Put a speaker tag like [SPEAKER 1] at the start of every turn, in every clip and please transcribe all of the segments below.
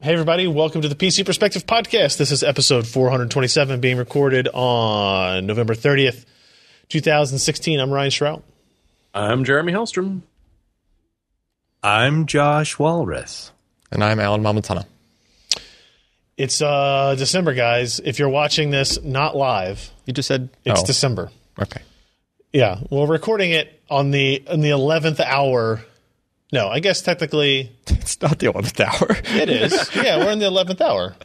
[SPEAKER 1] Hey, everybody, welcome to the PC Perspective Podcast. This is episode 427 being recorded on November 30th, 2016. I'm Ryan Shrout.
[SPEAKER 2] I'm Jeremy Hellstrom.
[SPEAKER 3] I'm Josh Walrus.
[SPEAKER 4] And I'm Alan Mamatana.
[SPEAKER 1] It's uh, December, guys. If you're watching this not live,
[SPEAKER 4] You just said
[SPEAKER 1] it's
[SPEAKER 4] oh,
[SPEAKER 1] December.
[SPEAKER 4] Okay.
[SPEAKER 1] Yeah, we're recording it on the on the 11th hour. No, I guess technically
[SPEAKER 4] It's not the eleventh hour.
[SPEAKER 1] it is. yeah, we're in the 11th hour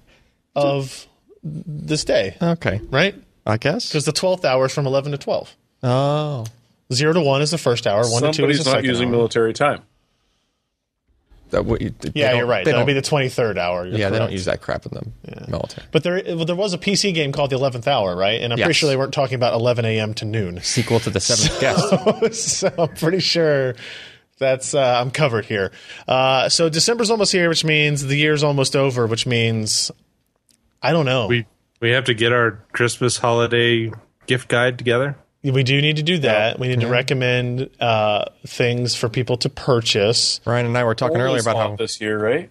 [SPEAKER 1] of this day,
[SPEAKER 4] okay.
[SPEAKER 1] right?
[SPEAKER 4] I guess.
[SPEAKER 1] Because the 12th hour is from 11 to 12.
[SPEAKER 4] Oh.
[SPEAKER 1] 0 to 1 is the first hour, 1 to 2 is
[SPEAKER 2] Somebody's
[SPEAKER 1] the
[SPEAKER 2] not
[SPEAKER 1] second
[SPEAKER 2] using
[SPEAKER 1] hour.
[SPEAKER 2] military time.
[SPEAKER 4] That, what you, they
[SPEAKER 1] Yeah,
[SPEAKER 4] don't-
[SPEAKER 1] you're right.
[SPEAKER 4] They
[SPEAKER 1] That'll
[SPEAKER 4] don't,
[SPEAKER 1] be the 23rd hour. You're
[SPEAKER 4] yeah, they don't
[SPEAKER 1] correct.
[SPEAKER 4] use that crap in the military.
[SPEAKER 1] But there, well, there was a PC game called the 11th Hour, right? And I'm pretty
[SPEAKER 4] Yes.
[SPEAKER 1] sure they weren't talking about 11 a.m. to noon.
[SPEAKER 4] Sequel to the seventh guest.
[SPEAKER 1] so I'm pretty sure that's uh, I'm covered here. Uh, so December's almost here, which means the year's almost over, which means I don't know. We,
[SPEAKER 3] We we have to get our Christmas holiday gift guide together.
[SPEAKER 1] do need to do that. We
[SPEAKER 4] Mm-hmm.
[SPEAKER 1] need to recommend uh, things for people to purchase.
[SPEAKER 4] Ryan and I were talking earlier about how
[SPEAKER 2] this year, right?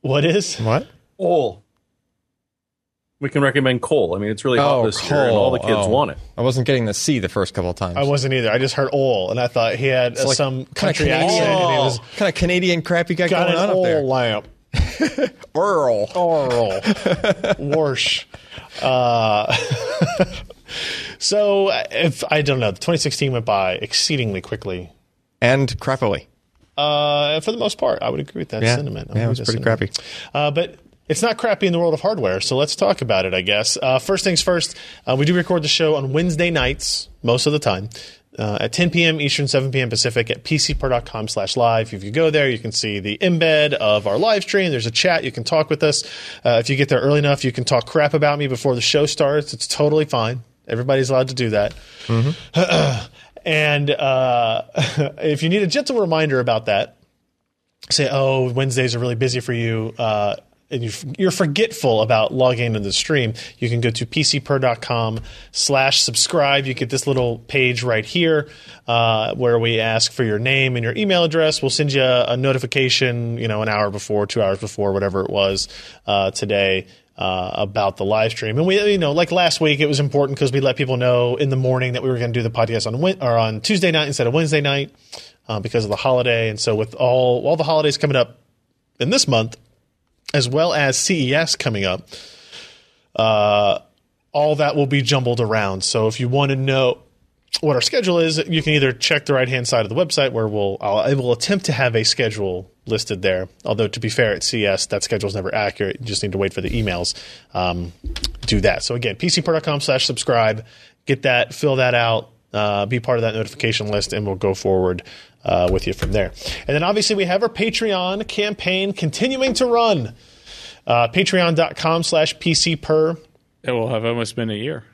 [SPEAKER 1] What is?
[SPEAKER 4] what?
[SPEAKER 2] Coal. We can recommend coal. I mean, it's really hot
[SPEAKER 4] Oh,
[SPEAKER 2] this year, and all the kids
[SPEAKER 4] coal. Oh.
[SPEAKER 2] want it.
[SPEAKER 4] I wasn't getting the C the first couple of times.
[SPEAKER 1] I wasn't either. I just heard "oil" and I thought he had uh,
[SPEAKER 4] like
[SPEAKER 1] some
[SPEAKER 4] kinda
[SPEAKER 1] country
[SPEAKER 4] Canadian.
[SPEAKER 1] accent. And he was
[SPEAKER 4] What kind of Canadian crap you got,
[SPEAKER 1] got
[SPEAKER 4] going
[SPEAKER 1] an
[SPEAKER 4] on up
[SPEAKER 1] oil
[SPEAKER 4] there?
[SPEAKER 1] lamp.
[SPEAKER 4] Earl.
[SPEAKER 1] Oral. Warsh. Uh, so if I don't know, 2016 went by exceedingly quickly.
[SPEAKER 4] And crappily.
[SPEAKER 1] Uh, for the most part, I would agree with that sentiment. I
[SPEAKER 4] Yeah, it
[SPEAKER 1] would
[SPEAKER 4] was
[SPEAKER 1] agree
[SPEAKER 4] pretty
[SPEAKER 1] with that
[SPEAKER 4] crappy.
[SPEAKER 1] uh, but it's not crappy in the world of hardware, so let's talk about it, I guess. Uh, first things first, uh, we do record the show on Wednesday nights, most of the time, uh, at 10 p.m. Eastern, 7 p.m. Pacific at pcpro.com slash live. If you go there, you can see the embed of our live stream. There's a chat. You can talk with us. Uh, if you get there early enough, you can talk crap about me before the show starts. It's totally fine. Everybody's allowed to do that. and uh, if you need a gentle reminder about that, say, "Oh, Wednesdays are really busy for you," uh, and you, you're forgetful about logging into the stream, you can go to pcper.com slash subscribe. You get this little page right here uh, where we ask for your name and your email address. We'll send you a, a notification, you know, an hour before, two hours before, whatever it was uh, today. Uh, about the live stream, and we, you know, like last week, it was important because we let people know in the morning that we were going to do the podcast on Wed- or on Tuesday night instead of Wednesday night uh, because of the holiday. And so, with all all the holidays coming up in this month, as well as CES coming up, uh, all that will be jumbled around. So, if you want to know what our schedule is, you can either check the right hand side of the website where we'll I'll, I will attempt to have a schedule listed there. Although, to be fair, at CES that schedule is never accurate. You just need to wait for the emails. Um, do that. So again, pcpro.com slash subscribe. Get that, fill that out, uh, be part of that notification list, and we'll go forward uh, with you from there. And then obviously we have our Patreon campaign continuing to run. Uh, Patreon.com slash pcper.
[SPEAKER 5] It will have almost been a year.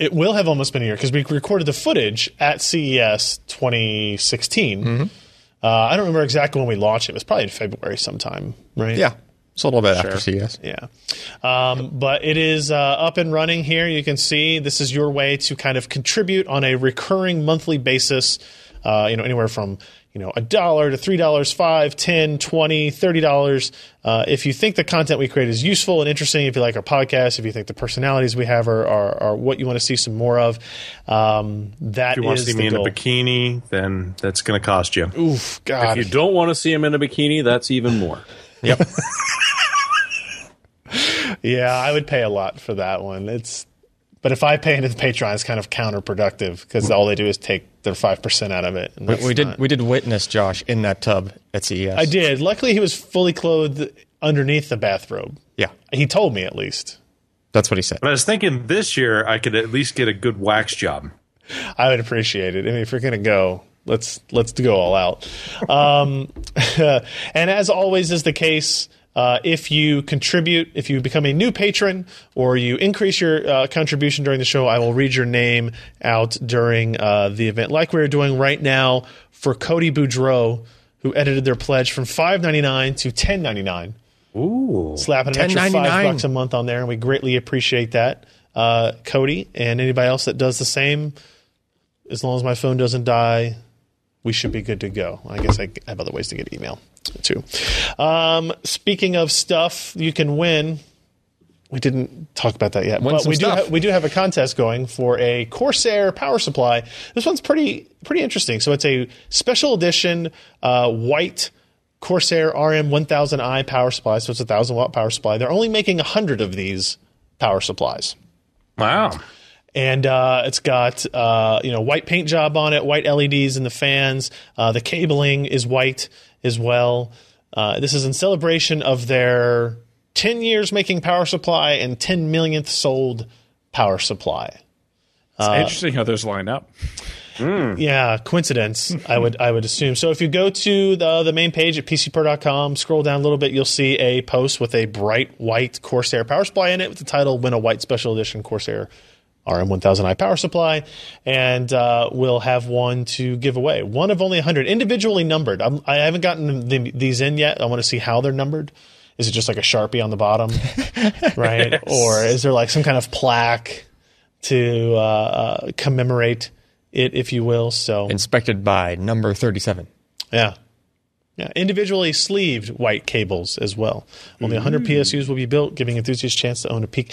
[SPEAKER 1] It will have almost been a year because we recorded the footage at E CES 2016. Uh, I don't remember exactly when we launched it. It was probably in February sometime, right?
[SPEAKER 4] Yeah. It's a little bit after CES.
[SPEAKER 1] Yeah. Um, but it is uh, up and running here. You can see this is your way to kind of contribute on a recurring monthly basis, uh, you know, anywhere from you know, a dollar to three dollars, five, ten, twenty, thirty dollars. Uh, if you think the content we create is useful and interesting, if you like our podcast, if you think the personalities we have are, are, are what you want to see some more of, um, that
[SPEAKER 3] If you want
[SPEAKER 1] is
[SPEAKER 3] to see
[SPEAKER 1] the
[SPEAKER 3] me in a
[SPEAKER 1] goal.
[SPEAKER 3] bikini, then that's going to cost you.
[SPEAKER 1] Oof, God,
[SPEAKER 2] If you don't want to see him in a bikini, that's even more.
[SPEAKER 4] Yep.
[SPEAKER 1] Yeah, I would pay a lot for that one. It's but if I pay into the Patreon, it's kind of counterproductive because all they do is take their five percent out of it. and
[SPEAKER 4] we,
[SPEAKER 1] that's
[SPEAKER 4] we did
[SPEAKER 1] not-
[SPEAKER 4] we did witness Josh in that tub at E CES.
[SPEAKER 1] I did. Luckily, he was fully clothed underneath the bathrobe.
[SPEAKER 4] Yeah.
[SPEAKER 1] He told me at least.
[SPEAKER 4] That's what he said.
[SPEAKER 3] But I was thinking this year I could at least get a good wax job.
[SPEAKER 1] I would appreciate it. I mean, if you're gonna go, let's let's go all out. Um, and as always is the case. Uh, if you contribute, if you become a new patron or you increase your uh, contribution during the show, I will read your name out during uh, the event, like we're doing right now for Cody Boudreau, who edited their pledge from five ninety nine to ten ninety nine
[SPEAKER 3] Ooh.
[SPEAKER 1] slapping an extra five
[SPEAKER 4] $10.99.
[SPEAKER 1] bucks a month on there, and we greatly appreciate that, uh, Cody, and anybody else that does the same. As long as my phone doesn't die, we should be good to go. I guess I have other ways to get email. too. Um, speaking of stuff you can win, we didn't talk about that yet,
[SPEAKER 4] Win
[SPEAKER 1] but
[SPEAKER 4] some
[SPEAKER 1] we do
[SPEAKER 4] stuff.
[SPEAKER 1] ha- we do have a contest going for a Corsair power supply. This one's pretty pretty interesting. So it's a special edition uh, white. Corsair RM1000i power supply, so it's a 1000 watt power supply. They're only making 100 of these power supplies
[SPEAKER 3] Wow.
[SPEAKER 1] and uh, it's got uh, you know white paint job on it, white LEDs in the fans. Uh, the cabling is white as well. Uh, this is in celebration of their 10 years making power supply and 10 millionth sold power supply.
[SPEAKER 5] It's interesting how those line up.
[SPEAKER 1] Yeah, coincidence. I would I would assume. So if you go to the the main page at pcpro.com, scroll down a little bit, you'll see a post with a bright white Corsair power supply in it with the title "Win a White Special Edition Corsair RM1000i Power Supply," and uh, we'll have one to give away. One of only 100, individually numbered. I'm, I haven't gotten them, these in yet. I want to see how they're numbered. Is it just like a sharpie on the bottom, right? Or is there like some kind of plaque to uh, uh, commemorate? It, if you will, so
[SPEAKER 4] Inspected by number 37.
[SPEAKER 1] yeah. Yeah, individually sleeved white cables as well. Only
[SPEAKER 4] Mm.
[SPEAKER 1] 100 PSUs will be built, giving enthusiasts a chance to own a peak.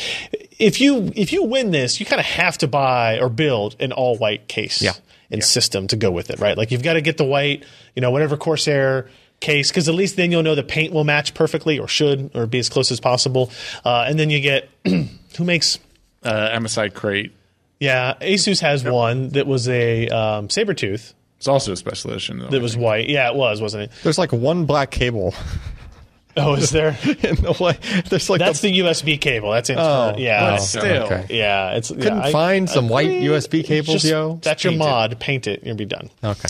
[SPEAKER 1] If you if you win this, you kind of have to buy or build an all white case
[SPEAKER 4] Yeah.
[SPEAKER 1] and system to go with it, right? Like you've got to get the white, you know, whatever Corsair case, because at least then you'll know the paint will match perfectly or should or be as close as possible. Uh, and then you get who makes
[SPEAKER 5] Uh, MSI crate.
[SPEAKER 1] yeah, Asus has one that was a um, saber tooth
[SPEAKER 5] It's also a special edition. Though,
[SPEAKER 1] that was white. Yeah, it was, wasn't it?
[SPEAKER 4] There's like one black cable
[SPEAKER 1] Oh, is there?
[SPEAKER 4] in the way. There's like
[SPEAKER 1] That's
[SPEAKER 4] the,
[SPEAKER 1] the USB cable. That's internal. yeah,
[SPEAKER 5] But still,
[SPEAKER 4] okay.
[SPEAKER 1] yeah. It's
[SPEAKER 4] Oh, couldn't
[SPEAKER 1] yeah, I-
[SPEAKER 4] find some white USB cables,
[SPEAKER 1] just-
[SPEAKER 4] yo.
[SPEAKER 1] That's your
[SPEAKER 4] Paint it.
[SPEAKER 1] mod. Paint it. You'll be done.
[SPEAKER 4] Okay.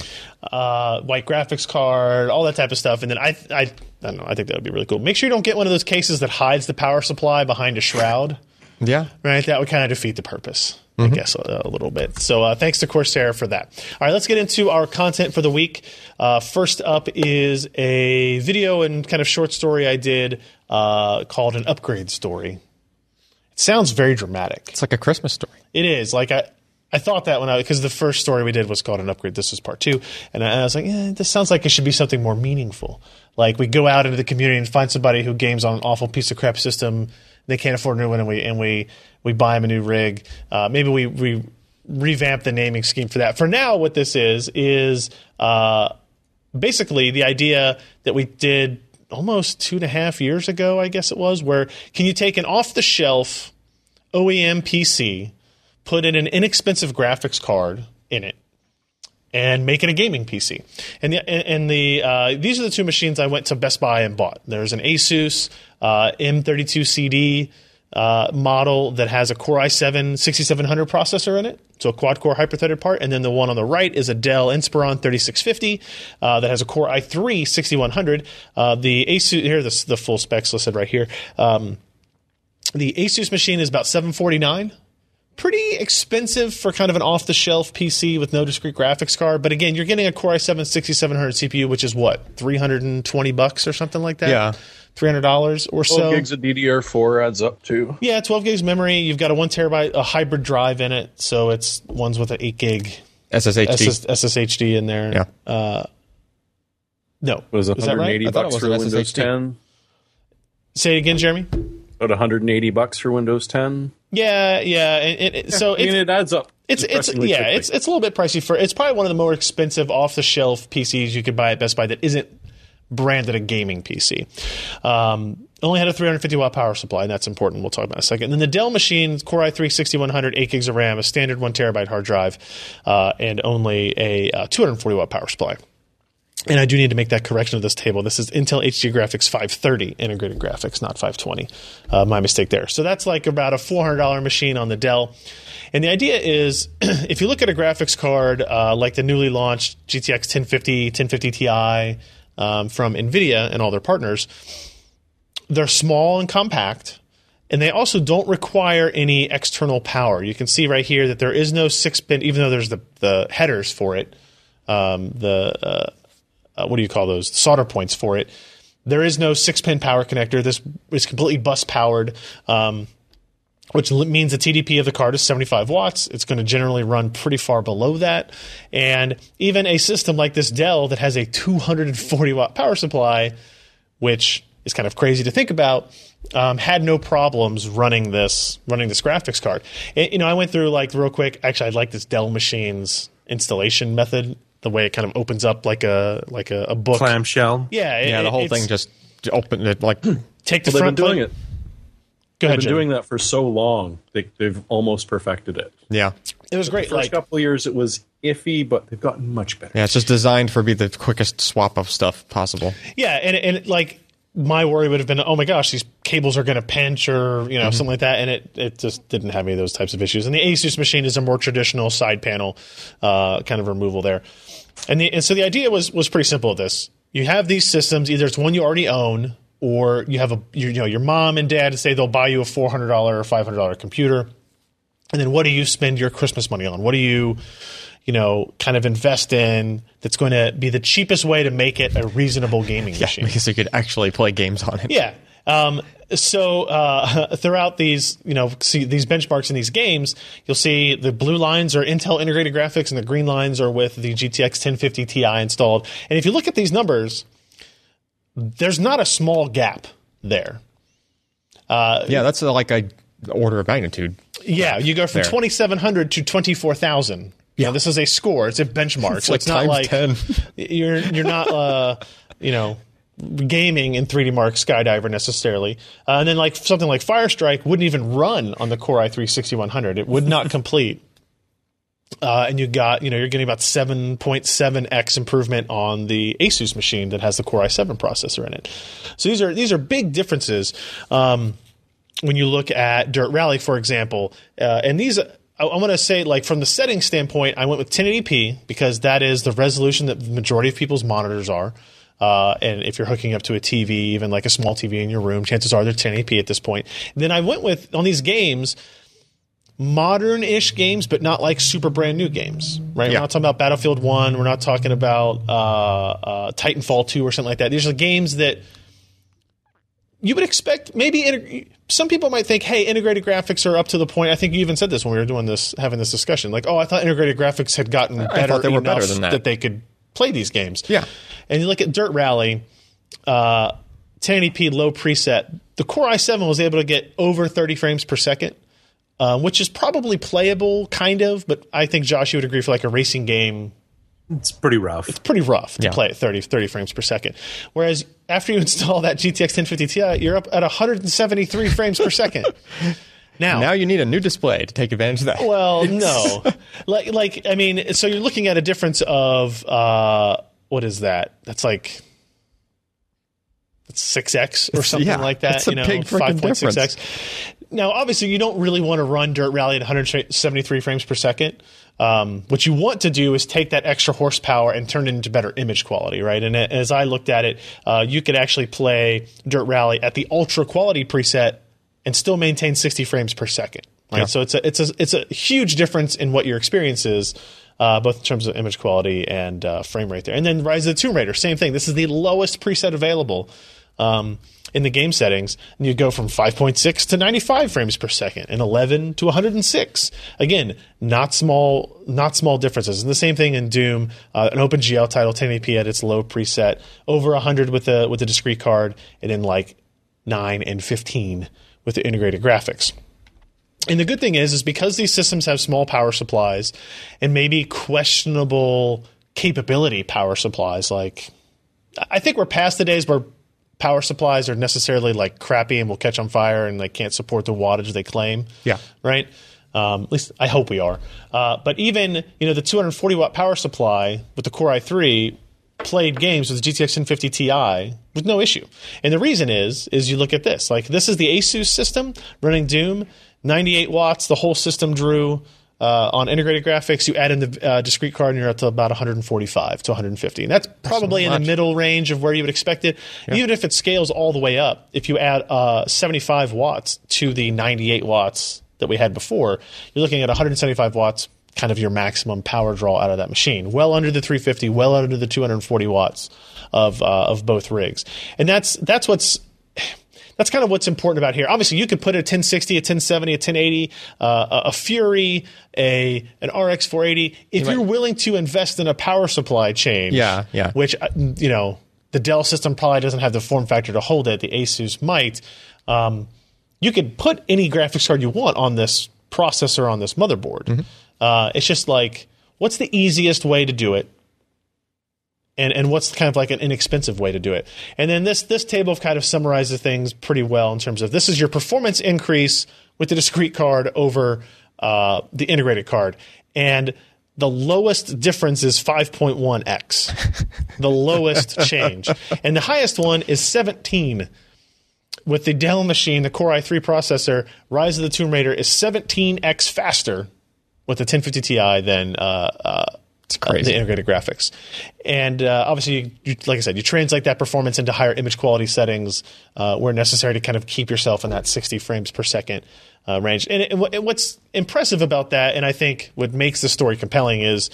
[SPEAKER 1] Uh, white graphics card, all that type of stuff. And then I, I, I don't know. I think that would be really cool. Make sure you don't get one of those cases that hides the power supply behind a shroud.
[SPEAKER 4] Yeah.
[SPEAKER 1] Right, that would kind of defeat the purpose, I guess, a, a little bit. So, uh, thanks to Corsair for that. All right, let's get into our content for the week. Uh, first up is a video and kind of short story I did uh, called "An Upgrade Story." It sounds very dramatic.
[SPEAKER 4] It's like a Christmas story.
[SPEAKER 1] It is like I, I thought that when I because the first story we did was called an upgrade. This is part two, and I, I was like, eh, this sounds like it should be something more meaningful. Like we go out into the community and find somebody who games on an awful piece of crap system. They can't afford a new one, and we and we we buy them a new rig. Uh, maybe we we revamp the naming scheme for that. For now, what this is is. Uh, basically the idea that we did almost two and a half years ago, I guess it was, where can you take an off the shelf OEM PC, put in an inexpensive graphics card in it, and make it a gaming PC. And the, and the uh, these are the two machines I went to Best Buy and bought. There's an Asus uh, M32 CD uh, model that has a Core i7 6700 processor in it, so a quad core hyper-threaded part. And then the one on the right is a Dell Inspiron 3650 uh, that has a Core i3 6100. Uh, the Asus here the, the full specs listed right here. Um, the Asus machine is about 749 pretty expensive for kind of an off the shelf PC with no discrete graphics card. But again, you're getting a Core i7 6700 CPU, which is what, 320 bucks or something like that?
[SPEAKER 4] Yeah.
[SPEAKER 1] $300 or so.
[SPEAKER 6] gigs of DDR4 adds up to.
[SPEAKER 1] Yeah, 12 gigs memory. You've got a one terabyte, a hybrid drive in it. So it's ones with an eight gig
[SPEAKER 4] SSHD.
[SPEAKER 1] SS- SSHD in there.
[SPEAKER 4] Yeah.
[SPEAKER 1] Uh, no.
[SPEAKER 2] Was it
[SPEAKER 1] Is that right?
[SPEAKER 2] 180
[SPEAKER 4] I thought it
[SPEAKER 2] bucks
[SPEAKER 4] was
[SPEAKER 2] for
[SPEAKER 4] an
[SPEAKER 2] Windows
[SPEAKER 4] SSHD.
[SPEAKER 2] 10?
[SPEAKER 1] Say it again, Jeremy.
[SPEAKER 2] About 180 bucks for Windows 10.
[SPEAKER 1] Yeah, yeah. and- and- and- so
[SPEAKER 2] I mean,
[SPEAKER 1] it's,
[SPEAKER 2] it adds up.
[SPEAKER 1] It's it's
[SPEAKER 2] depressingly
[SPEAKER 1] yeah,
[SPEAKER 2] quickly.
[SPEAKER 1] it's it's a little bit pricey for it's probably one of the more expensive off the shelf PCs you could buy at Best Buy that isn't branded a gaming PC. Um, only had a 350 watt power supply, and that's important. We'll talk about it in a second. And then the Dell machine, Core i3 6100, 8 gigs of RAM, a standard one terabyte hard drive, uh, and only a uh, 240 watt power supply. And I do need to make that correction of this table. This is Intel HD Graphics 530 integrated graphics, not 520. Uh, my mistake there. So that's like about a $400 machine on the Dell. And the idea is if you look at a graphics card uh, like the newly launched GTX 1050, 1050 Ti um, from NVIDIA and all their partners, they're small and compact and they also don't require any external power you can see right here that there is no six pin even though there's the, the headers for it um, the uh, uh, what do you call those solder points for it there is no six pin power connector this is completely bus powered um, which li- means the TDP of the card is 75 watts. It's going to generally run pretty far below that. And even a system like this Dell that has a 240 watt power supply, which is kind of crazy to think about, um, had no problems running this running this graphics card. It- you know, I went through like real quick. Actually, I like this Dell machine's installation method. The way it kind of opens up like a like a, a book.
[SPEAKER 3] Clamshell.
[SPEAKER 1] Yeah, it-
[SPEAKER 4] yeah, the whole
[SPEAKER 1] it's-
[SPEAKER 4] thing just opened it like
[SPEAKER 1] take the
[SPEAKER 2] Well, they've been
[SPEAKER 1] front.
[SPEAKER 2] doing
[SPEAKER 1] plate-
[SPEAKER 2] it.
[SPEAKER 1] Go
[SPEAKER 2] They've
[SPEAKER 1] ahead,
[SPEAKER 2] been
[SPEAKER 1] Jim.
[SPEAKER 2] doing that for so long. They, they've almost perfected it.
[SPEAKER 4] yeah.
[SPEAKER 1] It was great.
[SPEAKER 2] First
[SPEAKER 1] Like
[SPEAKER 2] couple years, it was iffy, but they've gotten much better.
[SPEAKER 4] Yeah, it's just designed for be the quickest swap of stuff possible.
[SPEAKER 1] Yeah, and and like my worry would have been, oh my gosh, these cables are going to pinch or you know something like that, and it it just didn't have any of those types of issues. And the Asus machine is a more traditional side panel uh, kind of removal there, and the, and so the idea was was pretty simple. With this, you have these systems, either it's one you already own. Or you have a you, you know your mom and dad say they'll buy you a four hundred dollar or five hundred dollar computer, and then what do you spend your Christmas money on? What do you you know, kind of invest in that's going to be the cheapest way to make it a reasonable gaming machine.
[SPEAKER 4] Because you could actually play games on it.
[SPEAKER 1] Yeah. Um, so uh, throughout these, you know, see these benchmarks in these games, you'll see the blue lines are Intel integrated graphics, and the green lines are with the GTX 1050 Ti installed. And if you look at these numbers, there's not a small gap there.
[SPEAKER 4] Yeah, that's uh, like a order of magnitude.
[SPEAKER 1] Yeah, you go from
[SPEAKER 4] There.
[SPEAKER 1] 2,700 to 24,000. Yeah, this is a score. It's a benchmark. so
[SPEAKER 4] like
[SPEAKER 1] it's not
[SPEAKER 4] times
[SPEAKER 1] like
[SPEAKER 4] 10.
[SPEAKER 1] you're you're not uh, you know gaming in 3D Mark Skydiver necessarily. Uh, and then like something like Firestrike wouldn't even run on the Core i3 6100. It would not complete. Uh, and you got you know you're getting about 7.7x improvement on the Asus machine that has the Core i7 processor in it. So these are these are big differences. Um, when you look at Dirt Rally, for example, uh, and these, I, I want to say, like from the setting standpoint, I went with 1080p because that is the resolution that the majority of people's monitors are. Uh, and if you're hooking up to a TV, even like a small TV in your room, chances are they're 1080p at this point. And then I went with on these games, modern-ish games, but not like super brand new games, right? We're
[SPEAKER 4] Yeah.
[SPEAKER 1] not talking about Battlefield One. We're not talking about uh, uh, Titanfall Two or something like that. These are games that you would expect maybe integ- some people might think, hey, integrated graphics are up to the point. I think you even said this when we were doing this, having this discussion. Like, oh, I thought integrated graphics had gotten better
[SPEAKER 4] thought they were
[SPEAKER 1] enough
[SPEAKER 4] better than that.
[SPEAKER 1] they could play these games.
[SPEAKER 4] Yeah.
[SPEAKER 1] and you look at Dirt Rally, uh, 1080p low preset. The Core i7 was able to get over 30 frames per second, uh, which is probably playable, kind of. But I think Josh, you would agree for like a racing game,
[SPEAKER 3] It's pretty rough.
[SPEAKER 1] pretty rough to
[SPEAKER 4] Yeah.
[SPEAKER 1] play at 30, 30 frames per second. Whereas after you install that GTX 1050 Ti, you're up at 173 frames per second. Now,
[SPEAKER 4] Now you need a new display to take advantage of that.
[SPEAKER 1] well, no, like, like I mean, so you're looking at a difference of uh, what is that? That's like that's six x or something
[SPEAKER 4] yeah,
[SPEAKER 1] like that.
[SPEAKER 4] it's a
[SPEAKER 1] you know,
[SPEAKER 4] big freaking
[SPEAKER 1] five point six x. Now, obviously, you don't really want to run Dirt Rally at 173 frames per second. Um, what you want to do is take that extra horsepower and turn it into better image quality, right? And a- as I looked at it, uh, you could actually play Dirt Rally at the ultra quality preset and still maintain 60 frames per second. Right? So it's a it's a it's a huge difference in what your experience is, uh, both in terms of image quality and uh, frame rate there. And then Rise of the Tomb Raider, same thing. This is the lowest preset available um, in the game settings, and you go from 5.6 to 95 frames per second, and 11 to 106. Again, not small, not small differences. And the same thing in Doom, uh, an OpenGL title, 1080p at its low preset, over 100 with the with the discrete card, and then like 9 and 15 with the integrated graphics. And the good thing is, is because these systems have small power supplies and maybe questionable capability power supplies, like I think we're past the days where power supplies are necessarily like crappy and will catch on fire and like can't support the wattage they claim.
[SPEAKER 4] Yeah.
[SPEAKER 1] Right. Um, at least I hope we are. Uh, but even you know the 240 watt power supply with the Core i3 played games with the GTX 1050 Ti with no issue. And the reason is is you look at this like this is the ASUS system running Doom 98 watts. The whole system drew uh, on integrated graphics, you add in the uh, discrete card, and you're up to about 145 to 150, and that's probably in the middle range of where you would expect it. Even if it scales all the way up, if you add uh, 75 watts to the 98 watts that we had before, you're looking at 175 watts, kind of your maximum power draw out of that machine, well under the 350, well under the 240 watts of uh, of both rigs, and that's that's what's that's kind of what's important about here. Obviously, you could put a 1060, a 1070, a 1080, uh, a, a Fury, a an RX 480 if you're willing to invest in a power supply change.
[SPEAKER 4] Yeah, yeah.
[SPEAKER 1] Which uh, you know the Dell system probably doesn't have the form factor to hold it. The Asus might. Um, you could put any graphics card you want on this processor on this motherboard.
[SPEAKER 4] Mm-hmm.
[SPEAKER 1] Uh, it's just like what's the easiest way to do it and and what's kind of like an inexpensive way to do it. And then this this table kind of summarizes things pretty well in terms of this is your performance increase with the discrete card over uh, the integrated card, and the lowest difference is 5.1x, the lowest change, and the highest one is 17. With the Dell machine, the Core i3 processor, Rise of the Tomb Raider is 17x faster with the 1050 Ti than uh, uh, uh, the integrated graphics. And uh, obviously, you, you, like I said, you translate that performance into higher image quality settings uh, where necessary to kind of keep yourself in that 60 frames per second uh, range. And, it, and what- and what's impressive about that, and I think what makes the story compelling, is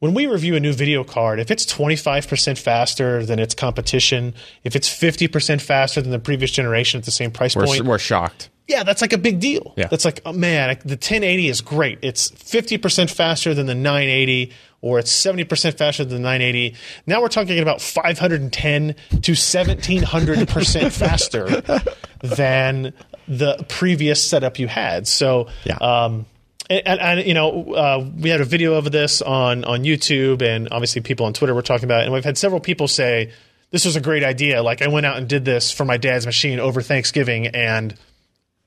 [SPEAKER 1] when we review a new video card, if it's 25% faster than its competition, if it's 50% faster than the previous generation at the same price
[SPEAKER 4] We're,
[SPEAKER 1] point,
[SPEAKER 4] we're shocked.
[SPEAKER 1] yeah, that's like a big deal.
[SPEAKER 4] Yeah.
[SPEAKER 1] That's like, oh man, the 1080 is great. It's 50% faster than the 980, or it's 70% faster than the 980. Now we're talking about 510 to 1700% faster than the previous setup you had. So,
[SPEAKER 4] Yeah.
[SPEAKER 1] um, and, and, and, you know, uh, we had a video of this on on YouTube, and obviously people on Twitter were talking about it, and we've had several people say this was a great idea. Like I went out and did this for my dad's machine over Thanksgiving, and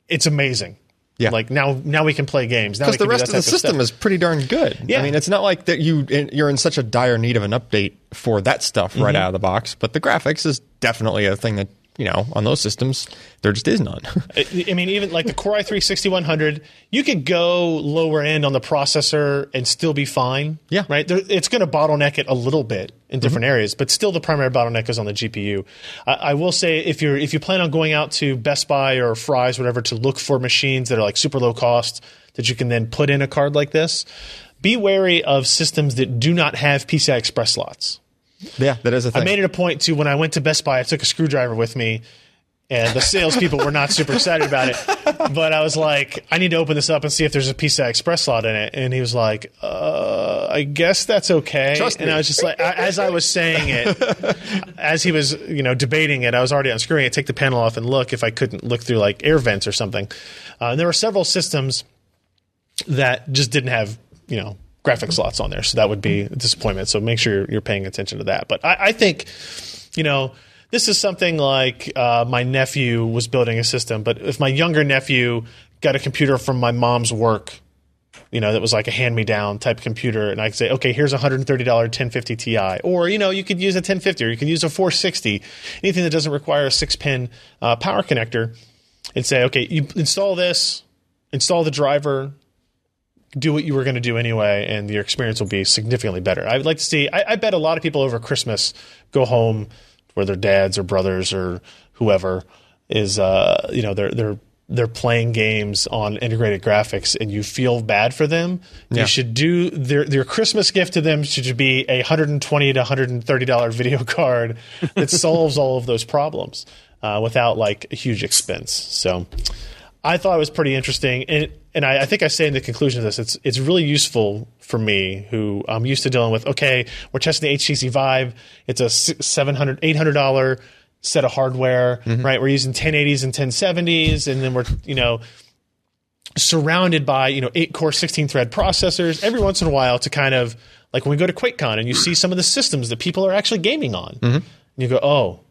[SPEAKER 1] it's amazing.
[SPEAKER 4] Yeah.
[SPEAKER 1] Like now, now we can play games. Now we
[SPEAKER 4] Because
[SPEAKER 1] can
[SPEAKER 4] the
[SPEAKER 1] do
[SPEAKER 4] rest
[SPEAKER 1] that
[SPEAKER 4] of the
[SPEAKER 1] type
[SPEAKER 4] system
[SPEAKER 1] stuff.
[SPEAKER 4] is pretty darn good.
[SPEAKER 1] Yeah.
[SPEAKER 4] I mean, it's not like that you you're in such a dire need of an update for that stuff
[SPEAKER 1] Mm-hmm.
[SPEAKER 4] right out of the box. But the graphics is definitely a thing that you know on those systems there just is none.
[SPEAKER 1] I I mean, even like the Core i3 6100, you could go lower end on the processor and still be fine.
[SPEAKER 4] Yeah. Mm-hmm.
[SPEAKER 1] Right? There, it's going to bottleneck it a little bit in different areas, but still the primary bottleneck is on the GPU. I, I will say if you're if you plan on going out to Best Buy or Fry's, whatever, to look for machines that are like super low cost that you can then put in a card like this, be wary of systems that do not have PCI Express slots.
[SPEAKER 4] yeah, that is a thing.
[SPEAKER 1] I made it a point to when I went to Best Buy, I took a screwdriver with me, and the salespeople were not super excited about it. But I was like, I need to open this up and see if there's a PCI Express slot in it. And he was like, uh, I guess that's okay.
[SPEAKER 4] Trust
[SPEAKER 1] and
[SPEAKER 4] me.
[SPEAKER 1] I was just like, I, as I was saying it, as he was, you know, debating it, I was already unscrewing it, take the panel off and look if I couldn't look through like air vents or something. Uh, and there were several systems that just didn't have you know graphic slots on there, so that would be a disappointment. So make sure you're, you're paying attention to that. But I, I think you know this is something like uh, my nephew was building a system, but if my younger nephew got a computer from my mom's work. You know, that was like a hand me down type computer. And I could say, okay, here's a $130 1050 Ti. Or, you know, you could use a 1050 or you could use a 460, anything that doesn't require a six pin uh, power connector, and say, okay, you install this, install the driver, do what you were going to do anyway, and your experience will be significantly better. I would like to see. I, I bet a lot of people over Christmas go home where their dads or brothers or whoever is, uh, you know, they're they're they're playing games on integrated graphics, and you feel bad for them.
[SPEAKER 4] Yeah.
[SPEAKER 1] You should do their their Christmas gift to them should be a hundred and twenty to hundred and thirty dollar video card that solves all of those problems uh, without like a huge expense. So. I thought it was pretty interesting, and and I, I think I say in the conclusion of this, it's it's really useful for me who I'm used to dealing with. Okay, we're testing the HTC Vive. It's a si- 700 800 dollar set of hardware,
[SPEAKER 4] Mm-hmm.
[SPEAKER 1] right? We're using 1080s and 1070s, and then we're you know surrounded by you know eight core 16 thread processors every once in a while to kind of like when we go to QuakeCon and you see some of the systems that people are actually gaming on,
[SPEAKER 4] Mm-hmm.
[SPEAKER 1] and you go, oh,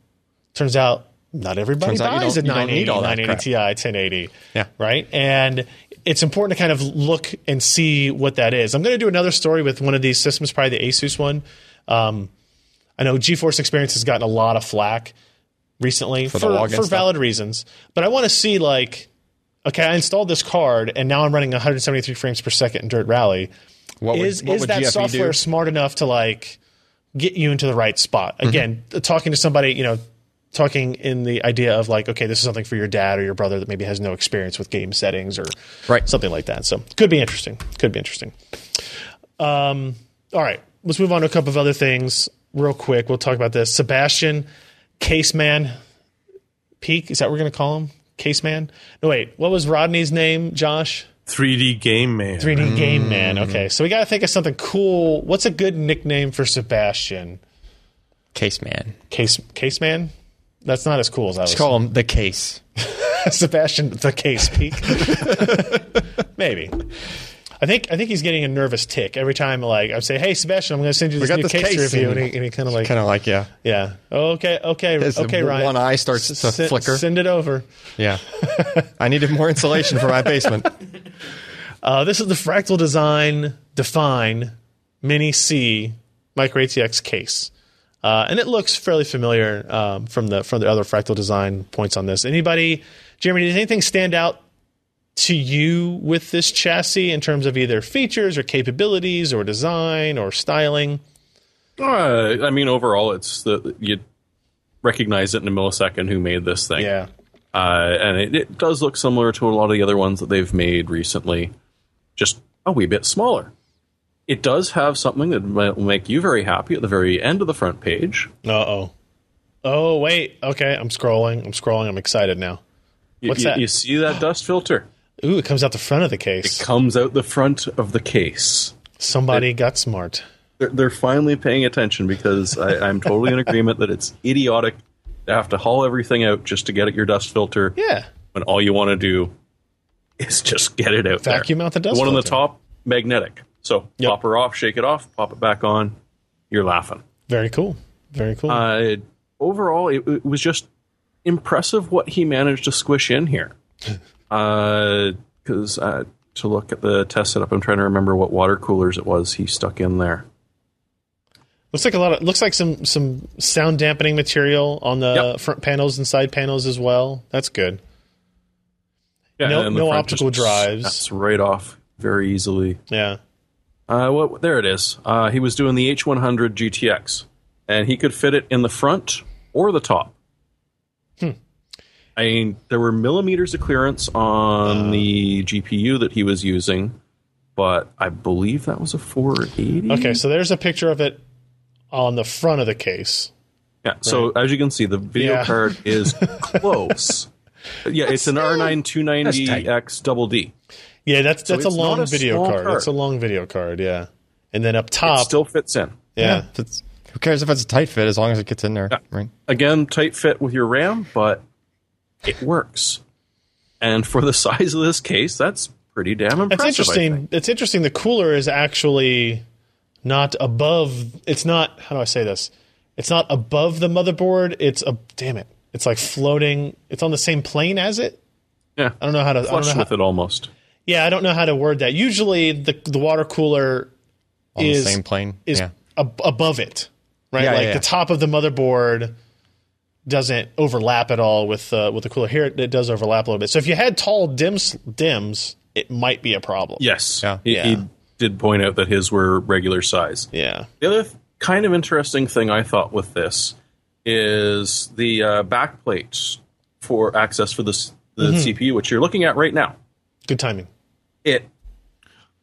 [SPEAKER 1] turns out not everybody
[SPEAKER 4] Turns out you
[SPEAKER 1] buys a
[SPEAKER 4] don't- you
[SPEAKER 1] 980,
[SPEAKER 4] don't need all that
[SPEAKER 1] 980
[SPEAKER 4] crap.
[SPEAKER 1] Ti, 1080.
[SPEAKER 4] Yeah.
[SPEAKER 1] Right. And it's important to kind of look and see what that is. I'm going to do another story with one of these systems, probably the Asus one. Um, I know GeForce Experience has gotten a lot of flack recently for,
[SPEAKER 4] the
[SPEAKER 1] for,
[SPEAKER 4] login stuff.
[SPEAKER 1] valid reasons, but I want to see like, okay, I installed this card and now I'm running 173 frames per second in Dirt Rally.
[SPEAKER 4] What would-
[SPEAKER 1] is
[SPEAKER 4] what
[SPEAKER 1] is
[SPEAKER 4] would
[SPEAKER 1] that
[SPEAKER 4] GFE do?
[SPEAKER 1] software smart enough to like get you into the right spot? Again, talking to somebody, you know, talking in the idea of like, okay, this is something for your dad or your brother that maybe has no experience with game settings or
[SPEAKER 4] Right.
[SPEAKER 1] something like that. So could be interesting. Could be interesting. Um, all right, let's move on to a couple of other things real quick. We'll talk about this. Sebastian Caseman Peak. Is that what we're going to call him? Case man? No, wait. What was Rodney's name, Josh?
[SPEAKER 3] 3D game man.
[SPEAKER 1] 3D Game Man. Okay, so we got to think of something cool. What's a good nickname for Sebastian?
[SPEAKER 4] Case man.
[SPEAKER 1] Case Case Man. That's not as cool as I was.
[SPEAKER 4] Let's call him the case.
[SPEAKER 1] Sebastian the Case Peak. Maybe. I think I think he's getting a nervous tick every time. Like I say, hey Sebastian, I'm going to send you this
[SPEAKER 4] got
[SPEAKER 1] new
[SPEAKER 4] this
[SPEAKER 1] case,
[SPEAKER 4] case
[SPEAKER 1] review,
[SPEAKER 4] and-
[SPEAKER 1] and he, and he kind of like,
[SPEAKER 4] Kind of like yeah,
[SPEAKER 1] yeah, okay, okay,
[SPEAKER 4] His
[SPEAKER 1] okay, Ryan.
[SPEAKER 4] one eye starts to
[SPEAKER 1] Sen-
[SPEAKER 4] flicker.
[SPEAKER 1] Send it over.
[SPEAKER 4] yeah. I needed more insulation for my basement.
[SPEAKER 1] Uh, this is the fractal design define mini C micro ATX case. Uh, and it looks fairly familiar um, from the from the other fractal design points on this. Anybody, Jeremy, does anything stand out to you with this chassis in terms of either features or capabilities or design or styling?
[SPEAKER 2] Uh, I mean, overall, it's the you recognize it in a millisecond who made this thing.
[SPEAKER 1] Yeah,
[SPEAKER 2] uh, and it, it does look similar to a lot of the other ones that they've made recently, just a wee bit smaller. It does have something that mi- will make you very happy at the very end of the front page.
[SPEAKER 1] Uh oh. Oh wait. Okay, I'm scrolling. I'm scrolling. I'm excited now.
[SPEAKER 2] You,
[SPEAKER 1] What's
[SPEAKER 2] you-
[SPEAKER 1] that?
[SPEAKER 2] You see that dust filter?
[SPEAKER 1] Ooh, it comes out the front of the case.
[SPEAKER 2] Comes out the front of the case.
[SPEAKER 1] Somebody got smart.
[SPEAKER 2] They're, they're finally paying attention because I, I'm totally in agreement that it's idiotic to have to haul everything out just to get at your dust filter
[SPEAKER 1] Yeah.
[SPEAKER 2] when all you want to do is just get it out there.
[SPEAKER 1] Vacuum out the dust
[SPEAKER 2] The one on the
[SPEAKER 1] filter.
[SPEAKER 2] top, magnetic. So
[SPEAKER 1] Yep.
[SPEAKER 2] pop her off, shake it off, pop it back on. You're laughing.
[SPEAKER 1] Very cool. Very cool.
[SPEAKER 2] Uh, overall, it, it was just impressive what he managed to squish in here. Because uh, to look at the test setup, I'm trying to remember what water coolers it was he stuck in there.
[SPEAKER 1] Looks like a lot of looks like some some sound dampening material on the
[SPEAKER 2] Yep.
[SPEAKER 1] front panels and side panels as well. That's good.
[SPEAKER 2] Yeah,
[SPEAKER 1] No-
[SPEAKER 2] and the
[SPEAKER 1] no
[SPEAKER 2] front
[SPEAKER 1] optical
[SPEAKER 2] just
[SPEAKER 1] drives.
[SPEAKER 2] snaps right off very easily.
[SPEAKER 1] Yeah.
[SPEAKER 2] Uh, well, there it is. Uh, he was doing the H100 GTX, and he could fit it in the front or the top.
[SPEAKER 1] Hmm.
[SPEAKER 2] I mean, there were millimeters of clearance
[SPEAKER 1] Uh.
[SPEAKER 2] on the GPU that he was using, but I believe that was a 480.
[SPEAKER 1] Okay, so there's a picture of it on the front of the case.
[SPEAKER 2] Yeah. So as you can see, the video
[SPEAKER 1] Yeah.
[SPEAKER 2] card is close. Yeah, it's an R9 290X Double D.
[SPEAKER 1] Yeah, that's that's a
[SPEAKER 2] it's
[SPEAKER 1] long
[SPEAKER 2] not a
[SPEAKER 1] video
[SPEAKER 2] small
[SPEAKER 1] card.
[SPEAKER 2] card.
[SPEAKER 1] That's a long video card, yeah. And then up
[SPEAKER 2] It
[SPEAKER 1] top,
[SPEAKER 2] still fits in.
[SPEAKER 1] yeah.
[SPEAKER 4] If it's- who cares if it's a tight fit as long as it gets in there, right?
[SPEAKER 2] again, tight fit with your RAM, but it works. And for the size of this case, that's pretty damn impressive.
[SPEAKER 1] It's
[SPEAKER 2] I think.
[SPEAKER 1] interesting. It's interesting. The cooler is actually not above. It's not. How do I say this? It's not above the motherboard. It's a. Damn it! It's like floating. It's on the same plane as it.
[SPEAKER 2] Yeah,
[SPEAKER 1] I don't know how to. I don't know
[SPEAKER 2] flush
[SPEAKER 1] how,
[SPEAKER 2] with it almost.
[SPEAKER 1] Yeah, I don't know how to word that. Usually, the the water cooler
[SPEAKER 4] On
[SPEAKER 1] is
[SPEAKER 4] the same plane.
[SPEAKER 1] is
[SPEAKER 4] yeah.
[SPEAKER 1] ab- above it, right?
[SPEAKER 4] Yeah,
[SPEAKER 1] like
[SPEAKER 4] yeah, yeah.
[SPEAKER 1] the top of the motherboard doesn't overlap at all with uh, with the cooler. Here, it, it does overlap a little bit. So if you had tall dims dims, it might be a problem.
[SPEAKER 2] Yes,
[SPEAKER 4] Yeah.
[SPEAKER 2] He, he
[SPEAKER 1] Yeah.
[SPEAKER 2] did point out that his were regular size.
[SPEAKER 1] Yeah.
[SPEAKER 2] The other th- kind of interesting thing I thought with this is the uh, backplate for access for this the
[SPEAKER 1] Mm-hmm.
[SPEAKER 2] CPU, which you're looking at right now.
[SPEAKER 1] Good timing.
[SPEAKER 2] it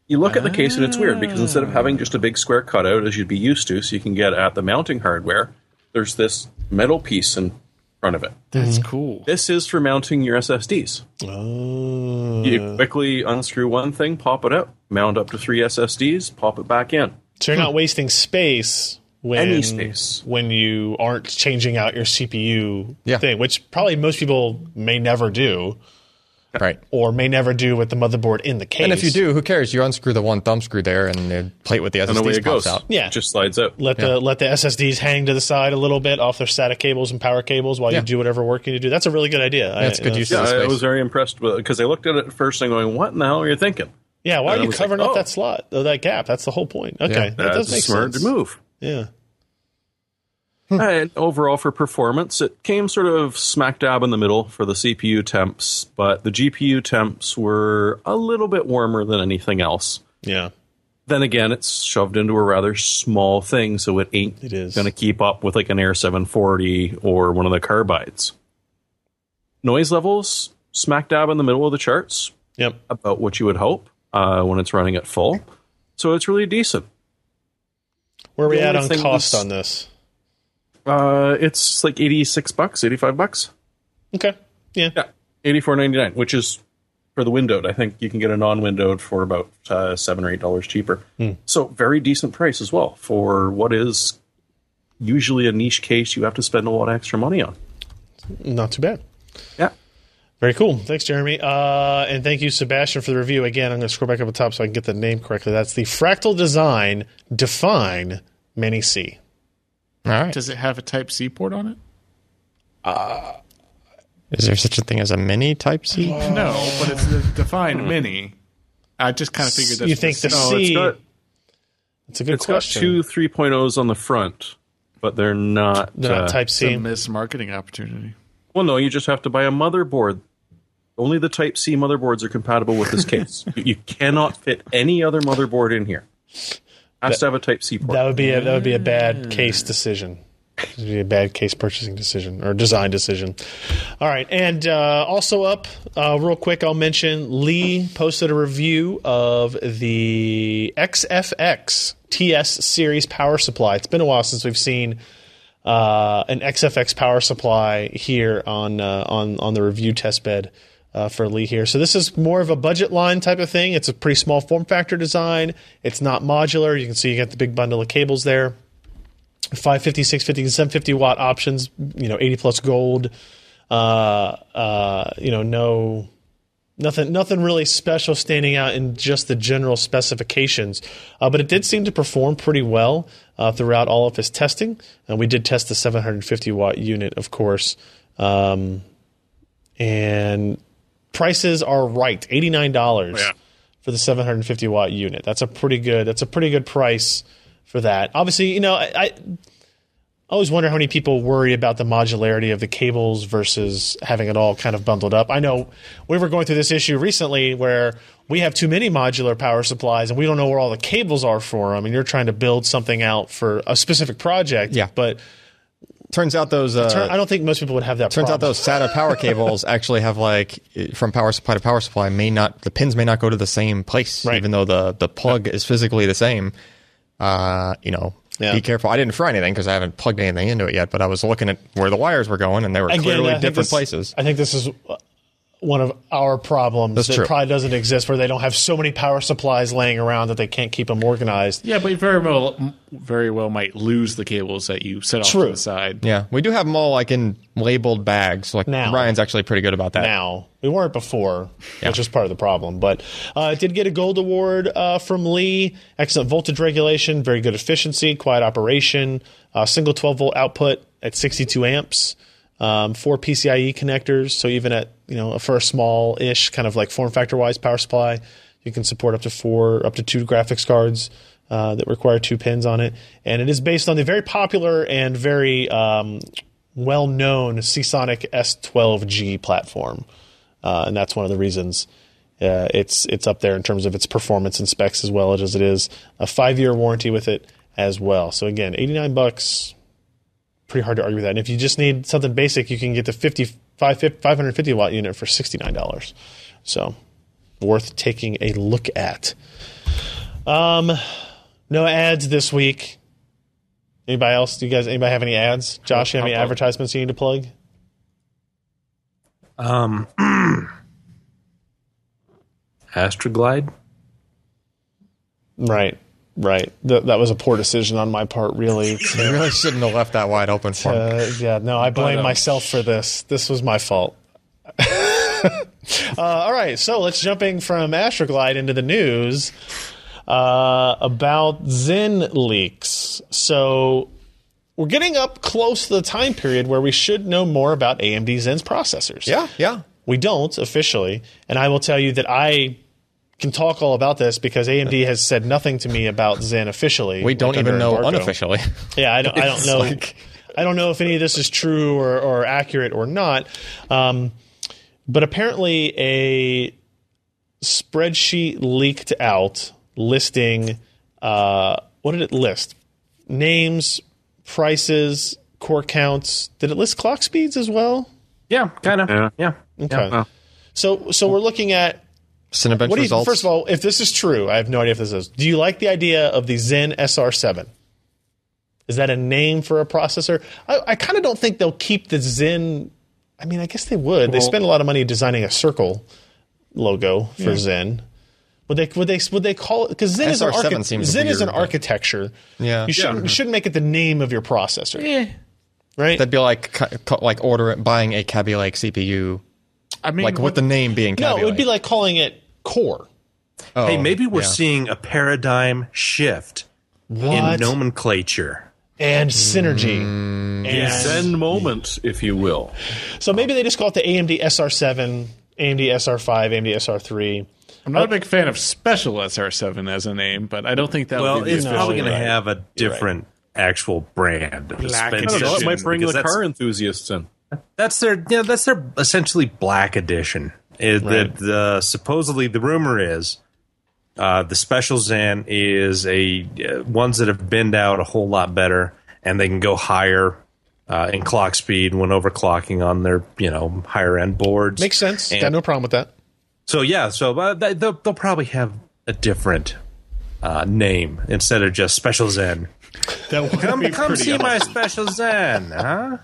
[SPEAKER 2] you look at the case and it's weird because instead of having just a big square cutout as you'd be used to so you can get at the mounting hardware there's this metal piece in front of it
[SPEAKER 5] That's
[SPEAKER 4] Mm-hmm.
[SPEAKER 5] cool.
[SPEAKER 2] this is for mounting your ssds
[SPEAKER 4] Ah.
[SPEAKER 1] Oh.
[SPEAKER 2] you quickly unscrew one thing pop it up mount up to three ssds pop it back in
[SPEAKER 1] So
[SPEAKER 4] Hmm.
[SPEAKER 1] you're not wasting space when
[SPEAKER 2] Any space.
[SPEAKER 1] when you aren't changing out your CPU
[SPEAKER 4] Yeah.
[SPEAKER 1] thing, which probably most people may never do
[SPEAKER 4] Right.
[SPEAKER 1] or may never do with the motherboard in the case.
[SPEAKER 4] And if you do, who cares? You unscrew the one thumb screw there and the plate with the
[SPEAKER 2] and away it
[SPEAKER 4] SSD
[SPEAKER 2] goes
[SPEAKER 4] pops out.
[SPEAKER 1] Yeah.
[SPEAKER 2] It just slides out
[SPEAKER 1] let the let the SSDs hang to the side a little bit off their SATA cables and power cables while
[SPEAKER 4] Yeah.
[SPEAKER 1] you do whatever work you need to do. That's a really good idea.
[SPEAKER 4] That's
[SPEAKER 1] I-
[SPEAKER 4] good
[SPEAKER 1] uh,
[SPEAKER 4] use
[SPEAKER 2] yeah
[SPEAKER 4] of the
[SPEAKER 2] i
[SPEAKER 4] space.
[SPEAKER 2] was very impressed with because i looked at it first and going what in the hell are you thinking
[SPEAKER 1] Yeah, why
[SPEAKER 2] And
[SPEAKER 1] are
[SPEAKER 2] I
[SPEAKER 1] you
[SPEAKER 2] was like,
[SPEAKER 1] covering up
[SPEAKER 2] oh.
[SPEAKER 1] that slot, uh, that gap? That's the whole point. Okay,
[SPEAKER 4] Yeah.
[SPEAKER 1] that
[SPEAKER 2] that's
[SPEAKER 1] does
[SPEAKER 2] a
[SPEAKER 1] make
[SPEAKER 2] smart
[SPEAKER 1] sense.
[SPEAKER 2] move
[SPEAKER 1] Yeah,
[SPEAKER 2] And overall, for performance, it came sort of smack dab in the middle for the CPU temps, but the GPU temps were a little bit warmer than anything else.
[SPEAKER 1] yeah,
[SPEAKER 2] Then again, it's shoved into a rather small thing, so it ain't
[SPEAKER 1] It is.
[SPEAKER 2] going to keep up with like an Air 740 or one of the carbides. Noise levels, smack dab in the middle of the charts,
[SPEAKER 1] yep.
[SPEAKER 2] about what you would hope uh, when it's running at full. So it's really decent.
[SPEAKER 1] Where are we
[SPEAKER 2] The
[SPEAKER 1] at
[SPEAKER 2] only
[SPEAKER 1] on
[SPEAKER 2] thing
[SPEAKER 1] cost
[SPEAKER 2] was-
[SPEAKER 1] on this?
[SPEAKER 2] Uh, it's like 86 bucks, 85 bucks.
[SPEAKER 1] Okay. Yeah.
[SPEAKER 2] Yeah, eighty four ninety nine, which is for the windowed. I think you can get a non windowed for about uh, seven or eight dollars cheaper.
[SPEAKER 1] Hmm.
[SPEAKER 2] So very decent price as well for what is usually a niche case. You have to spend a lot of extra money on.
[SPEAKER 1] Not too bad.
[SPEAKER 2] Yeah,
[SPEAKER 1] Very cool. Thanks, Jeremy. Uh, and thank you, Sebastian, for the review. Again, I'm going to scroll back up the top so I can get the name correctly. That's the Fractal Design Define Mini C.
[SPEAKER 4] All right.
[SPEAKER 5] Does it have a Type C port on it?
[SPEAKER 4] Is there such a thing as a mini Type C?
[SPEAKER 5] No, but it's the defined mini. I just kind of figured that's
[SPEAKER 1] Hmm. you think the
[SPEAKER 5] no,
[SPEAKER 2] it's
[SPEAKER 1] C?
[SPEAKER 2] got-
[SPEAKER 1] It's a good
[SPEAKER 2] it's
[SPEAKER 1] question.
[SPEAKER 2] got two 3.0s on the front, but they're not.
[SPEAKER 1] They're not
[SPEAKER 2] uh,
[SPEAKER 1] Type
[SPEAKER 5] it's a
[SPEAKER 1] C.
[SPEAKER 5] missed marketing opportunity.
[SPEAKER 2] Well, no, you just have to buy a motherboard. Only the Type C motherboards are compatible with this case. you, you cannot fit any other motherboard in here. Has to have a Type C port.
[SPEAKER 1] That would be a, that would be a bad case decision. It'd be a bad case purchasing decision or design decision. All right, and uh, also up uh, real quick, I'll mention Lee posted a review of the XFX TS series power supply. It's been a while since we've seen uh, an XFX power supply here on uh, on on the review test bed uh, for Lee here. So this is more of a budget line type of thing. It's a pretty small form factor design. It's not modular. You can see you got the big bundle of cables there. 550, 650, and 750 watt options. You know, 80 plus gold. Uh, uh, you know, no nothing nothing really special standing out in just the general specifications uh, but it did seem to perform pretty well uh, throughout all of his testing and we did test the 750 watt unit of course um, and prices are right $89 for the 750 watt unit that's a pretty good that's a pretty good price for that obviously you know i, I I always wonder how many people worry about the modularity of the cables versus having it all kind of bundled up. I know we were going through this issue recently where we have too many modular power supplies and we don't know where all the cables are for them, and you're trying to build something out for a specific project.
[SPEAKER 4] Yeah.
[SPEAKER 1] but
[SPEAKER 4] Turns out those uh,
[SPEAKER 1] I don't think most people would have that.
[SPEAKER 4] turns out
[SPEAKER 1] problem.
[SPEAKER 4] those SATA power cables actually have like i- from power supply to power supply may not the pins may not go to the same place
[SPEAKER 1] Right.
[SPEAKER 4] even though the the plug is physically the same. Uh, you know,
[SPEAKER 1] Yeah.
[SPEAKER 4] be careful. I didn't fry anything because I haven't plugged anything into it yet, but I was looking at where the wires were going and they were
[SPEAKER 1] Again, I
[SPEAKER 4] clearly
[SPEAKER 1] think
[SPEAKER 4] different
[SPEAKER 1] this-
[SPEAKER 4] places.
[SPEAKER 1] I think this is uh, one of our problems
[SPEAKER 4] That's
[SPEAKER 1] that
[SPEAKER 4] true.
[SPEAKER 1] probably doesn't exist, where they don't have so many power supplies laying around that they can't keep them organized.
[SPEAKER 5] Yeah, but you very well, very well might lose the cables that you set off
[SPEAKER 1] True.
[SPEAKER 5] to the side.
[SPEAKER 4] Yeah, we do have them all like in labeled bags. Like
[SPEAKER 1] Now.
[SPEAKER 4] Ryan's actually pretty good about that.
[SPEAKER 1] now. We weren't before, which is part of the problem. But uh, it did get a gold award uh, from Lee. Excellent voltage regulation, very good efficiency, quiet operation, uh, single 12 volt output at 62 amps, um, four PCIe connectors. So even at you know for a small ish kind of like form factor wise power supply, you can support up to four, up to two graphics cards. Uh, that require two pins on it, and it is based on the very popular and very um, well-known Seasonic S12G platform, uh, and that's one of the reasons uh, it's it's up there in terms of its performance and specs as well as it is a five-year warranty with it as well. So again, eighty-nine bucks, pretty hard to argue with that. And if you just need something basic, you can get the 50, 550 watt unit for sixty-nine dollars. So worth taking a look at. Um, no ads this week. Anybody else? Do you guys? Anybody have any ads? Josh, you have any advertisements you need to plug?
[SPEAKER 3] Um, Astroglide.
[SPEAKER 1] Right, right. Th- that was a poor decision on my part, really.
[SPEAKER 4] You really shouldn't have left that wide open for 'em.
[SPEAKER 1] Uh, yeah, no, I blame
[SPEAKER 5] But, uh,
[SPEAKER 1] myself for this. This was my fault. uh, all right, so let's jumping from Astroglide into the news uh, about Zen leaks. So we're getting up close to the time period where we should know more about AMD Zen's processors.
[SPEAKER 4] Yeah, yeah.
[SPEAKER 1] We don't officially, and I will tell you that I can talk all about this because AMD has said nothing to me about Zen officially.
[SPEAKER 4] We don't
[SPEAKER 1] like,
[SPEAKER 4] even
[SPEAKER 1] under
[SPEAKER 4] know
[SPEAKER 1] embargo.
[SPEAKER 4] unofficially.
[SPEAKER 1] Yeah, I don't, I don't
[SPEAKER 4] It's
[SPEAKER 1] know.
[SPEAKER 4] like-
[SPEAKER 1] I don't know if any of this is true or, or accurate or not. Um, but apparently, a spreadsheet leaked out listing uh, what did it list? Names, prices, core counts. Did it list clock speeds as well?
[SPEAKER 3] Yeah, kind of. Yeah.
[SPEAKER 1] Okay. So, so we're looking at
[SPEAKER 4] Cinebench
[SPEAKER 1] what do you,
[SPEAKER 4] results.
[SPEAKER 1] first of all, if this is true, I have no idea if this is. Do you like the idea of the Zen SR7? Is that a name for a processor? I, I kind of don't think they'll keep the Zen. I mean, I guess they would. they spend a lot of money designing a circle logo for Zen. Would they? Would they? Would they call it? Because Zen is an,
[SPEAKER 4] SR7
[SPEAKER 1] archi-
[SPEAKER 4] seems
[SPEAKER 1] Zen is an
[SPEAKER 4] weird, but-
[SPEAKER 1] architecture.
[SPEAKER 4] Yeah.
[SPEAKER 1] you shouldn't you shouldn't make it the name of your processor.
[SPEAKER 5] Eh,
[SPEAKER 1] Right.
[SPEAKER 4] That'd be like cu- cu- like order buying a Kaby Lake CPU,
[SPEAKER 5] I mean,
[SPEAKER 4] like with the name being Kaby
[SPEAKER 1] no, it would be like calling it Core.
[SPEAKER 4] Oh,
[SPEAKER 3] Hey, maybe we're
[SPEAKER 4] yeah.
[SPEAKER 3] seeing a paradigm shift in
[SPEAKER 1] What?
[SPEAKER 3] nomenclature.
[SPEAKER 1] and synergy. And-
[SPEAKER 2] Zen moment, if you will.
[SPEAKER 1] So maybe they just call it the AMD SR7, AMD SR5, AMD SR3.
[SPEAKER 5] I'm not a big fan of Special SR7 as a name, but I don't think that
[SPEAKER 3] Well,
[SPEAKER 5] would be
[SPEAKER 3] it's
[SPEAKER 5] the
[SPEAKER 3] probably
[SPEAKER 5] official-
[SPEAKER 3] going to have a different actual brand. of
[SPEAKER 5] Black
[SPEAKER 2] I don't know. It
[SPEAKER 5] Edition,
[SPEAKER 2] might bring
[SPEAKER 3] because
[SPEAKER 2] the
[SPEAKER 3] that's-
[SPEAKER 2] car enthusiasts in.
[SPEAKER 3] That's their yeah, that's their essentially black edition. It, the, the supposedly the rumor is uh, the special Zan is a uh, ones that have binned out a whole lot better, and they can go higher uh, in clock speed when overclocking on their you know higher end boards.
[SPEAKER 1] Makes sense.
[SPEAKER 3] And-
[SPEAKER 1] Got no problem with that.
[SPEAKER 3] So yeah, so uh, they, they'll, they'll probably have a different uh, name instead of just special Zen.
[SPEAKER 1] That would
[SPEAKER 3] Come,
[SPEAKER 1] be
[SPEAKER 3] come
[SPEAKER 1] pretty
[SPEAKER 3] see
[SPEAKER 1] awesome.
[SPEAKER 3] my special Zen, huh?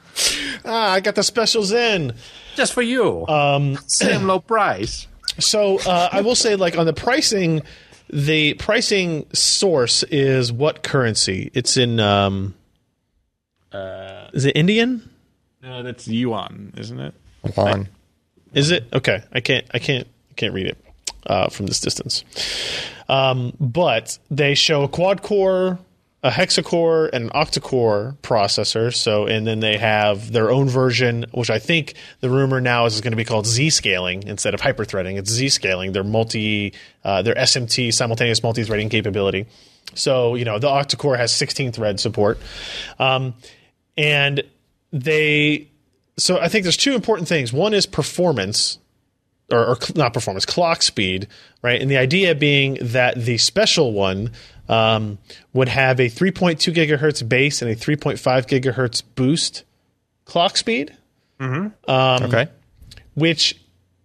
[SPEAKER 1] Ah, I got the special Zen.
[SPEAKER 3] Just for you, um, same low price.
[SPEAKER 1] So uh, I will say, like on the pricing, the pricing source is what currency? It's in. Um, is it Indian?
[SPEAKER 5] No, uh, that's Yuan, isn't it?
[SPEAKER 4] Juan.
[SPEAKER 1] Is it okay? I can't. I can't. I can't read it uh, from this distance. Um, but they show a quad core, a hexacore, and an octa-core processor. So, and then they have their own version, which I think the rumor now is, going to be called Z scaling instead of hyperthreading. It's Z scaling. Their multi, uh, their SMT simultaneous multi-threading capability. So, you know, the octa-core has 16 thread support, um, and they. So, I think there's two important things. One is performance or, or cl- not performance, clock speed, right? And the idea being that the special one um, would have a 3.2 gigahertz base and a 3.5 gigahertz boost clock speed, Um,
[SPEAKER 4] okay.
[SPEAKER 1] which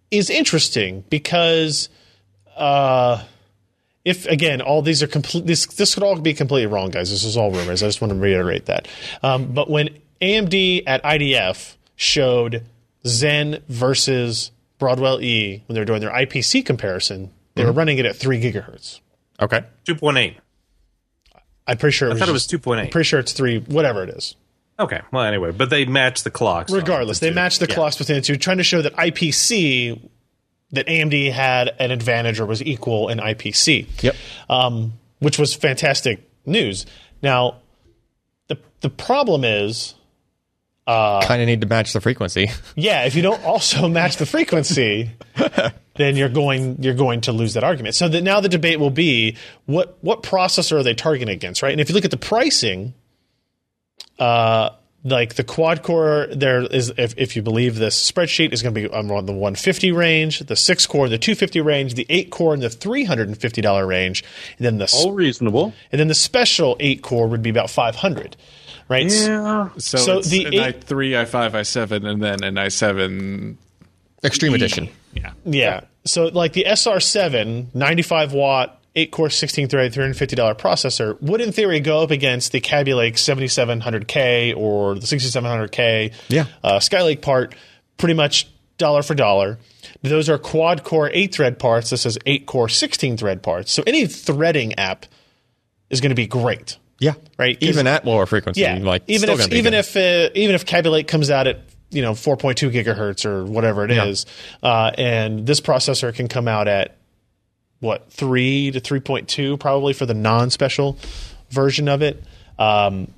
[SPEAKER 1] is interesting because uh, if again all these are complete, this this could all be completely wrong, guys. This is all rumors. I just want to reiterate that. Um, but when AMD at IDF showed Zen versus Broadwell E when they were doing their IPC comparison, they
[SPEAKER 3] Mm-hmm.
[SPEAKER 1] were running it at three gigahertz.
[SPEAKER 4] Okay.
[SPEAKER 3] Two point eight.
[SPEAKER 1] I'm pretty sure. It
[SPEAKER 3] I thought it was
[SPEAKER 1] just-
[SPEAKER 3] two point eight.
[SPEAKER 1] Pretty sure it's three, whatever it is.
[SPEAKER 3] Okay. Well, anyway, but they match the clocks. on
[SPEAKER 1] Regardless,
[SPEAKER 3] the
[SPEAKER 1] they
[SPEAKER 3] two.
[SPEAKER 1] matched the
[SPEAKER 3] Yeah.
[SPEAKER 1] clocks between the two, trying to show that IPC, that AMD had an advantage or was equal in IPC.
[SPEAKER 4] Yep.
[SPEAKER 1] um, which was fantastic news. Now, the the problem is, uh,
[SPEAKER 4] kind of need to match the frequency.
[SPEAKER 1] yeah, if you don't also match the frequency, then you're going you're going to lose that argument. So that now the debate will be what what processor are they targeting against, right? And if you look at the pricing, uh, like the quad core, there is if if you believe this spreadsheet is going to be around the 150 range, the six core, in the 250 range, the eight core, in the 350 dollar range, and then the
[SPEAKER 2] All reasonable.
[SPEAKER 1] and then the special eight core would be about 500 right
[SPEAKER 3] Yeah.
[SPEAKER 5] So,
[SPEAKER 1] So
[SPEAKER 5] it's
[SPEAKER 1] the
[SPEAKER 5] an
[SPEAKER 1] eight-
[SPEAKER 5] i3, i5, i7, and then an E. i7.
[SPEAKER 4] Extreme
[SPEAKER 1] e-
[SPEAKER 4] edition.
[SPEAKER 1] yeah so like the sr7 95 watt 8 core 16 thread $350 processor would in theory go up against the Kaby Lake 7700K or the 6700K
[SPEAKER 4] Yeah.
[SPEAKER 1] uh, Skylake part pretty much dollar for dollar those are quad core 8 thread parts this is 8 core 16 thread parts so any threading app is going to be great
[SPEAKER 4] Yeah.
[SPEAKER 1] Right, 'cause-
[SPEAKER 4] Even at lower frequency.
[SPEAKER 1] Yeah,
[SPEAKER 4] Like
[SPEAKER 1] even
[SPEAKER 4] still
[SPEAKER 1] if
[SPEAKER 4] gonna be
[SPEAKER 1] even
[SPEAKER 4] good.
[SPEAKER 1] if uh, even if Cabulate comes out at you know 4.2 gigahertz or whatever it is, uh, and this processor can come out at what three to 3.2 probably for the non-special version of it. Um,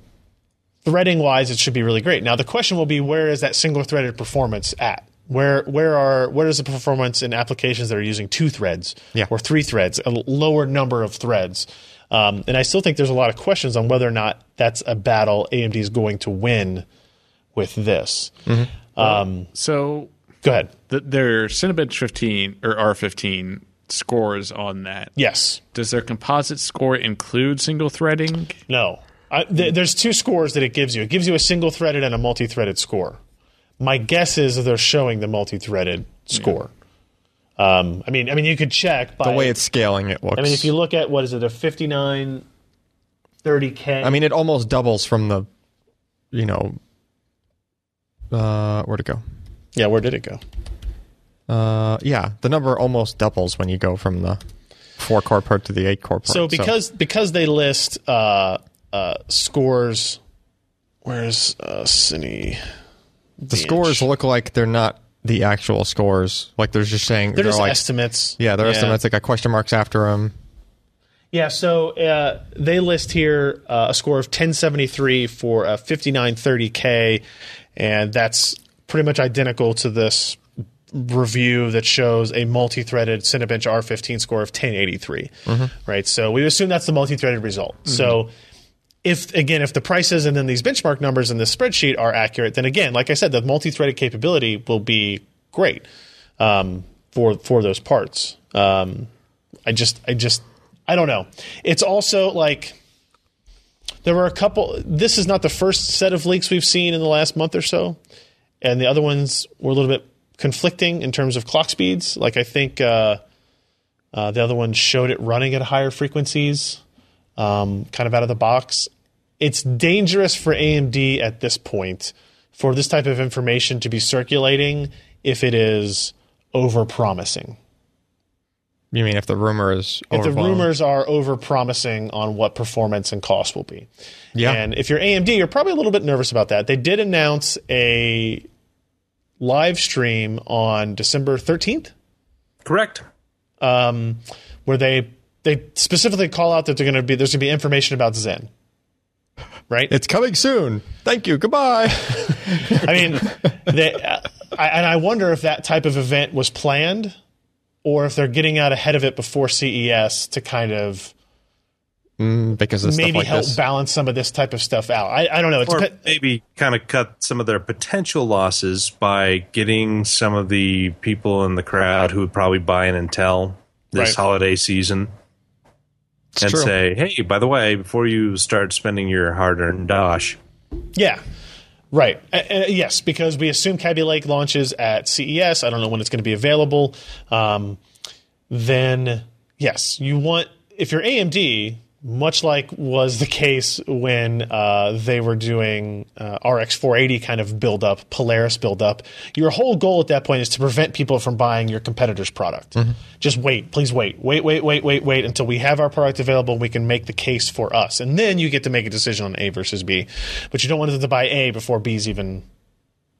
[SPEAKER 1] threading wise, it should be really great. Now the question will be, where is that single-threaded performance at? Where where are where is the performance in applications that are using two threads
[SPEAKER 4] Yeah.
[SPEAKER 1] or three threads, a l- lower number of threads? Um, and I still think there's a lot of questions on whether or not that's a battle AMD is going to win with this.
[SPEAKER 5] So
[SPEAKER 1] Go ahead.
[SPEAKER 5] th their Cinebench 15 or R15 scores on that.
[SPEAKER 1] Yes.
[SPEAKER 5] Does their composite score include single threading?
[SPEAKER 1] No. I, th- there's two scores that it gives you. It gives you a single threaded and a multi threaded score. My guess is that they're showing the multi threaded score. Um, I mean, I mean, you could check by
[SPEAKER 4] the way it's scaling, it looks.
[SPEAKER 1] I mean, if you look at what is it a 59 30k.
[SPEAKER 4] I mean, it almost doubles from the, you know, uh, where'd it go?
[SPEAKER 1] Yeah, where did it go?
[SPEAKER 4] Uh, yeah, the number almost doubles when you go from the four core part to the eight core part.
[SPEAKER 1] So because because they list uh, uh, scores, where's uh, Cine?
[SPEAKER 4] the scores look like they're not the actual scores, like they're just saying
[SPEAKER 1] They're, just
[SPEAKER 4] like
[SPEAKER 1] estimates.
[SPEAKER 4] yeah, they're estimates. They got question marks after them.
[SPEAKER 1] Yeah, so uh, they list here uh, a score of 1073 for a 5930K, and that's pretty much identical to this review that shows a multi-threaded Cinebench R15 score of 1083. Right, so we assume that's the multi-threaded result. So if again, if the prices and then these benchmark numbers in this spreadsheet are accurate, then again, like I said, the multi-threaded capability will be great um, for for those parts. Um, I just, I just, I don't know. It's also like there were a couple. This is not the first set of leaks we've seen in the last month or so, and the other ones were a little bit conflicting in terms of clock speeds. Like I think uh, uh, the other one showed it running at higher frequencies, um, kind of out of the box. It's dangerous for AMD at this point for this type of information to be circulating if it is overpromising
[SPEAKER 4] You mean if the rumor is
[SPEAKER 1] if the
[SPEAKER 4] overblown?
[SPEAKER 1] rumors are over promising on what performance and cost will be.
[SPEAKER 4] Yeah.
[SPEAKER 1] And if you're AMD, you're probably a little bit nervous about that. They did announce a live stream on December 13th
[SPEAKER 3] Correct.
[SPEAKER 1] um, where they they specifically call out that they're going to be there's going to be information about Zen. Right?
[SPEAKER 4] it's coming soon. Thank you. Goodbye.
[SPEAKER 1] I mean, they, uh, I, and I wonder if that type of event was planned or if they're getting out ahead of it before CES to kind of
[SPEAKER 4] Mm, because of stuff
[SPEAKER 1] maybe
[SPEAKER 4] like
[SPEAKER 1] help
[SPEAKER 4] this.
[SPEAKER 1] balance some of this type of stuff out. I, I don't know. It's
[SPEAKER 3] Or
[SPEAKER 1] depe-
[SPEAKER 3] maybe kind of cut some of their potential losses by getting some of the people in the crowd who would probably buy an Intel this
[SPEAKER 1] Right.
[SPEAKER 3] holiday season and
[SPEAKER 4] true.
[SPEAKER 3] say, hey, by the way, before you start spending your hard earned dosh,
[SPEAKER 1] yeah, right. Uh, uh, yes, because we assume Cabby Lake launches at CES. I don't know when it's going to be available. Um, then yes, you want if you're AMD, much like was the case when uh, they were doing uh, RX 480 kind of build up, Polaris build up. Your whole goal at that point is to prevent people from buying your competitor's product. Just wait, please wait, wait, wait, wait, wait, wait until we have our product available. and We can make the case for us, and then you get to make a decision on A versus B. But you don't want them to buy A before B's even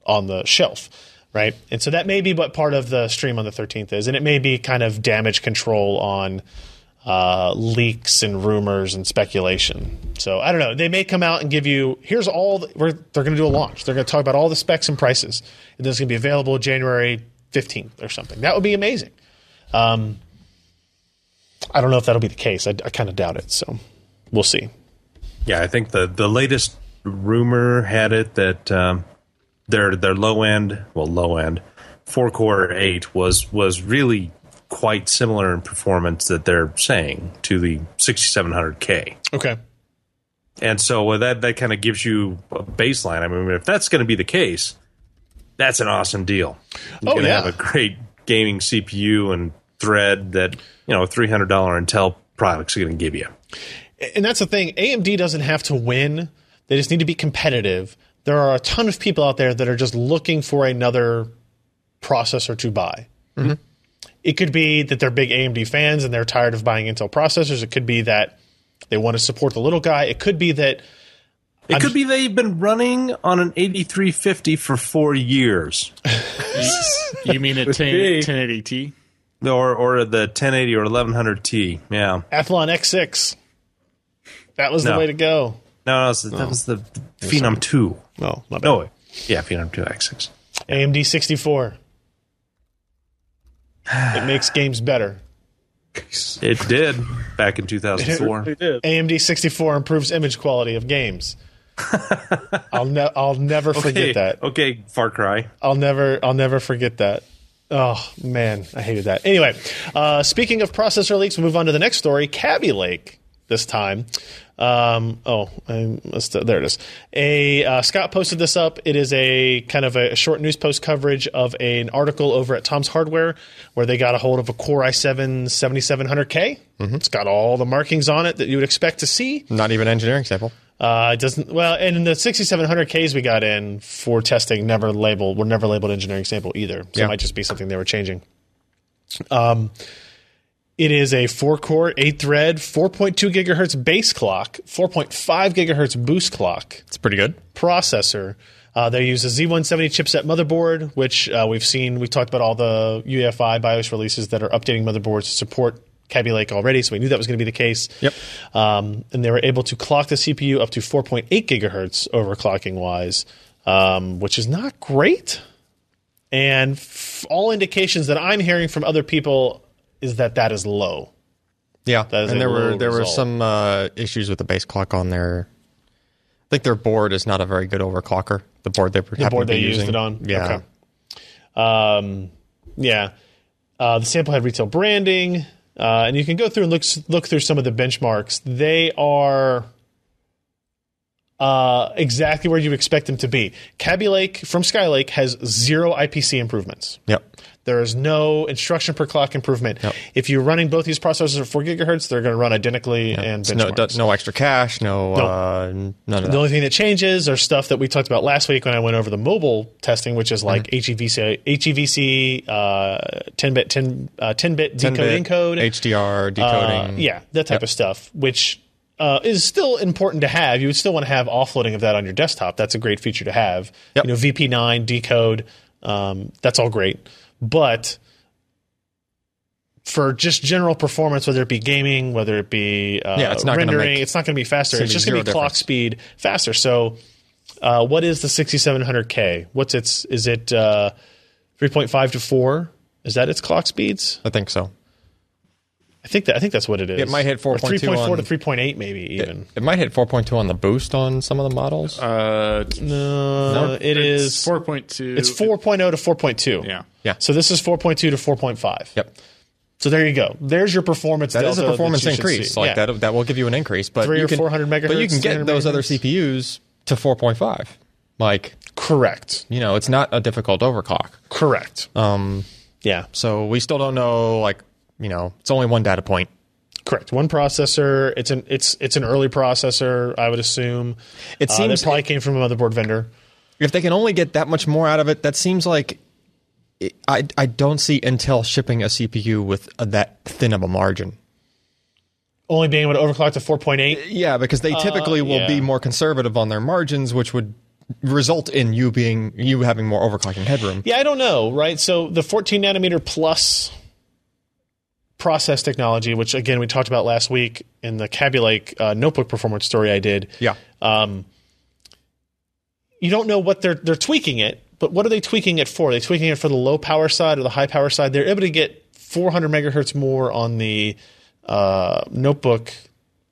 [SPEAKER 1] on the shelf, right? And so that may be what part of the stream on the 13th is, and it may be kind of damage control on uh, leaks and rumors and speculation. So I don't know. They may come out and give you here's all the, we're, they're going to do a launch. They're going to talk about all the specs and prices, and then it's going to be available January 15th or something. That would be amazing. Um, I don't know if that'll be the case. I, I kind of doubt it. So we'll see.
[SPEAKER 3] Yeah, I think the the latest rumor had it that um, their their low end, well, low end four core eight was was really quite similar in performance that they're saying to the 6700K.
[SPEAKER 1] Okay.
[SPEAKER 3] And so uh, that that kind of gives you a baseline. I mean, if that's going to be the case, that's an awesome deal. You're
[SPEAKER 1] Oh,
[SPEAKER 3] going to
[SPEAKER 1] yeah.
[SPEAKER 3] have a great gaming CPU and thread that, you know, $300 Intel products are going to give you.
[SPEAKER 1] and that's the thing. AMD doesn't have to win. They just need to be competitive. There are a ton of people out there that are just looking for another processor to buy. It could be that they're big AMD fans and they're tired of buying Intel processors. It could be that they want to support the little guy. It could be that
[SPEAKER 3] It could be they've been running on an 8350 for four years,
[SPEAKER 5] You mean a 10,
[SPEAKER 3] be.
[SPEAKER 5] 1080t?
[SPEAKER 3] or or the 1080 or 1100T. Yeah,
[SPEAKER 1] Athlon X6 that was the
[SPEAKER 3] No.
[SPEAKER 1] way to go.
[SPEAKER 3] no, no, it's- that was the Phenom 2.
[SPEAKER 1] No, my bad.
[SPEAKER 3] No, yeah, Phenom 2 X6.
[SPEAKER 1] AMD 64. It makes games better.
[SPEAKER 3] It did back in 2004.
[SPEAKER 1] AMD 64 improves image quality of games. I'll ne- I'll never forget that.
[SPEAKER 3] Okay, Far Cry.
[SPEAKER 1] I'll never I'll never forget that. Oh man, I hated that. Anyway, uh, speaking of processor leaks, we move on to the next story. Cabby Lake this time. Um, oh, I must, there it is. A uh, Scott posted this up. It is a kind of a, short news post coverage of an article over at Tom's Hardware where they got a hold of a Core i7 7700K. It's got all the markings on it that you would expect to see.
[SPEAKER 4] Not even engineering sample.
[SPEAKER 1] Uh, it doesn't well, and in the 6700 Ks we got in for testing never labeled were never labeled engineering sample either, so
[SPEAKER 4] Yeah.
[SPEAKER 1] it might just be something they were changing. Um, it is a four core, eight thread, 4.2 gigahertz base clock, 4.5 gigahertz boost clock
[SPEAKER 4] It's pretty good.
[SPEAKER 1] processor. Uh, they use a Z170 chipset motherboard, which uh, we've seen. We've talked about all the UEFI BIOS releases that are updating motherboards to support Kaby Lake already, so we knew that was going to be the case.
[SPEAKER 4] Yep.
[SPEAKER 1] Um, and they were able to clock the CPU up to 4.8 gigahertz overclocking wise, um, which is not great. And f- all indications that I'm hearing from other people is that that is low.
[SPEAKER 4] Yeah,
[SPEAKER 1] is a
[SPEAKER 4] and there were
[SPEAKER 1] low
[SPEAKER 4] there were
[SPEAKER 1] result.
[SPEAKER 4] some uh, issues with the base clock on their. I think their board is not a very good overclocker. The board they were
[SPEAKER 1] the board they used it on.
[SPEAKER 4] Yeah,
[SPEAKER 1] Okay. Um, yeah. Uh, the sample had retail branding, uh, and you can go through and look look through some of the benchmarks. They are uh, exactly where you expect them to be. Cabby Lake from Skylake has zero IPC improvements.
[SPEAKER 4] yep.
[SPEAKER 1] There is no instruction per clock improvement. If you're running both these processors at four gigahertz, they're going to run identically and
[SPEAKER 4] So no,
[SPEAKER 1] benchmarks.
[SPEAKER 4] d- no extra cash. No, uh, n- none of
[SPEAKER 1] The
[SPEAKER 4] that.
[SPEAKER 1] only thing that changes are stuff that we talked about last week when I went over the mobile testing, which is
[SPEAKER 4] Mm-hmm.
[SPEAKER 1] like E HEVC, HEVC, uh, 10 bit, 10, uh, 10 bit decode
[SPEAKER 4] 10-bit,
[SPEAKER 1] encode,
[SPEAKER 4] HDR
[SPEAKER 1] uh,
[SPEAKER 4] decoding.
[SPEAKER 1] yeah, that type of stuff, which uh, is still important to have. You would still want to have offloading of that on your desktop. That's a great feature to have.
[SPEAKER 4] Yep.
[SPEAKER 1] You know, VP9 decode, um, that's all great, but for just general performance, whether it be gaming, whether it be uh,
[SPEAKER 4] Yeah, it's not gonna
[SPEAKER 1] rendering,
[SPEAKER 4] make-
[SPEAKER 1] it's not going to be faster. It's,
[SPEAKER 4] gonna be
[SPEAKER 1] just going to be
[SPEAKER 4] zero
[SPEAKER 1] clock
[SPEAKER 4] difference.
[SPEAKER 1] speed faster. So, uh, what is the 6700K? What's its? Is it uh, 3.5 to 4? Is that its clock speeds?
[SPEAKER 4] I think so.
[SPEAKER 1] I think that I think that's what it is.
[SPEAKER 4] It might hit
[SPEAKER 1] Or 3.4
[SPEAKER 4] 4.2
[SPEAKER 1] to
[SPEAKER 4] on-
[SPEAKER 1] 3.8, maybe even.
[SPEAKER 4] It might hit 4.2 on the boost on some of the models.
[SPEAKER 5] Uh,
[SPEAKER 1] no, Uh, it is.
[SPEAKER 5] four point two.
[SPEAKER 1] it's 4.0 to 4.2.
[SPEAKER 5] Yeah.
[SPEAKER 4] Yeah.
[SPEAKER 1] So this is 4.2 to 4.5.
[SPEAKER 4] yep.
[SPEAKER 1] So there you go. There's your performance.
[SPEAKER 4] That
[SPEAKER 1] delta
[SPEAKER 4] is a performance
[SPEAKER 1] that you should
[SPEAKER 4] increase.
[SPEAKER 1] see.
[SPEAKER 4] Like
[SPEAKER 1] Yeah.
[SPEAKER 4] that, that will give you an increase. But
[SPEAKER 1] Three
[SPEAKER 4] you
[SPEAKER 1] or
[SPEAKER 4] can,
[SPEAKER 1] 400
[SPEAKER 4] But you
[SPEAKER 1] megahertz,
[SPEAKER 4] can get
[SPEAKER 1] 300
[SPEAKER 4] those other
[SPEAKER 1] megahertz?
[SPEAKER 4] CPUs to 4.5. Like
[SPEAKER 1] Correct.
[SPEAKER 4] you know, it's not a difficult overclock.
[SPEAKER 1] Correct.
[SPEAKER 4] Um,
[SPEAKER 1] yeah.
[SPEAKER 4] so we still don't know. Like you know, it's only one data point.
[SPEAKER 1] Correct. One processor. It's an it's it's an early processor. I would assume.
[SPEAKER 4] It
[SPEAKER 1] Uh,
[SPEAKER 4] seems
[SPEAKER 1] that probably came from a motherboard vendor.
[SPEAKER 4] if they can only get that much more out of it, that seems like it, I I don't see Intel shipping a CPU with a, that thin of a margin.
[SPEAKER 1] Only being able to overclock to 4.8.
[SPEAKER 4] Yeah, because they typically will
[SPEAKER 1] Uh, yeah.
[SPEAKER 4] be more conservative on their margins, which would result in you being you having more overclocking headroom.
[SPEAKER 1] Yeah, I don't know, right? So the 14 nanometer plus process technology, which again we talked about last week in the Kaby Lake uh, notebook performance story I did.
[SPEAKER 4] Yeah.
[SPEAKER 1] Um, you don't know what they're they're tweaking it, but what are they tweaking it for? Are they tweaking it for the low power side or the high power side? They're able to get 400 megahertz more on the uh, notebook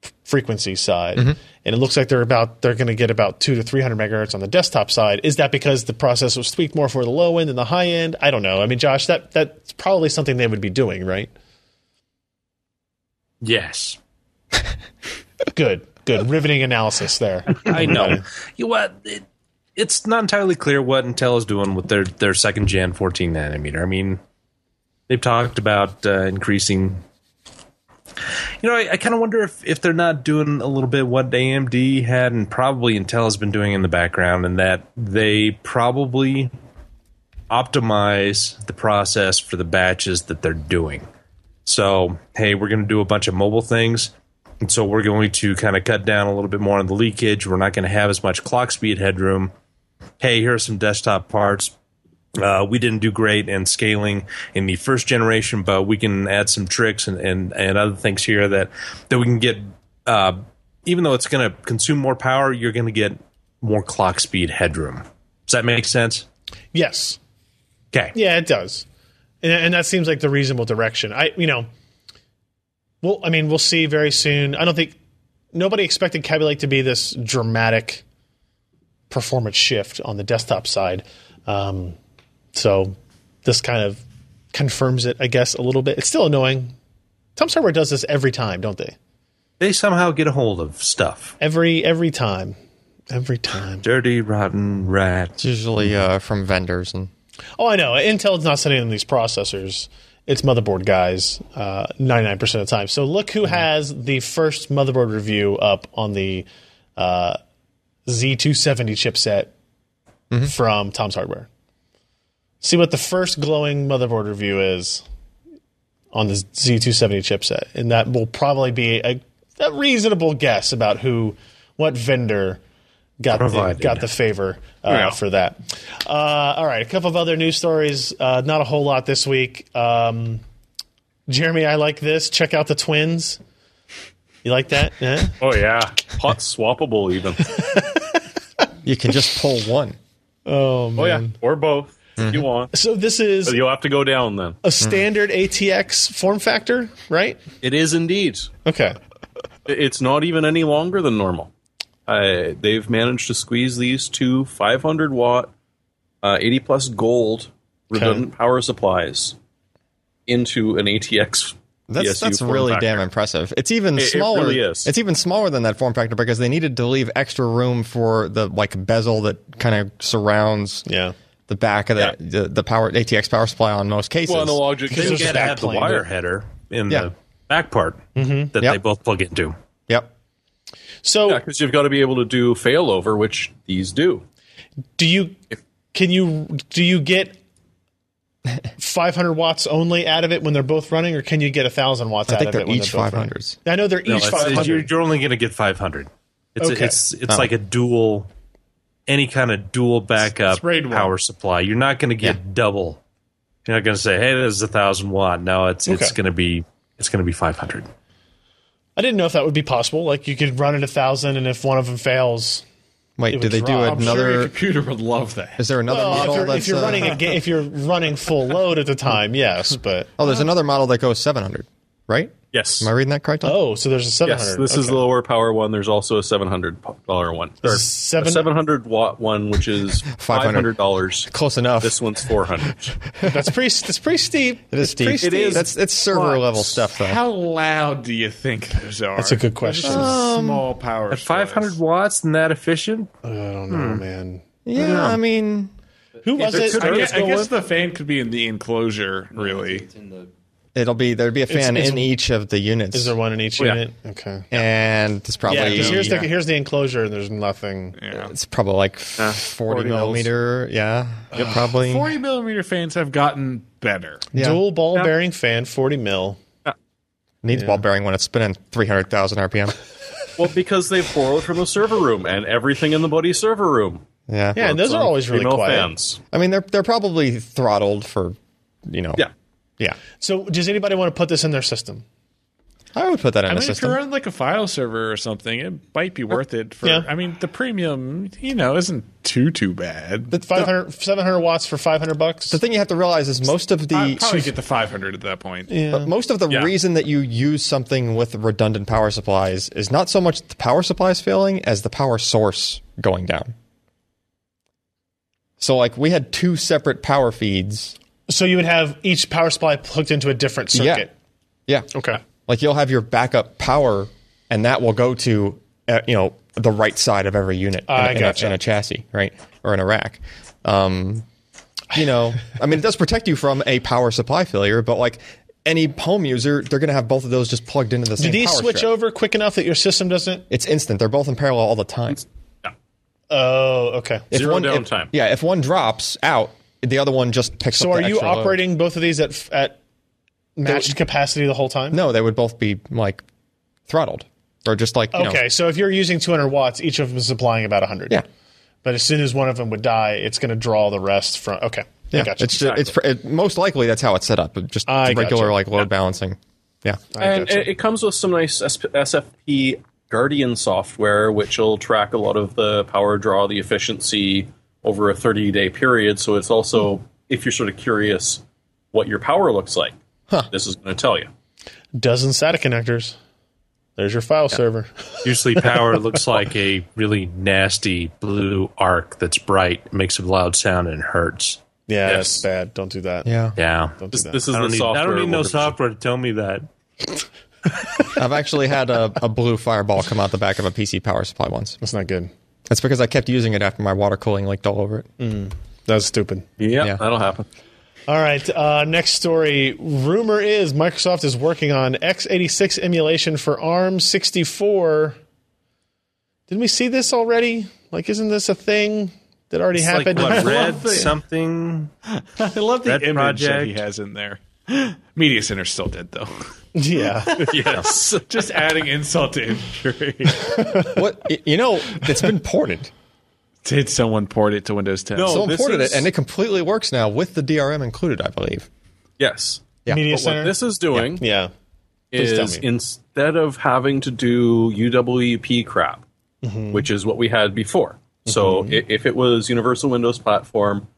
[SPEAKER 1] f- frequency side, and it looks like they're about they're going to get about two to 300 megahertz on the desktop side. Is that because the process was tweaked more for the low end than the high end? I don't know. I mean, Josh, that that's probably something they would be doing, right?
[SPEAKER 3] Yes.
[SPEAKER 1] Good, good, riveting analysis there.
[SPEAKER 3] I know. you what? It, it's not entirely clear what Intel is doing with their their second gen 14 nanometer. I mean, they've talked about uh, increasing. You know, I, I kind of wonder if if they're not doing a little bit what AMD had and probably Intel has been doing in the background, and that they probably optimize the process for the batches that they're doing. So, hey, we're going to do a bunch of mobile things. And so we're going to kind of cut down a little bit more on the leakage. We're not going to have as much clock speed headroom. Hey, here are some desktop parts. Uh, we didn't do great in scaling in the first generation, but we can add some tricks and, and, and other things here that, that we can get. Uh, even though it's going to consume more power, you're going to get more clock speed headroom. Does that make sense?
[SPEAKER 1] yes,
[SPEAKER 3] Okay.
[SPEAKER 1] Yeah, it does, and, and that seems like the reasonable direction. I, you know, well, I mean, we'll see very soon. I don't think nobody expected Kaby Lake to be this dramatic performance shift on the desktop side. Um, so this kind of confirms it, I guess, a little bit. It's still annoying. Tom's Hardware does this every time, don't they?
[SPEAKER 3] They somehow get a hold of stuff.
[SPEAKER 1] Every every time, every time.
[SPEAKER 3] Dirty, rotten rat.
[SPEAKER 4] It's usually uh, from vendors and
[SPEAKER 1] Oh, I know. Intel's not sending them these processors. It's motherboard guys, uh, ninety nine percent of the uh, time. So look who has the first motherboard review up on the Z270 chipset from Tom's Hardware. See what the first glowing motherboard review is on the Z270 chipset, and that will probably be a, a reasonable guess about who, what vendor got the,
[SPEAKER 3] Provided.
[SPEAKER 1] got the favor uh,
[SPEAKER 5] Yeah.
[SPEAKER 1] for that. Uh, all right, a couple of other news stories. Uh, not a whole lot this week. Um, Jeremy, I like this. Check out the twins. You like that? Yeah?
[SPEAKER 2] Oh yeah, hot swappable even.
[SPEAKER 4] You can just pull one.
[SPEAKER 2] oh yeah, or both if you want.
[SPEAKER 1] so this is
[SPEAKER 2] But you'll have to go down then.
[SPEAKER 1] a standard ATX form factor, right?
[SPEAKER 2] It is indeed.
[SPEAKER 1] Okay.
[SPEAKER 2] It's not even any longer than normal. Uh, they've managed to squeeze these two 500 watt, uh, 80 plus gold redundant power supplies into an ATX.
[SPEAKER 4] That's
[SPEAKER 2] PSU
[SPEAKER 4] that's
[SPEAKER 2] form
[SPEAKER 4] really
[SPEAKER 2] factor.
[SPEAKER 4] damn impressive. It's even
[SPEAKER 2] It- it
[SPEAKER 4] smaller.
[SPEAKER 2] really is.
[SPEAKER 4] It's even smaller than that form factor because they needed to leave extra room for the like bezel that kind of surrounds
[SPEAKER 1] Yeah.
[SPEAKER 4] the back of the, the the power ATX power supply on most cases.
[SPEAKER 2] Well, and the logic
[SPEAKER 1] This
[SPEAKER 2] is
[SPEAKER 1] is-
[SPEAKER 3] You gotta
[SPEAKER 1] stack
[SPEAKER 3] have the
[SPEAKER 1] plane.
[SPEAKER 3] wire header in
[SPEAKER 4] Yeah. Mm-hmm.
[SPEAKER 3] the back part that
[SPEAKER 4] Yep.
[SPEAKER 3] they both plug into.
[SPEAKER 4] yep.
[SPEAKER 1] So
[SPEAKER 2] because you've got to be able to do failover, which these do.
[SPEAKER 1] do you can you do you get 500 watts only out of it when they're both running, or can you get thousand watts
[SPEAKER 4] I
[SPEAKER 1] out
[SPEAKER 4] think
[SPEAKER 1] of
[SPEAKER 4] they're
[SPEAKER 1] it? when
[SPEAKER 4] each
[SPEAKER 1] both
[SPEAKER 4] 500s.
[SPEAKER 1] running? I know they're each
[SPEAKER 3] It's- it's-
[SPEAKER 1] 500.
[SPEAKER 3] you're, you're only going to get 500. It's
[SPEAKER 1] Okay.
[SPEAKER 3] it's it's
[SPEAKER 4] Oh.
[SPEAKER 3] like a dual, any kind of dual backup
[SPEAKER 5] It's raid one.
[SPEAKER 3] power supply. You're not going to get double. You're not going to say, "Hey, this is a thousand watt." No, it's it's
[SPEAKER 1] Okay.
[SPEAKER 3] going to be it's going to be 500.
[SPEAKER 1] I didn't know if that would be possible. Like you could run at a thousand, and if one of them fails,
[SPEAKER 4] Wait,
[SPEAKER 1] It
[SPEAKER 4] do
[SPEAKER 1] would
[SPEAKER 4] they
[SPEAKER 1] drop.
[SPEAKER 4] do
[SPEAKER 5] I'm sure your
[SPEAKER 4] another?
[SPEAKER 5] computer would love that.
[SPEAKER 4] Is there another
[SPEAKER 1] Well, if
[SPEAKER 4] model
[SPEAKER 1] you're,
[SPEAKER 4] that's
[SPEAKER 1] if you're
[SPEAKER 4] uh,
[SPEAKER 1] running a ga- if you're running full load at the time, yes. But
[SPEAKER 4] Oh, there's another model that goes 700, right?
[SPEAKER 2] Yes.
[SPEAKER 4] Am I reading that correctly?
[SPEAKER 1] oh, so there's a 700.
[SPEAKER 2] Yes, this
[SPEAKER 1] Okay.
[SPEAKER 2] is the lower power one. There's also a seven hundred dollar one, or a
[SPEAKER 1] Seven-
[SPEAKER 2] seven hundred watt one, which is five hundred dollars.
[SPEAKER 4] Close enough.
[SPEAKER 2] This one's four hundred.
[SPEAKER 1] that's pretty. That's pretty steep.
[SPEAKER 4] it is Steve.
[SPEAKER 1] pretty
[SPEAKER 4] It is. That's it's server level stuff though.
[SPEAKER 5] How loud do you think those are?
[SPEAKER 1] That's a good question.
[SPEAKER 5] Those are small power. supplies.
[SPEAKER 3] 500 watts and that efficient?
[SPEAKER 1] I don't know, man.
[SPEAKER 4] yeah, I mean,
[SPEAKER 1] Who was it?
[SPEAKER 5] I
[SPEAKER 2] Where
[SPEAKER 5] guess,
[SPEAKER 2] it's
[SPEAKER 5] I
[SPEAKER 2] going?
[SPEAKER 5] guess the fan could be in the enclosure, really.
[SPEAKER 4] it'll be there'd be a fan
[SPEAKER 1] it's-
[SPEAKER 4] in each of the units,
[SPEAKER 1] Is there one in each
[SPEAKER 2] Oh, yeah.
[SPEAKER 1] unit? Okay.
[SPEAKER 4] and it's probably
[SPEAKER 1] Yeah, because here's the here's the enclosure and there's nothing.
[SPEAKER 5] Yeah.
[SPEAKER 4] It's probably like 40,
[SPEAKER 2] 40 mils.
[SPEAKER 4] millimeter. Yeah, probably.
[SPEAKER 5] 40 millimeter fans have gotten better.
[SPEAKER 4] Yeah.
[SPEAKER 1] Dual ball bearing fan, forty mil.
[SPEAKER 4] Needs ball bearing when it's spinning 300,000 RPM.
[SPEAKER 2] well, because they've borrowed from the server room and everything in the buddy server room.
[SPEAKER 4] Yeah.
[SPEAKER 1] Yeah, and those are always really
[SPEAKER 2] Female
[SPEAKER 1] quiet.
[SPEAKER 2] fans.
[SPEAKER 4] I mean, they're they're probably throttled for, you know.
[SPEAKER 2] Yeah.
[SPEAKER 4] Yeah.
[SPEAKER 1] So, does anybody want to put this in their system?
[SPEAKER 4] I would put that in
[SPEAKER 5] I
[SPEAKER 4] a
[SPEAKER 5] mean, if
[SPEAKER 4] system.
[SPEAKER 5] you're on like a file server or something, it might be worth it. For
[SPEAKER 1] Yeah.
[SPEAKER 5] I mean, the premium, you know, isn't too too bad.
[SPEAKER 4] the,
[SPEAKER 1] 500, 700 watts for five hundred bucks.
[SPEAKER 4] the thing you have to realize is most of the
[SPEAKER 5] I'd probably get the 500 at that point.
[SPEAKER 4] But most of the reason that you use something with redundant power supplies is not so much the power supplies failing as the power source going down. So, like, we had two separate power feeds.
[SPEAKER 1] So you would have each power supply hooked into a different circuit.
[SPEAKER 4] Yeah.
[SPEAKER 1] Okay.
[SPEAKER 4] Like, you'll have your backup power, and that will go to, uh, you know, the right side of every unit in,
[SPEAKER 1] I
[SPEAKER 4] in
[SPEAKER 1] gotcha.
[SPEAKER 4] a, in a chassis, right? Or in a rack. Um, you know, I mean, it does protect you from a power supply failure, but like any home user, they're going to have both of those just plugged into the
[SPEAKER 1] Do
[SPEAKER 4] same
[SPEAKER 1] these
[SPEAKER 4] power
[SPEAKER 1] switch
[SPEAKER 4] strip.
[SPEAKER 1] over quick enough that your system doesn't?
[SPEAKER 4] It's instant. They're both in parallel all the time.
[SPEAKER 1] Oh, okay.
[SPEAKER 4] If
[SPEAKER 2] Zero
[SPEAKER 4] one, if-
[SPEAKER 2] downtime.
[SPEAKER 4] yeah, if one drops out, the other one just picks
[SPEAKER 1] So
[SPEAKER 4] up.
[SPEAKER 1] are
[SPEAKER 4] the
[SPEAKER 1] you
[SPEAKER 4] extra load.
[SPEAKER 1] operating both of these at f- at matched capacity the whole time?
[SPEAKER 4] No, they would both be like throttled or just like you know-
[SPEAKER 1] Okay, so if you're using 200 watts, each of them is supplying about 100.
[SPEAKER 4] Yeah.
[SPEAKER 1] But as soon as one of them would die, it's going to draw the rest from. Okay.
[SPEAKER 4] yeah,
[SPEAKER 1] I gotcha.
[SPEAKER 4] it's it's pr- it, most likely that's how it's set up. Just
[SPEAKER 1] I
[SPEAKER 4] regular
[SPEAKER 1] gotcha.
[SPEAKER 4] like load balancing. Yeah,
[SPEAKER 2] And it, it comes with some nice SP- SFP Guardian software, which will track a lot of the power draw, the efficiency over a 30 day period. So it's also, if you're sort of curious what your power looks like, this is going to tell you.
[SPEAKER 1] Dozen SATA connectors. There's your file server.
[SPEAKER 3] Usually power looks like a really nasty blue arc that's bright, makes a loud sound and hurts.
[SPEAKER 1] Yeah, that's
[SPEAKER 2] Yes.
[SPEAKER 1] bad. Don't do that.
[SPEAKER 4] yeah.
[SPEAKER 3] Yeah.
[SPEAKER 2] This, this is
[SPEAKER 3] I
[SPEAKER 2] the
[SPEAKER 3] don't, need,
[SPEAKER 2] software.
[SPEAKER 3] I don't need no
[SPEAKER 2] we'll-
[SPEAKER 3] software to tell me that.
[SPEAKER 4] I've actually had a, a blue fireball come out the back of a PC power supply once.
[SPEAKER 1] That's not good.
[SPEAKER 4] That's because I kept using it after my water cooling leaked all over it.
[SPEAKER 1] That was stupid.
[SPEAKER 2] Yeah,
[SPEAKER 4] Yeah.
[SPEAKER 2] that'll happen.
[SPEAKER 1] All right. Uh, next story. Rumor is Microsoft is working on x86 emulation for ARM 64 Didn't we see this already? Like, isn't this a thing that already
[SPEAKER 3] It's like
[SPEAKER 1] happened?
[SPEAKER 3] what, red something.
[SPEAKER 5] I love the
[SPEAKER 3] That
[SPEAKER 5] image that he
[SPEAKER 3] project-
[SPEAKER 5] has in there. Media Center still did though.
[SPEAKER 1] yeah.
[SPEAKER 5] yes, just adding insult to injury.
[SPEAKER 4] What y- you know? It's been ported.
[SPEAKER 5] Did someone port it to Windows 10?
[SPEAKER 1] Oh,
[SPEAKER 3] No.
[SPEAKER 4] Someone
[SPEAKER 3] this
[SPEAKER 4] ported
[SPEAKER 3] is-
[SPEAKER 4] it, and it completely works now with the DRM included, I believe.
[SPEAKER 2] Yes.
[SPEAKER 4] Yeah.
[SPEAKER 1] Media
[SPEAKER 2] But what
[SPEAKER 1] Center.
[SPEAKER 2] this is doing
[SPEAKER 1] yeah. Please tell
[SPEAKER 2] is
[SPEAKER 1] me.
[SPEAKER 2] instead of having to do UWP crap, which is what we had before. So i- if it was Universal Windows Platform,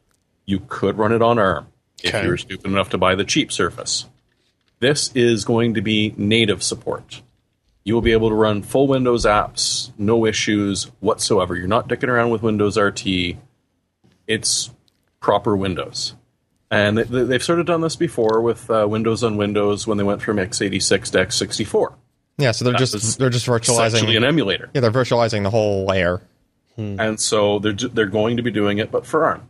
[SPEAKER 2] you could run it on ARM if
[SPEAKER 1] Okay.
[SPEAKER 2] you were stupid enough to buy the cheap Surface. This is going to be native support. You will be able to run full Windows apps, no issues whatsoever. You're not dicking around with Windows RT. It's proper Windows. And they- they- they've sort of done this before with uh, Windows on Windows when they went from x86 to x64.
[SPEAKER 4] Yeah, so they're
[SPEAKER 2] was
[SPEAKER 4] just they're just virtualizing.
[SPEAKER 2] Essentially an emulator.
[SPEAKER 4] yeah, they're virtualizing the whole layer.
[SPEAKER 2] And so they're, ju- they're going to be doing it, but for ARM.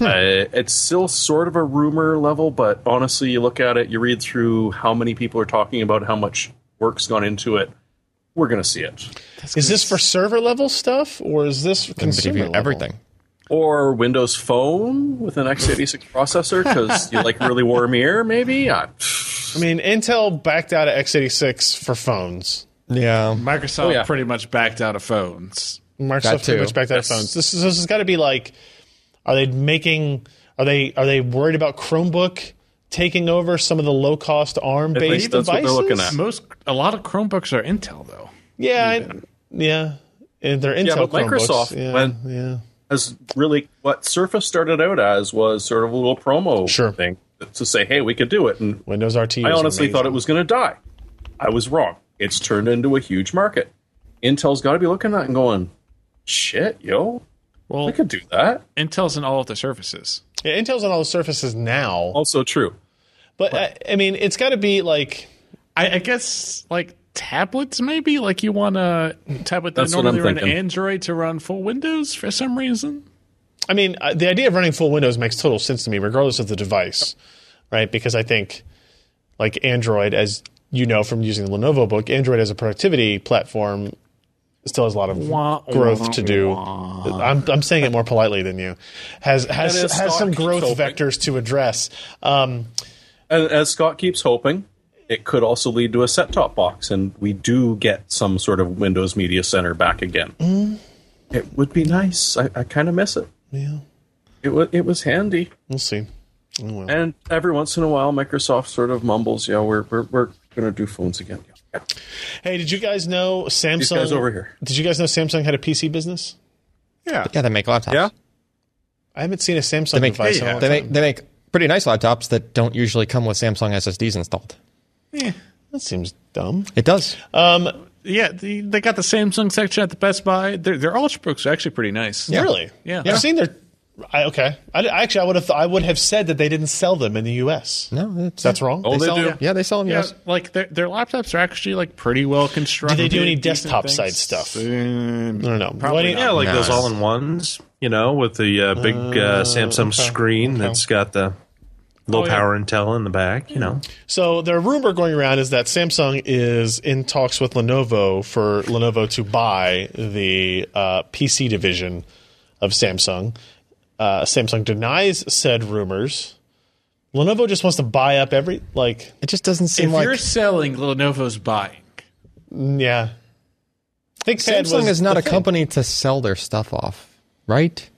[SPEAKER 2] Uh, it's still sort of a rumor level, but honestly, you look at it, you read through how many people are talking about how much work's gone into it. We're going to see it.
[SPEAKER 1] Is this for server level stuff or is this for consumer
[SPEAKER 4] Everything.
[SPEAKER 1] level?
[SPEAKER 4] everything.
[SPEAKER 2] Or Windows Phone with an x86 processor because you like really warm ear, maybe? I,
[SPEAKER 1] I mean, Intel backed out of x86 for phones.
[SPEAKER 4] Yeah,
[SPEAKER 5] Microsoft
[SPEAKER 2] yeah.
[SPEAKER 5] pretty much backed out of phones.
[SPEAKER 1] Microsoft
[SPEAKER 4] too.
[SPEAKER 1] pretty much backed out of phones. This is, this has got to be like, are they making? Are they are they worried about Chromebook taking over some of the low cost ARM
[SPEAKER 2] At
[SPEAKER 1] based
[SPEAKER 2] least that's what
[SPEAKER 1] devices?
[SPEAKER 2] they're looking at.
[SPEAKER 5] Most a lot of Chromebooks are Intel though.
[SPEAKER 1] Yeah, I, yeah, and they're Intel.
[SPEAKER 2] but
[SPEAKER 1] Chromebooks.
[SPEAKER 2] Microsoft
[SPEAKER 1] yeah,
[SPEAKER 2] went-
[SPEAKER 1] yeah.
[SPEAKER 2] as really what Surface started out as was sort of a little promo
[SPEAKER 1] Sure.
[SPEAKER 2] thing to say, hey, we could do it. And
[SPEAKER 1] Windows RT.
[SPEAKER 2] I
[SPEAKER 1] is
[SPEAKER 2] honestly
[SPEAKER 1] amazing.
[SPEAKER 2] thought it was going to die. I was wrong. It's turned into a huge market. Intel's got to be looking at it and going, shit, yo,
[SPEAKER 5] Well,
[SPEAKER 2] I could do that.
[SPEAKER 5] Intel's in all of the services.
[SPEAKER 1] Yeah, Intel's on all the surfaces now,
[SPEAKER 2] Also true.
[SPEAKER 1] but I, I mean, it's got to be like
[SPEAKER 5] I, I guess like tablets, maybe like you want a tablet that
[SPEAKER 2] That's what I'm
[SPEAKER 5] normally run
[SPEAKER 2] thinking.
[SPEAKER 5] Android to run full Windows for some reason.
[SPEAKER 1] I mean, uh, the idea of running full Windows makes total sense to me, regardless of the device, right? Because I think, like Android, as you know from using the Lenovo book, Android as a productivity platform still has a lot of
[SPEAKER 5] Wah,
[SPEAKER 1] growth
[SPEAKER 5] wah,
[SPEAKER 1] to do. I'm, I'm saying it more politely than you. Has has
[SPEAKER 2] That is
[SPEAKER 1] has some
[SPEAKER 2] not
[SPEAKER 1] growth
[SPEAKER 2] controlling.
[SPEAKER 1] vectors to address. Um,
[SPEAKER 2] And as Scott keeps hoping, it could also lead to a set top box, and we do get some sort of Windows Media Center back again.
[SPEAKER 1] Mm.
[SPEAKER 2] It would be nice. I, I kind of miss it.
[SPEAKER 1] yeah,
[SPEAKER 2] It, wa it was handy.
[SPEAKER 1] we'll see.
[SPEAKER 2] And every once in a while, Microsoft sort of mumbles, "Yeah, we're we're, we're going to do phones again." Yeah.
[SPEAKER 1] Hey, did you guys know Samsung?
[SPEAKER 2] guys over here.
[SPEAKER 1] Did you guys know Samsung had a PC business?
[SPEAKER 4] yeah, they make laptops.
[SPEAKER 3] Yeah.
[SPEAKER 1] I haven't seen a Samsung
[SPEAKER 4] They make,
[SPEAKER 1] device. in a long
[SPEAKER 4] they
[SPEAKER 1] time.
[SPEAKER 4] make they make pretty nice laptops that don't usually come with Samsung SSDs installed.
[SPEAKER 1] that seems dumb.
[SPEAKER 4] It does.
[SPEAKER 5] Yeah, the, they got the Samsung section at the Best Buy. Their, their Ultrabooks are actually pretty nice.
[SPEAKER 1] Really?
[SPEAKER 5] Yeah.
[SPEAKER 1] I've
[SPEAKER 5] Yeah.
[SPEAKER 1] seen their. I, okay. I, I actually, I would have. Th- I would have said that they didn't sell them in the U.S.
[SPEAKER 4] no, it's,
[SPEAKER 1] That's wrong.
[SPEAKER 2] Oh, they
[SPEAKER 4] sell
[SPEAKER 2] do.
[SPEAKER 4] them- Yeah, they sell them.
[SPEAKER 5] Yeah,
[SPEAKER 4] Yes.
[SPEAKER 5] like their, their laptops are actually like pretty well constructed.
[SPEAKER 1] Do they do any
[SPEAKER 5] decent
[SPEAKER 1] desktop
[SPEAKER 5] things.
[SPEAKER 1] side stuff?
[SPEAKER 5] Um,
[SPEAKER 1] I don't know.
[SPEAKER 5] Probably
[SPEAKER 1] What do you-
[SPEAKER 3] Yeah, like
[SPEAKER 4] Nice.
[SPEAKER 3] those all in ones, you know, with the uh, big uh, Samsung screen that's got the low
[SPEAKER 5] Oh, yeah.
[SPEAKER 3] power Intel in the back, you know.
[SPEAKER 1] So the rumor going around is that Samsung is in talks with Lenovo for Lenovo to buy the uh, PC division of Samsung. Uh, Samsung denies said rumors. Lenovo just wants to buy up every like
[SPEAKER 4] It just doesn't
[SPEAKER 5] if
[SPEAKER 4] seem like
[SPEAKER 5] you're selling, Lenovo's buying.
[SPEAKER 1] yeah. I think said
[SPEAKER 4] Samsung
[SPEAKER 1] was
[SPEAKER 4] is not
[SPEAKER 1] the
[SPEAKER 4] a
[SPEAKER 1] thing.
[SPEAKER 4] company to sell their stuff off, right?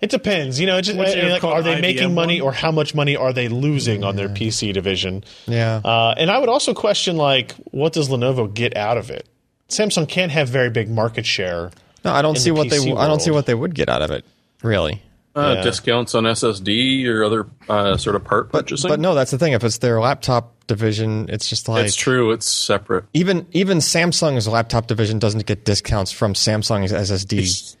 [SPEAKER 1] It depends, you know. It just,
[SPEAKER 5] What's
[SPEAKER 1] I mean,
[SPEAKER 5] it
[SPEAKER 1] like,
[SPEAKER 5] called,
[SPEAKER 1] are they
[SPEAKER 5] IBM
[SPEAKER 1] making money,
[SPEAKER 5] one?
[SPEAKER 1] or how much money are they losing on their PC division?
[SPEAKER 4] Yeah.
[SPEAKER 1] Uh, and I would also question, like, what does Lenovo get out of it? Samsung can't have very big market share.
[SPEAKER 4] no, I don't see
[SPEAKER 1] the
[SPEAKER 4] what they.
[SPEAKER 1] PC
[SPEAKER 4] I don't see
[SPEAKER 1] world.
[SPEAKER 4] what they would get out of it, really.
[SPEAKER 2] Uh, Discounts on SSD or other uh, sort of part purchasing.
[SPEAKER 4] But no, that's the thing. If it's their laptop division, it's just like
[SPEAKER 2] it's true. It's separate.
[SPEAKER 4] even even Samsung's laptop division doesn't get discounts from Samsung's SSD.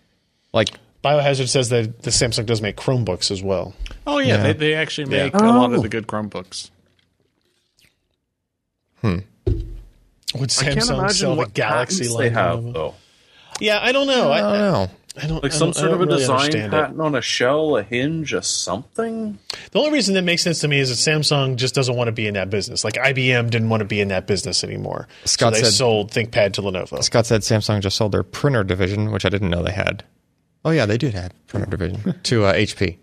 [SPEAKER 4] Like
[SPEAKER 1] Biohazard says that the Samsung does make Chromebooks as well.
[SPEAKER 5] Oh yeah, Oh. They, they actually make a lot of the good Chromebooks.
[SPEAKER 1] Would
[SPEAKER 2] I can't
[SPEAKER 1] Samsung sell
[SPEAKER 2] imagine
[SPEAKER 1] the
[SPEAKER 2] what
[SPEAKER 1] Galaxy
[SPEAKER 2] patents they
[SPEAKER 1] line?
[SPEAKER 2] have
[SPEAKER 1] Lenovo?
[SPEAKER 2] though.
[SPEAKER 1] Yeah, I don't know. I,
[SPEAKER 4] I don't know.
[SPEAKER 1] I don't
[SPEAKER 2] Like
[SPEAKER 1] I
[SPEAKER 2] some
[SPEAKER 1] don't- I
[SPEAKER 2] sort of
[SPEAKER 1] don't
[SPEAKER 2] a
[SPEAKER 1] really
[SPEAKER 2] design
[SPEAKER 1] understand it.
[SPEAKER 2] patent on a shell, a hinge, a something.
[SPEAKER 1] The only reason that makes sense to me is that Samsung just doesn't want to be in that business. Like IBM didn't want to be in that business anymore.
[SPEAKER 4] Scott
[SPEAKER 1] so they
[SPEAKER 4] said-
[SPEAKER 1] sold ThinkPad to Lenovo.
[SPEAKER 4] Scott said Samsung just sold their printer division, which I didn't know they had. Oh yeah, they did have printer division to uh, HP.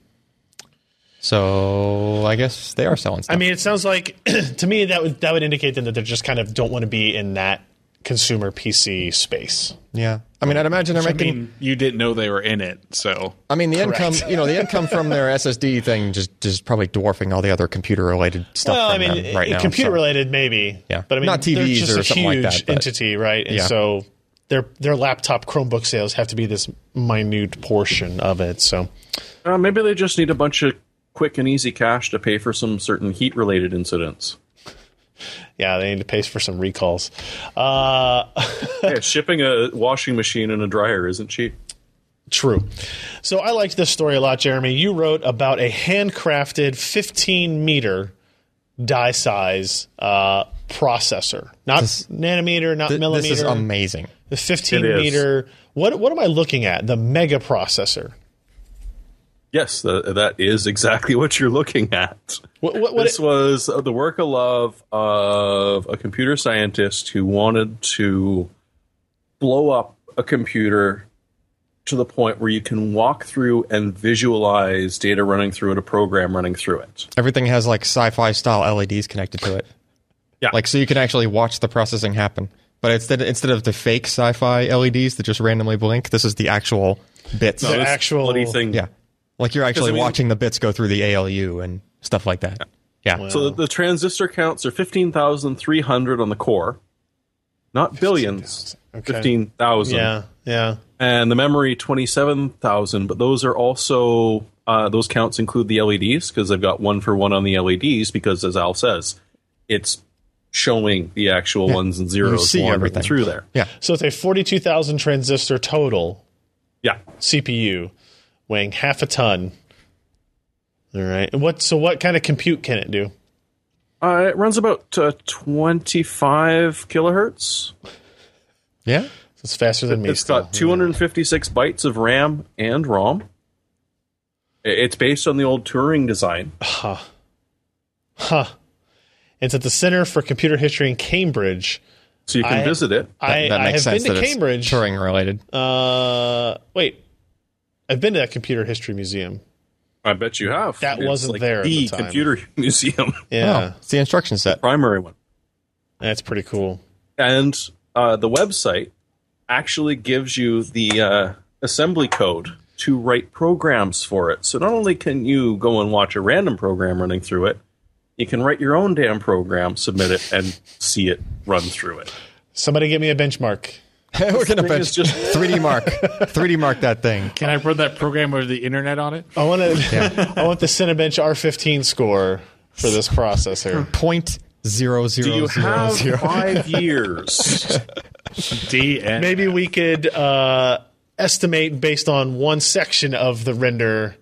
[SPEAKER 4] So I guess they are selling stuff.
[SPEAKER 1] I mean, it sounds like to me that would that would indicate then that they just kind of don't want to be in that consumer PC space.
[SPEAKER 4] yeah, I mean, I'd imagine they're
[SPEAKER 5] I
[SPEAKER 4] making.
[SPEAKER 5] mean, you didn't know they were in it, so
[SPEAKER 4] I mean, the
[SPEAKER 1] Correct.
[SPEAKER 4] income, you know, the income from their SSD thing just just probably dwarfing all the other computer related stuff.
[SPEAKER 1] Well, I
[SPEAKER 4] from
[SPEAKER 1] mean,
[SPEAKER 4] them right now,
[SPEAKER 1] computer
[SPEAKER 4] so.
[SPEAKER 1] related maybe.
[SPEAKER 4] Yeah.
[SPEAKER 1] but I mean,
[SPEAKER 4] Not
[SPEAKER 1] they're
[SPEAKER 4] TVs
[SPEAKER 1] just
[SPEAKER 4] or
[SPEAKER 1] a
[SPEAKER 4] something like
[SPEAKER 1] huge
[SPEAKER 4] that, but-
[SPEAKER 1] entity, right? And
[SPEAKER 4] Yeah.
[SPEAKER 1] so their their laptop Chromebook sales have to be this minute portion of it. So
[SPEAKER 2] Uh, maybe they just need a bunch of quick and easy cash to pay for some certain heat related incidents.
[SPEAKER 1] yeah, they need to pay for some recalls. Uh,
[SPEAKER 2] Yeah, shipping a washing machine and a dryer isn't cheap.
[SPEAKER 1] True. So I liked this story a lot, Jeremy. You wrote about a handcrafted 15 meter die size uh, processor, not
[SPEAKER 4] This-
[SPEAKER 1] nanometer, not
[SPEAKER 4] Th-
[SPEAKER 1] millimeter.
[SPEAKER 4] this is amazing.
[SPEAKER 1] the 15
[SPEAKER 2] It is.
[SPEAKER 1] meter. What what am I looking at? The mega processor.
[SPEAKER 2] Yes, th- that is exactly what you're looking at.
[SPEAKER 1] What, what, what
[SPEAKER 2] this was uh, the work of love of a computer scientist who wanted to blow up a computer to the point where you can walk through and visualize data running through it, a program running through it.
[SPEAKER 4] Everything has like sci-fi style LEDs connected to it.
[SPEAKER 2] Yeah.
[SPEAKER 4] like so you can actually watch the processing happen. But instead, instead of the fake sci-fi LEDs that just randomly blink, this is the actual bits.
[SPEAKER 1] The
[SPEAKER 2] This
[SPEAKER 1] actual-
[SPEAKER 2] bloody thing.
[SPEAKER 4] Yeah. Like you're actually
[SPEAKER 2] I mean-
[SPEAKER 4] watching the bits go through the ALU and stuff like that. Yeah.
[SPEAKER 2] So the, the transistor counts are fifteen thousand three hundred on the core, not billions.
[SPEAKER 1] Okay.
[SPEAKER 2] Fifteen thousand.
[SPEAKER 1] yeah, yeah.
[SPEAKER 2] and the memory 27,000, but those are also, uh, those counts include the LEDs because they've got one for one on the LEDs because, as Al says, it's showing the actual ones and zeros
[SPEAKER 4] see
[SPEAKER 2] wandering
[SPEAKER 4] everything.
[SPEAKER 2] through there.
[SPEAKER 4] yeah.
[SPEAKER 1] So it's a 42,000 transistor total
[SPEAKER 2] Yeah.
[SPEAKER 1] CPU, weighing half a ton. All right. And What so what kind of compute can it do?
[SPEAKER 2] Uh, it runs about uh, 25 kilohertz.
[SPEAKER 4] Yeah.
[SPEAKER 1] It's faster than me.
[SPEAKER 2] It's
[SPEAKER 1] still.
[SPEAKER 2] got 256 bytes of RAM and ROM. I- It's based on the old Turing design.
[SPEAKER 1] Huh. It's at the Center for Computer History in Cambridge.
[SPEAKER 2] So you can
[SPEAKER 1] I-
[SPEAKER 2] visit it.
[SPEAKER 1] I,
[SPEAKER 4] that
[SPEAKER 1] I
[SPEAKER 4] makes
[SPEAKER 1] have
[SPEAKER 4] sense
[SPEAKER 1] been to
[SPEAKER 4] that
[SPEAKER 1] Cambridge.
[SPEAKER 4] it's Oh, Turing related.
[SPEAKER 1] Uh, wait, I've been to that computer history museum.
[SPEAKER 2] I bet you have.
[SPEAKER 1] That
[SPEAKER 2] It's
[SPEAKER 1] wasn't
[SPEAKER 2] like
[SPEAKER 1] there at
[SPEAKER 2] The,
[SPEAKER 1] the time.
[SPEAKER 2] computer museum,
[SPEAKER 1] Yeah,
[SPEAKER 4] Oh, it's the instruction set.
[SPEAKER 2] primary one.
[SPEAKER 1] that's pretty cool.
[SPEAKER 2] and uh, the website actually gives you the uh, assembly code to write programs for it. So not only can you go and watch a random program running through it, you can write your own damn program, submit it, and see it run through it.
[SPEAKER 1] Somebody give me a benchmark.
[SPEAKER 4] We're gonna bench
[SPEAKER 2] is just-
[SPEAKER 4] 3D mark, 3D mark that thing.
[SPEAKER 5] can I run that program over the internet on it?
[SPEAKER 1] I want to. I want the Cinebench R15 score for this processor.
[SPEAKER 4] Point zero
[SPEAKER 2] Do
[SPEAKER 4] zero
[SPEAKER 2] you
[SPEAKER 4] zero
[SPEAKER 2] have
[SPEAKER 4] zero.
[SPEAKER 2] five years?
[SPEAKER 5] D and
[SPEAKER 1] Maybe we could uh, estimate based on one section of the render,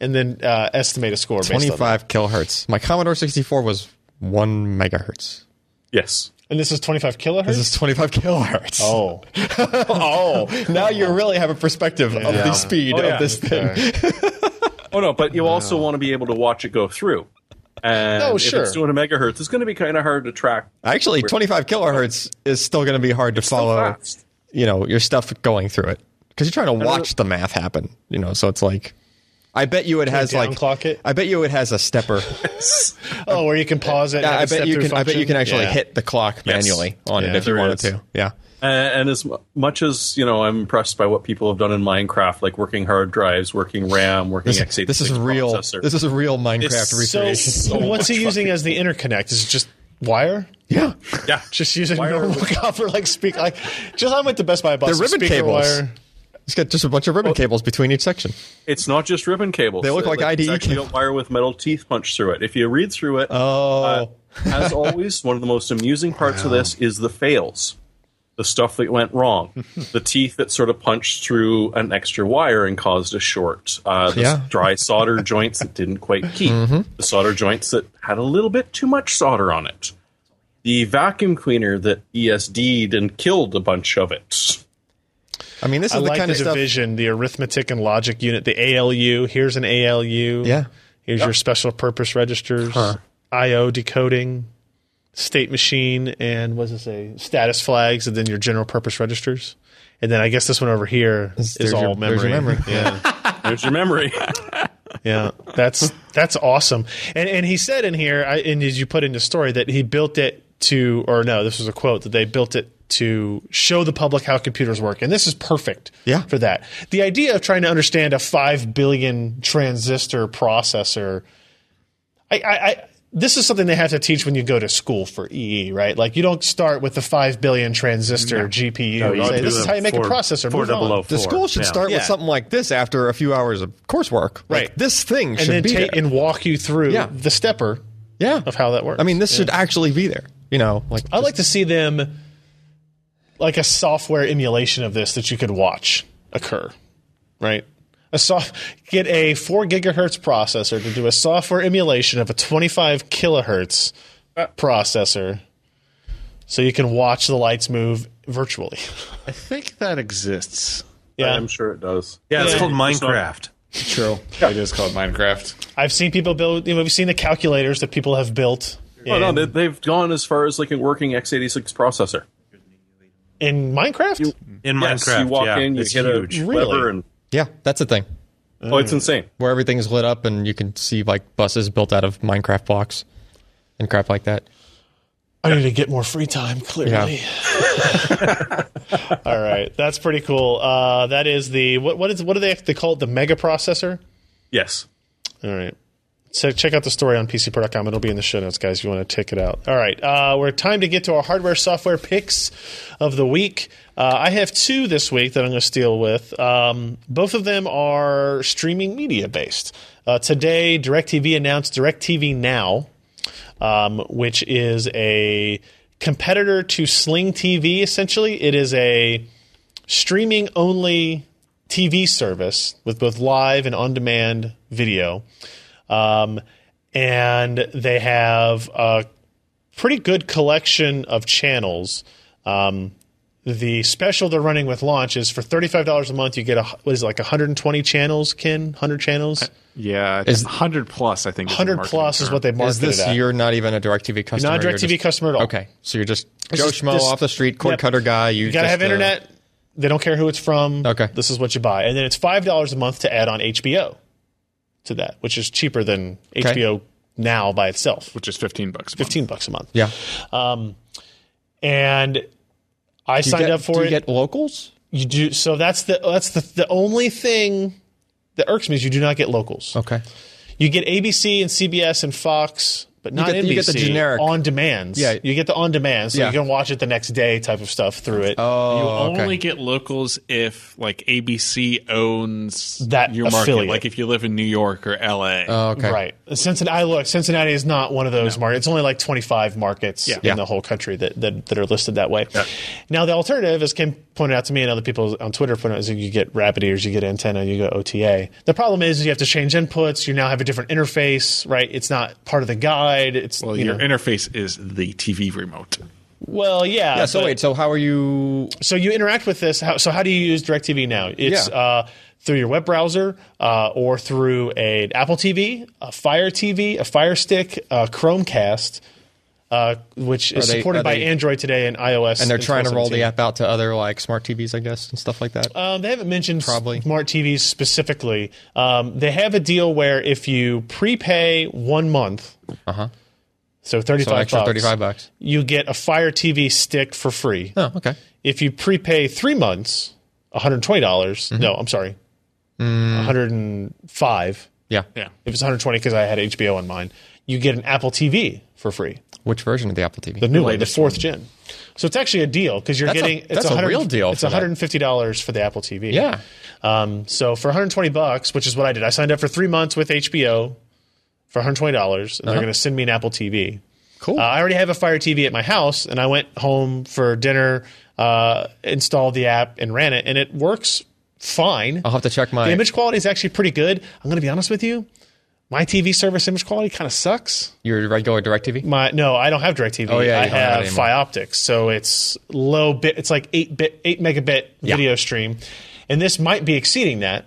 [SPEAKER 1] and then uh, estimate a score. Based on that.
[SPEAKER 4] Twenty-five kilohertz. My Commodore 64 was one megahertz.
[SPEAKER 2] yes.
[SPEAKER 1] and this is 25 kilohertz.
[SPEAKER 4] This is 25 kilohertz.
[SPEAKER 1] oh,
[SPEAKER 4] oh now you really have a perspective of the speed
[SPEAKER 2] yeah.
[SPEAKER 4] of this thing.
[SPEAKER 2] Oh no, but you also want to be able to watch it go through. And
[SPEAKER 1] No,
[SPEAKER 2] if
[SPEAKER 1] sure.
[SPEAKER 2] it's doing a megahertz, it's going to be kind of hard to track.
[SPEAKER 4] Actually, 25 kilohertz is still going to be hard to follow.
[SPEAKER 2] fast.
[SPEAKER 4] You know, your stuff going through it because you're trying to watch the math happen. You know, so it's like, I bet you it has like,
[SPEAKER 1] downclock it?
[SPEAKER 4] I bet you it has a stepper.
[SPEAKER 1] oh, where you can pause it. and have
[SPEAKER 4] I
[SPEAKER 1] it step
[SPEAKER 4] bet you
[SPEAKER 1] through
[SPEAKER 4] can. I bet you
[SPEAKER 1] function?
[SPEAKER 4] can actually
[SPEAKER 1] Yeah.
[SPEAKER 4] hit the clock manually on
[SPEAKER 1] Yeah,
[SPEAKER 4] it if you
[SPEAKER 2] there
[SPEAKER 4] wanted
[SPEAKER 2] is.
[SPEAKER 4] to. Yeah.
[SPEAKER 2] And, and as mu- much as you know, I'm impressed by what people have done in Minecraft, like working hard drives, working RAM, working
[SPEAKER 4] This,
[SPEAKER 2] x86
[SPEAKER 4] this is real.
[SPEAKER 2] processor.
[SPEAKER 4] This is a real Minecraft
[SPEAKER 2] It's
[SPEAKER 1] So,
[SPEAKER 4] recreation.
[SPEAKER 1] what's he using as the interconnect? Is it just wire?
[SPEAKER 4] yeah,
[SPEAKER 2] yeah,
[SPEAKER 1] Just using
[SPEAKER 2] Wire.
[SPEAKER 1] normal copper like speak like just I went to Best Buy bought
[SPEAKER 4] they're
[SPEAKER 1] some
[SPEAKER 4] ribbon
[SPEAKER 1] speaker
[SPEAKER 4] cables.
[SPEAKER 1] wire.
[SPEAKER 4] It's got just a bunch of ribbon cables between each section.
[SPEAKER 2] it's not just ribbon cables.
[SPEAKER 4] They look like E
[SPEAKER 2] it's
[SPEAKER 4] IDE
[SPEAKER 2] actually
[SPEAKER 4] cables.
[SPEAKER 2] got wire with metal teeth punched through it. If you read through it, uh,
[SPEAKER 4] Oh,
[SPEAKER 2] as always, one of the most amusing parts of this is the fails, the stuff that went wrong, the teeth that sort of punched through an extra wire and caused a short, uh, the
[SPEAKER 4] Yeah. Mm-hmm.
[SPEAKER 2] dry solder joints that didn't quite keep, the solder joints that had a little bit too much solder on it, the vacuum cleaner that ESD'd and killed a bunch of it.
[SPEAKER 4] I mean, this is
[SPEAKER 1] I
[SPEAKER 4] the
[SPEAKER 1] like
[SPEAKER 4] kind
[SPEAKER 1] the
[SPEAKER 4] of stuff.
[SPEAKER 1] division, the arithmetic and logic unit, the ALU. Here's an ALU.
[SPEAKER 4] Yeah.
[SPEAKER 1] Here's your special purpose registers, I/O decoding, state machine, and what does it say? Status flags, and then your general purpose registers. And then I guess this one over here is,
[SPEAKER 4] there's
[SPEAKER 1] all
[SPEAKER 4] your-
[SPEAKER 1] memory.
[SPEAKER 4] there's your memory.
[SPEAKER 1] Yeah,
[SPEAKER 2] There's your memory.
[SPEAKER 1] yeah. That's that's awesome. And and he said in here, I, and as you put in the story, that he built it to, or no, this was a quote that they built it to show the public how computers work, and this is perfect.
[SPEAKER 4] Yeah.
[SPEAKER 1] for that. The idea of trying to understand a five billion transistor processor, I, I, I this is something they have to teach when you go to school for EE, right? Like you don't start with the five billion transistor GPU. you
[SPEAKER 3] you
[SPEAKER 1] say,
[SPEAKER 3] do
[SPEAKER 1] this is
[SPEAKER 3] a
[SPEAKER 1] how you make
[SPEAKER 3] four-
[SPEAKER 1] a processor.
[SPEAKER 3] four
[SPEAKER 1] move on."
[SPEAKER 3] double O
[SPEAKER 4] The
[SPEAKER 3] four.
[SPEAKER 4] school should
[SPEAKER 3] Yeah.
[SPEAKER 4] start
[SPEAKER 1] Yeah.
[SPEAKER 4] with something like this after a few hours of coursework. Like,
[SPEAKER 1] Right.
[SPEAKER 4] this thing
[SPEAKER 1] and
[SPEAKER 4] should
[SPEAKER 1] then
[SPEAKER 4] be
[SPEAKER 1] take
[SPEAKER 4] there.
[SPEAKER 1] and walk you through
[SPEAKER 4] Yeah.
[SPEAKER 1] the stepper
[SPEAKER 4] yeah.
[SPEAKER 1] of how that works.
[SPEAKER 4] I mean, this should actually be there. You know, like
[SPEAKER 1] I'd like to see them like a software emulation of this that you could watch occur, right? A soft get a four gigahertz processor to do a software emulation of a twenty five kilohertz
[SPEAKER 2] Uh.
[SPEAKER 1] processor, so you can watch the lights move virtually.
[SPEAKER 5] I think that exists.
[SPEAKER 1] Yeah,
[SPEAKER 2] I'm sure it does.
[SPEAKER 3] Yeah, it's
[SPEAKER 1] Yeah.
[SPEAKER 3] called Minecraft.
[SPEAKER 5] True. It is called Minecraft.
[SPEAKER 1] I've seen people build. You know, we've seen the calculators that people have built.
[SPEAKER 2] Oh, no,
[SPEAKER 1] in-
[SPEAKER 2] they, they've gone as far as like a working x86 processor.
[SPEAKER 1] in Minecraft.
[SPEAKER 3] In
[SPEAKER 2] Yes,
[SPEAKER 3] Minecraft,
[SPEAKER 2] you walk
[SPEAKER 3] yeah,
[SPEAKER 2] in, you
[SPEAKER 3] it's
[SPEAKER 2] hit
[SPEAKER 3] huge. Mm.
[SPEAKER 2] a
[SPEAKER 1] Really?
[SPEAKER 2] lever, and
[SPEAKER 4] yeah, that's a thing
[SPEAKER 2] oh, it's insane.
[SPEAKER 4] where everything's lit up and you can see like buses built out of Minecraft blocks and crap like that.
[SPEAKER 1] I need to get more free time, clearly. All right. That's pretty cool. Uh, that is the what what is what do they they call it? The mega processor?
[SPEAKER 2] Yes.
[SPEAKER 1] All right. So check out the story on PCPro.com. It'll be in the show notes, guys, if you want to check it out. All right. Uh, we're time to get to our hardware software picks of the week. Uh, I have two this week that I'm going to steal with. Um, both of them are streaming media based. Uh, today, DirecTV announced DirecTV Now, um, which is a competitor to Sling TV, essentially. It is a streaming only TV service with both live and on demand video. Um, and they have a pretty good collection of channels. Um, the special they're running with launch is for $35 a month, you get a, what is it, like 120 channels, Ken? 100 channels?
[SPEAKER 5] Yeah, it's 100 plus, I think. is the
[SPEAKER 1] 100
[SPEAKER 5] marketing
[SPEAKER 1] plus is
[SPEAKER 5] term.
[SPEAKER 1] what they market
[SPEAKER 4] Is this
[SPEAKER 1] it at.
[SPEAKER 4] you're not even a DirecTV customer?
[SPEAKER 1] Not a
[SPEAKER 4] you're
[SPEAKER 1] DirecTV
[SPEAKER 4] just-
[SPEAKER 1] customer at all.
[SPEAKER 4] Okay, so you're just Joe
[SPEAKER 1] just-
[SPEAKER 4] Schmo
[SPEAKER 1] this-
[SPEAKER 4] off the street, cord
[SPEAKER 1] yep.
[SPEAKER 4] cutter guy. You,
[SPEAKER 1] You gotta
[SPEAKER 4] just,
[SPEAKER 1] have
[SPEAKER 4] uh,
[SPEAKER 1] internet. they don't care who it's from.
[SPEAKER 4] Okay.
[SPEAKER 1] This is what you buy. And then it's five dollars a month to add on HBO to that, which is cheaper than
[SPEAKER 4] Okay.
[SPEAKER 1] HBO now by itself.
[SPEAKER 5] Which is 15 bucks. a month.
[SPEAKER 1] Fifteen bucks a month.
[SPEAKER 4] yeah,
[SPEAKER 1] And I
[SPEAKER 4] You
[SPEAKER 1] signed
[SPEAKER 4] get-
[SPEAKER 1] up for
[SPEAKER 4] do
[SPEAKER 1] it.
[SPEAKER 4] You get locals.
[SPEAKER 1] you do so that's the that's the, the only thing that irks me is you do not get locals.
[SPEAKER 4] Okay,
[SPEAKER 1] You get ABC and CBS and Fox, but not
[SPEAKER 4] get-
[SPEAKER 1] NBC.
[SPEAKER 4] you get the generic-
[SPEAKER 1] on demands.
[SPEAKER 4] Yeah.
[SPEAKER 1] You get the on demand, so
[SPEAKER 4] Yeah.
[SPEAKER 1] you can watch it the next day type of stuff through it.
[SPEAKER 5] You
[SPEAKER 4] Oh, okay.
[SPEAKER 5] only get locals if like ABC owns
[SPEAKER 1] That
[SPEAKER 5] your market.
[SPEAKER 1] affiliate.
[SPEAKER 5] Like if you live in New York or LA.
[SPEAKER 4] Oh, okay.
[SPEAKER 1] Right. Cincinnati, I look, Cincinnati is not one of those markets. It's only like 25 markets in
[SPEAKER 4] Yeah.
[SPEAKER 1] the whole country that, that, that are listed that way. Now, the alternative, as Kim pointed out to me and other people on Twitter pointed out, is that you get rabbit ears, you get antenna, you get OTA. The problem is you have to change inputs. You now have a different interface, right? It's not part of the guide. It's,
[SPEAKER 5] well,
[SPEAKER 1] you
[SPEAKER 5] your
[SPEAKER 1] know-
[SPEAKER 5] interface is the TV remote.
[SPEAKER 1] well, yeah.
[SPEAKER 4] Yeah. So
[SPEAKER 1] but-
[SPEAKER 4] wait. So how are you?
[SPEAKER 1] so you interact with this. How, so how do you use DirecTV now? It's
[SPEAKER 4] Yeah.
[SPEAKER 1] uh, through your web browser uh, or through a, an Apple TV, a Fire TV, a Fire Stick, a Chromecast, uh, which is
[SPEAKER 4] Are they-
[SPEAKER 1] supported
[SPEAKER 4] are
[SPEAKER 1] by
[SPEAKER 4] they-
[SPEAKER 1] Android today and iOS.
[SPEAKER 4] And they're
[SPEAKER 1] in
[SPEAKER 4] trying to roll
[SPEAKER 1] 2017.
[SPEAKER 4] the app out to other like smart TVs, I guess, and stuff like that.
[SPEAKER 1] Um, they haven't mentioned
[SPEAKER 4] Probably.
[SPEAKER 1] smart TVs specifically. Um, they have a deal where if you prepay one month, so
[SPEAKER 4] Uh-huh. so
[SPEAKER 1] thirty-five
[SPEAKER 4] extra
[SPEAKER 1] bucks,
[SPEAKER 4] thirty-five bucks.
[SPEAKER 1] you get a Fire TV stick for free.
[SPEAKER 4] Oh, okay.
[SPEAKER 1] if you prepay three months, one hundred twenty dollars. No, I'm sorry, one hundred and five.
[SPEAKER 4] Yeah.
[SPEAKER 5] Yeah.
[SPEAKER 1] If it's one hundred twenty because I had HBO on mine, you get an Apple TV for free.
[SPEAKER 4] Which version of the Apple TV?
[SPEAKER 1] The new one, the fourth gen. So it's actually a deal because you're
[SPEAKER 4] That's a-
[SPEAKER 1] getting it's
[SPEAKER 4] that's a
[SPEAKER 1] 100
[SPEAKER 4] real deal
[SPEAKER 1] It's
[SPEAKER 4] for
[SPEAKER 1] one
[SPEAKER 4] that.
[SPEAKER 1] hundred and fifty dollars for the Apple TV.
[SPEAKER 4] yeah.
[SPEAKER 1] Um, so for 120 bucks, which is what I did, I signed up for three months with HBO for 120 dollars, and they're going to send me an Apple TV.
[SPEAKER 4] Uh-huh. Cool.
[SPEAKER 1] Uh, I already have a Fire TV at my house, and I went home for dinner, uh, installed the app, and ran it, and it works fine.
[SPEAKER 4] I'll have to check my.
[SPEAKER 1] the image quality is actually pretty good. I'm going to be honest with you. My TV service image quality kind of sucks.
[SPEAKER 4] your regular DirecTV.
[SPEAKER 1] My no, I don't have DirecTV.
[SPEAKER 4] Oh, yeah, you
[SPEAKER 1] I
[SPEAKER 4] don't have
[SPEAKER 1] have
[SPEAKER 4] that anymore.
[SPEAKER 1] Fioptics, so it's low bit. It's like eight bit, eight megabit video stream, and this might be exceeding that.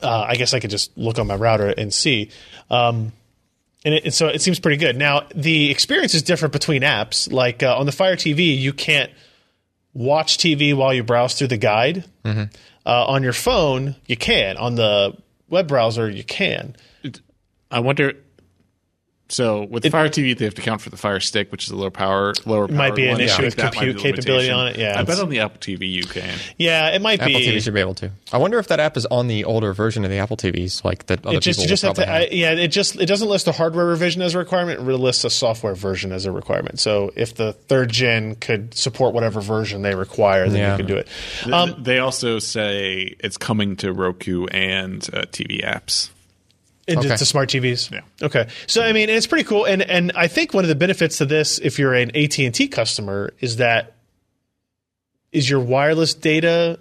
[SPEAKER 1] uh, I guess I could just look on my router and see. Um, and, it, and so it seems pretty good. Now the experience is different between apps. Like uh, on the Fire TV, you can't watch TV while you browse through the guide.
[SPEAKER 4] Mm-hmm.
[SPEAKER 1] Uh, on your phone, you can. On the web browser, you can.
[SPEAKER 5] I wonder. So with the Fire TV, they have to count for the Fire Stick, which is a lower power, lower power.
[SPEAKER 1] might be an issue with compute capability on it, yeah,
[SPEAKER 5] I bet
[SPEAKER 1] it's-
[SPEAKER 5] on the Apple TV you can.
[SPEAKER 1] Yeah, it might
[SPEAKER 4] Apple
[SPEAKER 1] be.
[SPEAKER 4] TV should be able to. I wonder if that app is on the older version of the Apple TVs, like that other
[SPEAKER 1] it just
[SPEAKER 4] people
[SPEAKER 1] you just have
[SPEAKER 4] probably
[SPEAKER 1] to I, yeah it just it doesn't list a hardware revision as a requirement it really lists a software version as a requirement so if the third gen could support whatever version they require then
[SPEAKER 4] Yeah.
[SPEAKER 1] you can do it Uh,
[SPEAKER 5] Um, they also say it's coming to Roku and uh, TV apps.
[SPEAKER 1] It-
[SPEAKER 4] Okay.
[SPEAKER 1] It's to smart TVs.
[SPEAKER 5] Yeah.
[SPEAKER 1] Okay. So I mean, it's pretty cool, and and I think one of the benefits to this, if you're an AT and T customer, is that is your wireless data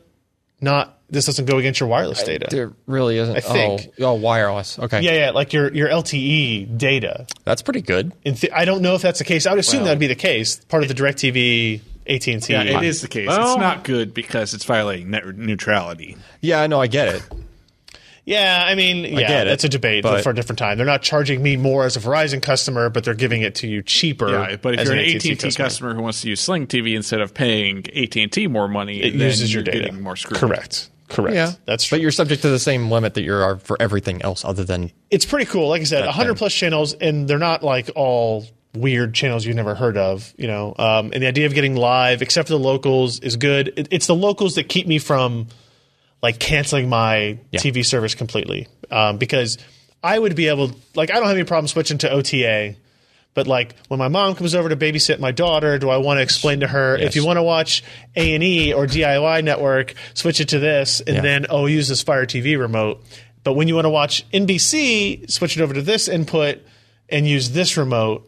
[SPEAKER 1] not this doesn't go against your wireless data.
[SPEAKER 4] There really isn't. I
[SPEAKER 1] think.
[SPEAKER 4] Oh, oh, wireless. Okay.
[SPEAKER 1] yeah, yeah, like your your LTE data.
[SPEAKER 4] That's pretty good.
[SPEAKER 1] In th- I don't know if that's the case. I would assume that'd be the case. Part of the Directv, AT and T.
[SPEAKER 5] Yeah, it is the case. it's not good because it's violating net neutrality.
[SPEAKER 4] Yeah, I know. I get it.
[SPEAKER 1] Yeah, I mean, yeah,
[SPEAKER 4] get it,
[SPEAKER 1] that's a debate
[SPEAKER 4] but-
[SPEAKER 1] for a different time. They're not charging me more as a Verizon customer, but they're giving it to you cheaper.
[SPEAKER 5] Yeah, but if
[SPEAKER 1] as
[SPEAKER 5] you're an AT and T customer who wants to use Sling TV instead of paying AT and T more money,
[SPEAKER 1] it
[SPEAKER 5] then
[SPEAKER 1] uses your
[SPEAKER 5] you're
[SPEAKER 1] data.
[SPEAKER 5] Getting more screwed.
[SPEAKER 1] Correct. Correct.
[SPEAKER 4] Yeah,
[SPEAKER 1] that's
[SPEAKER 4] But
[SPEAKER 1] true.
[SPEAKER 4] you're subject to the same limit that you are for everything else, other than
[SPEAKER 1] it's pretty cool. Like I said, 100 plus channels, and they're not like all weird channels you've never heard of, you know. Um, and the idea of getting live, except for the locals, is good. It, it's the locals that keep me from like canceling my TV service completely um, because I would be able, like, I don't have any problem switching to OTA. But like when my mom comes over to babysit my daughter, do I want to explain to her if you want to watch A and E or DIY Network, switch it to this, and then oh, use this Fire TV remote. But when you want to watch NBC, switch it over to this input and use this remote.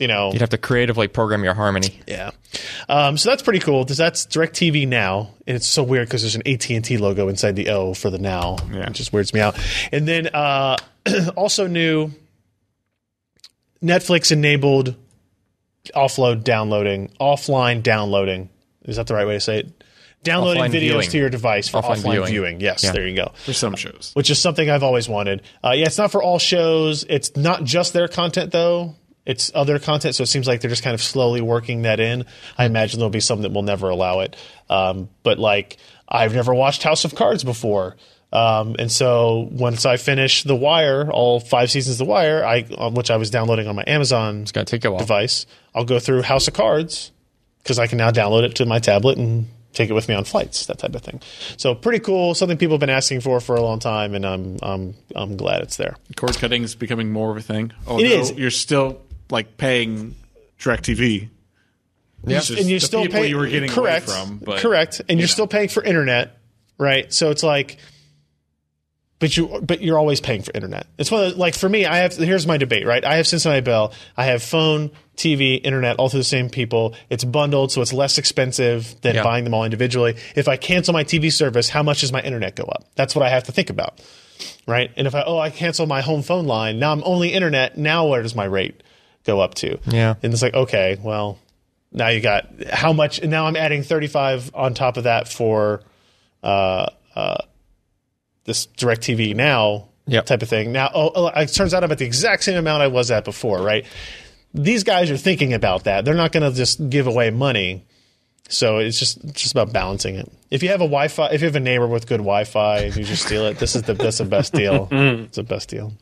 [SPEAKER 1] You know,
[SPEAKER 4] you'd have to creatively program your harmony.
[SPEAKER 1] yeah. Um, so that's pretty cool. 'cause That's Directv now, and it's so weird because there's an AT and T logo inside the O for the now.
[SPEAKER 5] Yeah.
[SPEAKER 1] It just weirds me out. And then uh, also new Netflix enabled offload downloading, offline downloading. Is that the right way to say it? Downloading
[SPEAKER 4] Offline
[SPEAKER 1] videos
[SPEAKER 4] viewing.
[SPEAKER 1] to your device for offline,
[SPEAKER 4] Offline
[SPEAKER 1] viewing.
[SPEAKER 4] viewing.
[SPEAKER 1] Yes,
[SPEAKER 4] Yeah.
[SPEAKER 1] there you go
[SPEAKER 5] For some shows,
[SPEAKER 1] which is something I've always wanted. Uh, yeah, it's not for all shows. It's not just their content though. It's other content, so it seems like they're just kind of slowly working that in. I imagine there'll be some that will never allow it. Um, but like, I've never watched House of Cards before, um, and so once I finish The Wire, all five seasons of The Wire, I on which I was downloading on my Amazon
[SPEAKER 4] It's gonna take a while.
[SPEAKER 1] device, I'll go through House of Cards because I can now download it to my tablet and take it with me on flights, that type of thing. So pretty cool, something people have been asking for for a long time, and I'm I'm I'm glad it's there.
[SPEAKER 5] cord cutting is becoming more of a thing. Although
[SPEAKER 1] is.
[SPEAKER 5] You're still like paying DirecTV. Yeah,
[SPEAKER 1] and you're still paying
[SPEAKER 5] you were getting away
[SPEAKER 1] correct
[SPEAKER 5] from, but
[SPEAKER 1] correct, and you're still paying for internet, right? So it's like. But you, but you're always paying for internet. It's one of the, like for me, I have here's my debate, right? I have Cincinnati Bell, I have phone, TV, internet, all through the same people. It's bundled, so it's less expensive than
[SPEAKER 4] Yeah.
[SPEAKER 1] buying them all individually. If I cancel my TV service, how much does my internet go up? That's what I have to think about. right? And if I oh I cancel my home phone line, now I'm only internet. Now where does my rate go up to?
[SPEAKER 4] Yeah.
[SPEAKER 1] and it's like okay, well now you got how much? And now I'm adding 35 on top of that for uh, uh, this Directv now
[SPEAKER 4] Yep.
[SPEAKER 1] type of thing. Now oh, oh, it turns out I'm at the exact same amount I was at before, right? These guys are thinking about that. They're not going to just give away money. So it's just it's just about balancing it. If you have a Wi-Fi, if you have a neighbor with good Wi-Fi, if you just steal it, this is the that's the best deal. it's the best deal.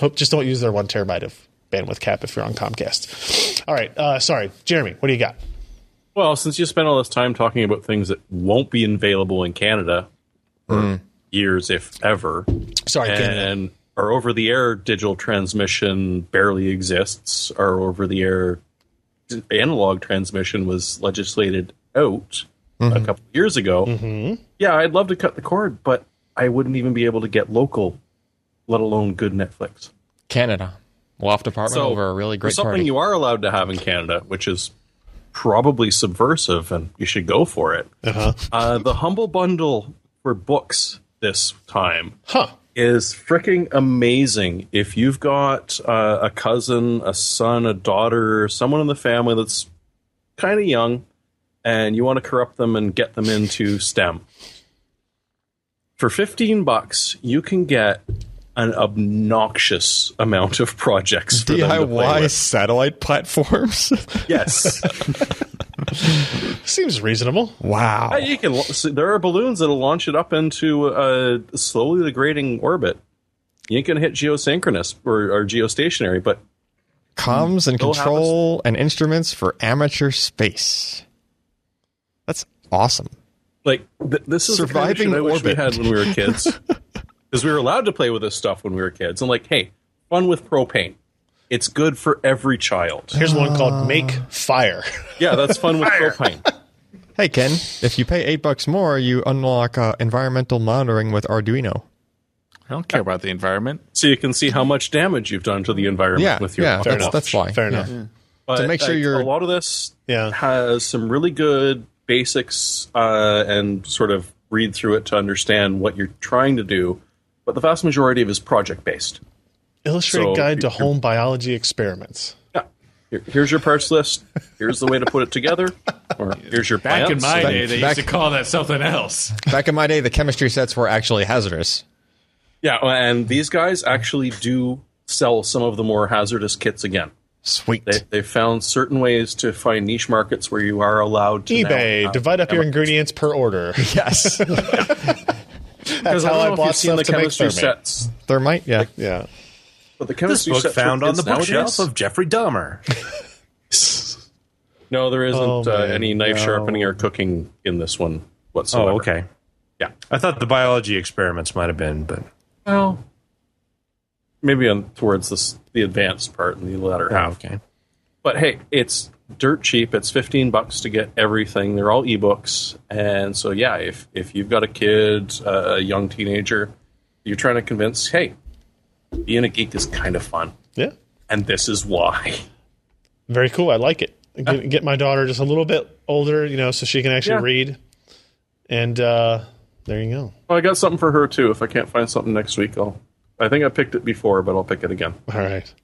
[SPEAKER 1] Hope just don't use their one terabyte of bandwidth cap if you're on Comcast. All right, uh, sorry, Jeremy, what do you got?
[SPEAKER 2] Well, since you spent all this time talking about things that won't be available in Canada for years, if ever,
[SPEAKER 1] Sorry, Canada.
[SPEAKER 2] and our over the air digital transmission barely exists, our over the air analog transmission was legislated out a
[SPEAKER 4] Mm-hmm.
[SPEAKER 2] couple of years ago. Yeah, I'd love to cut the cord, but I wouldn't even be able to get local, let alone good Netflix.
[SPEAKER 4] Canada, Loft apartment over a really
[SPEAKER 2] for
[SPEAKER 4] great
[SPEAKER 2] something
[SPEAKER 4] party.
[SPEAKER 2] you are allowed to have in Canada, which is probably subversive, and you should go for it.
[SPEAKER 1] Uh-huh.
[SPEAKER 2] Uh, the humble bundle for books this time
[SPEAKER 1] Huh?
[SPEAKER 2] is freaking amazing. If you've got uh, a cousin, a son, a daughter, someone in the family that's kind of young, and you want to corrupt them and get them into STEM, for 15 bucks, you can get an obnoxious amount of projects for them to play
[SPEAKER 4] DIY
[SPEAKER 2] with.
[SPEAKER 4] satellite platforms.
[SPEAKER 2] Yes.
[SPEAKER 1] Seems reasonable.
[SPEAKER 4] wow.
[SPEAKER 2] Yeah, you can. so There are balloons that'll launch it up into a slowly degrading orbit. You ain't gonna hit geosynchronous or, or geostationary, but
[SPEAKER 4] Comms and
[SPEAKER 2] Go have
[SPEAKER 4] control and instruments for amateur space. That's awesome.
[SPEAKER 2] like th- this is the
[SPEAKER 4] Surviving
[SPEAKER 2] kind of shit I wish we
[SPEAKER 4] orbit.
[SPEAKER 2] had when we were kids, because we were allowed to play with this stuff when we were kids. I'm like, hey, fun with propane. It's good for every child.
[SPEAKER 1] Here's one
[SPEAKER 4] Ah.
[SPEAKER 1] called Make Fire.
[SPEAKER 2] Yeah, that's fun with propane.
[SPEAKER 4] Hey Ken, if you pay eight bucks more, you unlock uh, environmental monitoring with Arduino.
[SPEAKER 5] I don't care about the environment.
[SPEAKER 2] So you can see how much damage you've done to the environment
[SPEAKER 4] Yeah,
[SPEAKER 2] with your
[SPEAKER 4] yeah, that's,
[SPEAKER 1] enough.
[SPEAKER 4] that's why.
[SPEAKER 1] Fair
[SPEAKER 4] Yeah.
[SPEAKER 1] enough.
[SPEAKER 2] But,
[SPEAKER 4] to make sure you're-
[SPEAKER 2] a lot of this
[SPEAKER 1] Yeah.
[SPEAKER 2] has some really good basics uh, and sort of read through it to understand what you're trying to do. But the vast majority of it is project based.
[SPEAKER 1] Illustrated
[SPEAKER 2] So,
[SPEAKER 1] Guide to
[SPEAKER 2] you're-
[SPEAKER 1] Home Biology Experiments.
[SPEAKER 2] Yeah. Here- here's your parts list. Here's the way to put it together. Or here's your
[SPEAKER 5] Back in
[SPEAKER 2] plants.
[SPEAKER 5] my
[SPEAKER 4] back-
[SPEAKER 5] day, they
[SPEAKER 4] back-
[SPEAKER 5] used to call that something else.
[SPEAKER 4] Back in my day, the chemistry sets were actually hazardous.
[SPEAKER 2] Yeah, and these guys actually do sell some of the more hazardous kits again.
[SPEAKER 4] Sweet.
[SPEAKER 2] They, they found certain ways to find niche markets where you are allowed to now uh,
[SPEAKER 1] eBay,
[SPEAKER 2] have-
[SPEAKER 1] divide up your ingredients per order.
[SPEAKER 4] yes.
[SPEAKER 1] That's
[SPEAKER 2] I
[SPEAKER 1] how
[SPEAKER 2] don't know
[SPEAKER 1] I
[SPEAKER 2] if you've
[SPEAKER 1] bought
[SPEAKER 2] seen
[SPEAKER 1] stuff
[SPEAKER 2] the
[SPEAKER 1] to make
[SPEAKER 2] chemistry
[SPEAKER 1] thermite.
[SPEAKER 2] sets
[SPEAKER 4] Thermite, yeah.
[SPEAKER 1] Yeah.
[SPEAKER 2] But the
[SPEAKER 3] This
[SPEAKER 2] chemistry
[SPEAKER 3] book
[SPEAKER 2] sets
[SPEAKER 3] found
[SPEAKER 2] for
[SPEAKER 3] on the
[SPEAKER 2] kids nowadays-
[SPEAKER 3] bookshelf of Jeffrey Dahmer.
[SPEAKER 2] No, there isn't
[SPEAKER 1] Oh,
[SPEAKER 2] uh,
[SPEAKER 1] man,
[SPEAKER 2] any knife sharpening or cooking in this one whatsoever.
[SPEAKER 3] Oh, okay.
[SPEAKER 2] Yeah.
[SPEAKER 3] I thought the biology experiments might have been, but
[SPEAKER 2] Well, maybe on towards this, the advanced part in the latter half.
[SPEAKER 3] oh, okay.
[SPEAKER 2] But hey, it's dirt cheap. It's fifteen bucks to get everything. They're all ebooks, and so yeah, if if you've got a kid, uh, a young teenager, you're trying to convince, hey, being a geek is kind of fun,
[SPEAKER 1] Yeah.
[SPEAKER 2] and this is why.
[SPEAKER 1] Very cool. I like it.
[SPEAKER 2] Uh.
[SPEAKER 1] Get, get my daughter just a little bit older, you know, so she can actually
[SPEAKER 2] Yeah.
[SPEAKER 1] read. And uh, there you go.
[SPEAKER 2] Well, I got something for her too. If I can't find something next week, I'll. I think I picked it before, but I'll pick it again.
[SPEAKER 1] All right.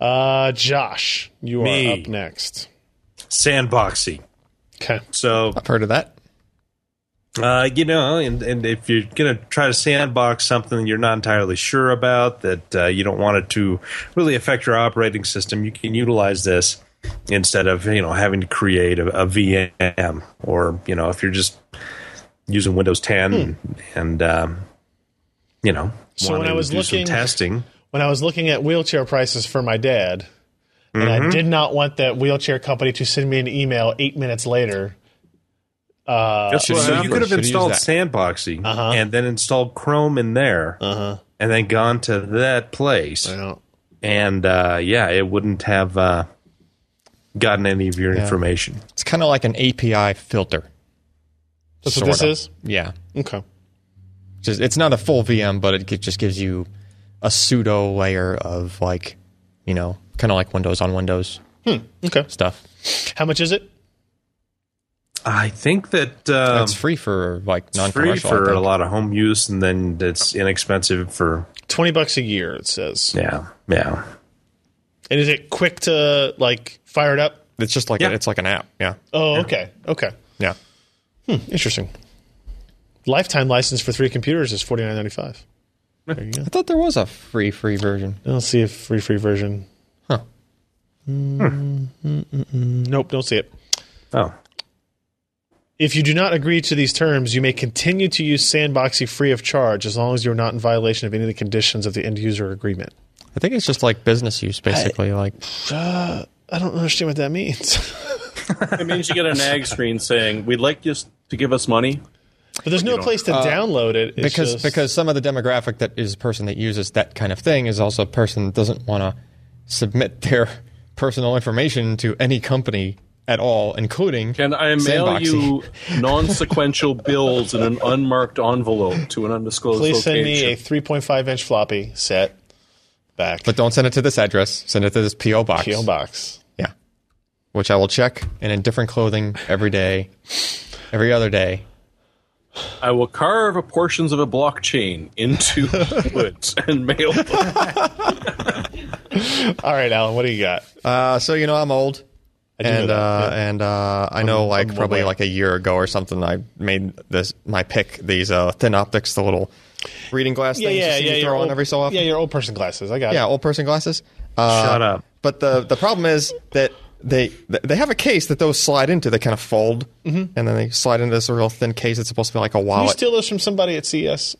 [SPEAKER 1] Uh, Josh, you are
[SPEAKER 3] Me.
[SPEAKER 1] up next.
[SPEAKER 3] Sandboxy.
[SPEAKER 1] Okay.
[SPEAKER 3] So
[SPEAKER 4] I've heard of that.
[SPEAKER 3] Uh, you know, and, and if you're going to try to sandbox something you're not entirely sure about, that uh, you don't want it to really affect your operating system, you can utilize this instead of, you know, having to create a, a VM or, you know, if you're just using Windows 10 and, um, you know,
[SPEAKER 1] So when
[SPEAKER 3] wanting
[SPEAKER 1] I was
[SPEAKER 3] to do some
[SPEAKER 1] looking-
[SPEAKER 3] testing.
[SPEAKER 1] When I was looking at wheelchair prices for my dad, and
[SPEAKER 4] Mm-hmm.
[SPEAKER 1] I did not want that wheelchair company to send me an email eight minutes later. uh,
[SPEAKER 3] so you could have
[SPEAKER 4] Should've used
[SPEAKER 3] installed
[SPEAKER 4] that.
[SPEAKER 3] Sandboxy
[SPEAKER 1] Uh-huh.
[SPEAKER 3] and then installed Chrome in there and then gone to that place.
[SPEAKER 1] know.
[SPEAKER 3] and uh, yeah, it wouldn't have uh, gotten any of your information.
[SPEAKER 4] It's kind of like an API filter.
[SPEAKER 1] That's what this
[SPEAKER 4] Sorta.
[SPEAKER 1] is?
[SPEAKER 4] Yeah.
[SPEAKER 1] Okay.
[SPEAKER 4] Just, it's not a full VM, but it gi- just gives you a pseudo layer of like, you know, kind of like Windows on Windows
[SPEAKER 3] Hmm.
[SPEAKER 1] Okay.
[SPEAKER 4] stuff.
[SPEAKER 1] How much is it?
[SPEAKER 3] I think that um,
[SPEAKER 4] That's free for like
[SPEAKER 3] it's free
[SPEAKER 4] non-commercial. I
[SPEAKER 3] for a
[SPEAKER 4] think.
[SPEAKER 3] lot of home use, and then it's inexpensive for
[SPEAKER 1] 20 bucks a year, it says.
[SPEAKER 3] yeah, yeah.
[SPEAKER 1] And is it quick to like fire it up?
[SPEAKER 4] It's just like a- it's like an app. Yeah.
[SPEAKER 1] Oh, okay. Okay.
[SPEAKER 4] Yeah.
[SPEAKER 1] Interesting. Lifetime license for three computers is forty nine ninety five.
[SPEAKER 4] I thought there was a free free version.
[SPEAKER 1] I'll see if free free version. Mm-hmm.
[SPEAKER 4] Huh.
[SPEAKER 1] Nope, don't see it.
[SPEAKER 3] Oh,
[SPEAKER 1] If you do not agree to these terms, you may continue to use Sandboxy free of charge as long as you're not in violation of any of the conditions of the end user agreement.
[SPEAKER 4] I think it's just like business use basically like
[SPEAKER 1] I don't understand what that means.
[SPEAKER 2] It means you get a nag screen saying, "We'd like you s- to give us money."
[SPEAKER 1] but there's no place to download it. It's
[SPEAKER 4] because
[SPEAKER 1] just-
[SPEAKER 4] because some of the demographic that is a person that uses that kind of thing is also a person that doesn't want to submit their personal information to any company at all, including
[SPEAKER 2] Can I mail
[SPEAKER 4] Sandboxy.
[SPEAKER 2] you non-sequential bills in an unmarked envelope to an undisclosed
[SPEAKER 1] please send
[SPEAKER 2] location?
[SPEAKER 1] me a three point five inch floppy set back
[SPEAKER 4] But don't send it to this address. Send it to this PO box.
[SPEAKER 1] PO box.
[SPEAKER 4] Yeah, which I will check and in different clothing every day, every other day.
[SPEAKER 2] I will carve a portions of a blockchain into woods and mail. them.
[SPEAKER 1] All right, Alan, what do you got?
[SPEAKER 4] Uh, so you know I'm old.
[SPEAKER 1] I do know
[SPEAKER 4] and
[SPEAKER 1] that,
[SPEAKER 4] uh,
[SPEAKER 1] yeah.
[SPEAKER 4] and uh, I know like
[SPEAKER 1] on
[SPEAKER 4] probably
[SPEAKER 1] mobile.
[SPEAKER 4] like a year ago or something. I made this my pick these uh, thin optics, the little reading glass
[SPEAKER 1] yeah,
[SPEAKER 4] things
[SPEAKER 1] yeah,
[SPEAKER 4] you see
[SPEAKER 1] yeah.
[SPEAKER 4] me
[SPEAKER 1] your
[SPEAKER 4] throw on
[SPEAKER 1] old-
[SPEAKER 4] every so often.
[SPEAKER 1] Yeah, your old person glasses. I got
[SPEAKER 4] Yeah,
[SPEAKER 1] it.
[SPEAKER 4] old person glasses. Uh,
[SPEAKER 3] Shut up.
[SPEAKER 4] But the the problem is that they they have a case that those slide into. They kind of fold, and then they slide into this real thin case. It's supposed to be like a
[SPEAKER 1] Mm-hmm. You
[SPEAKER 4] wallet.
[SPEAKER 1] steal those from somebody at CS.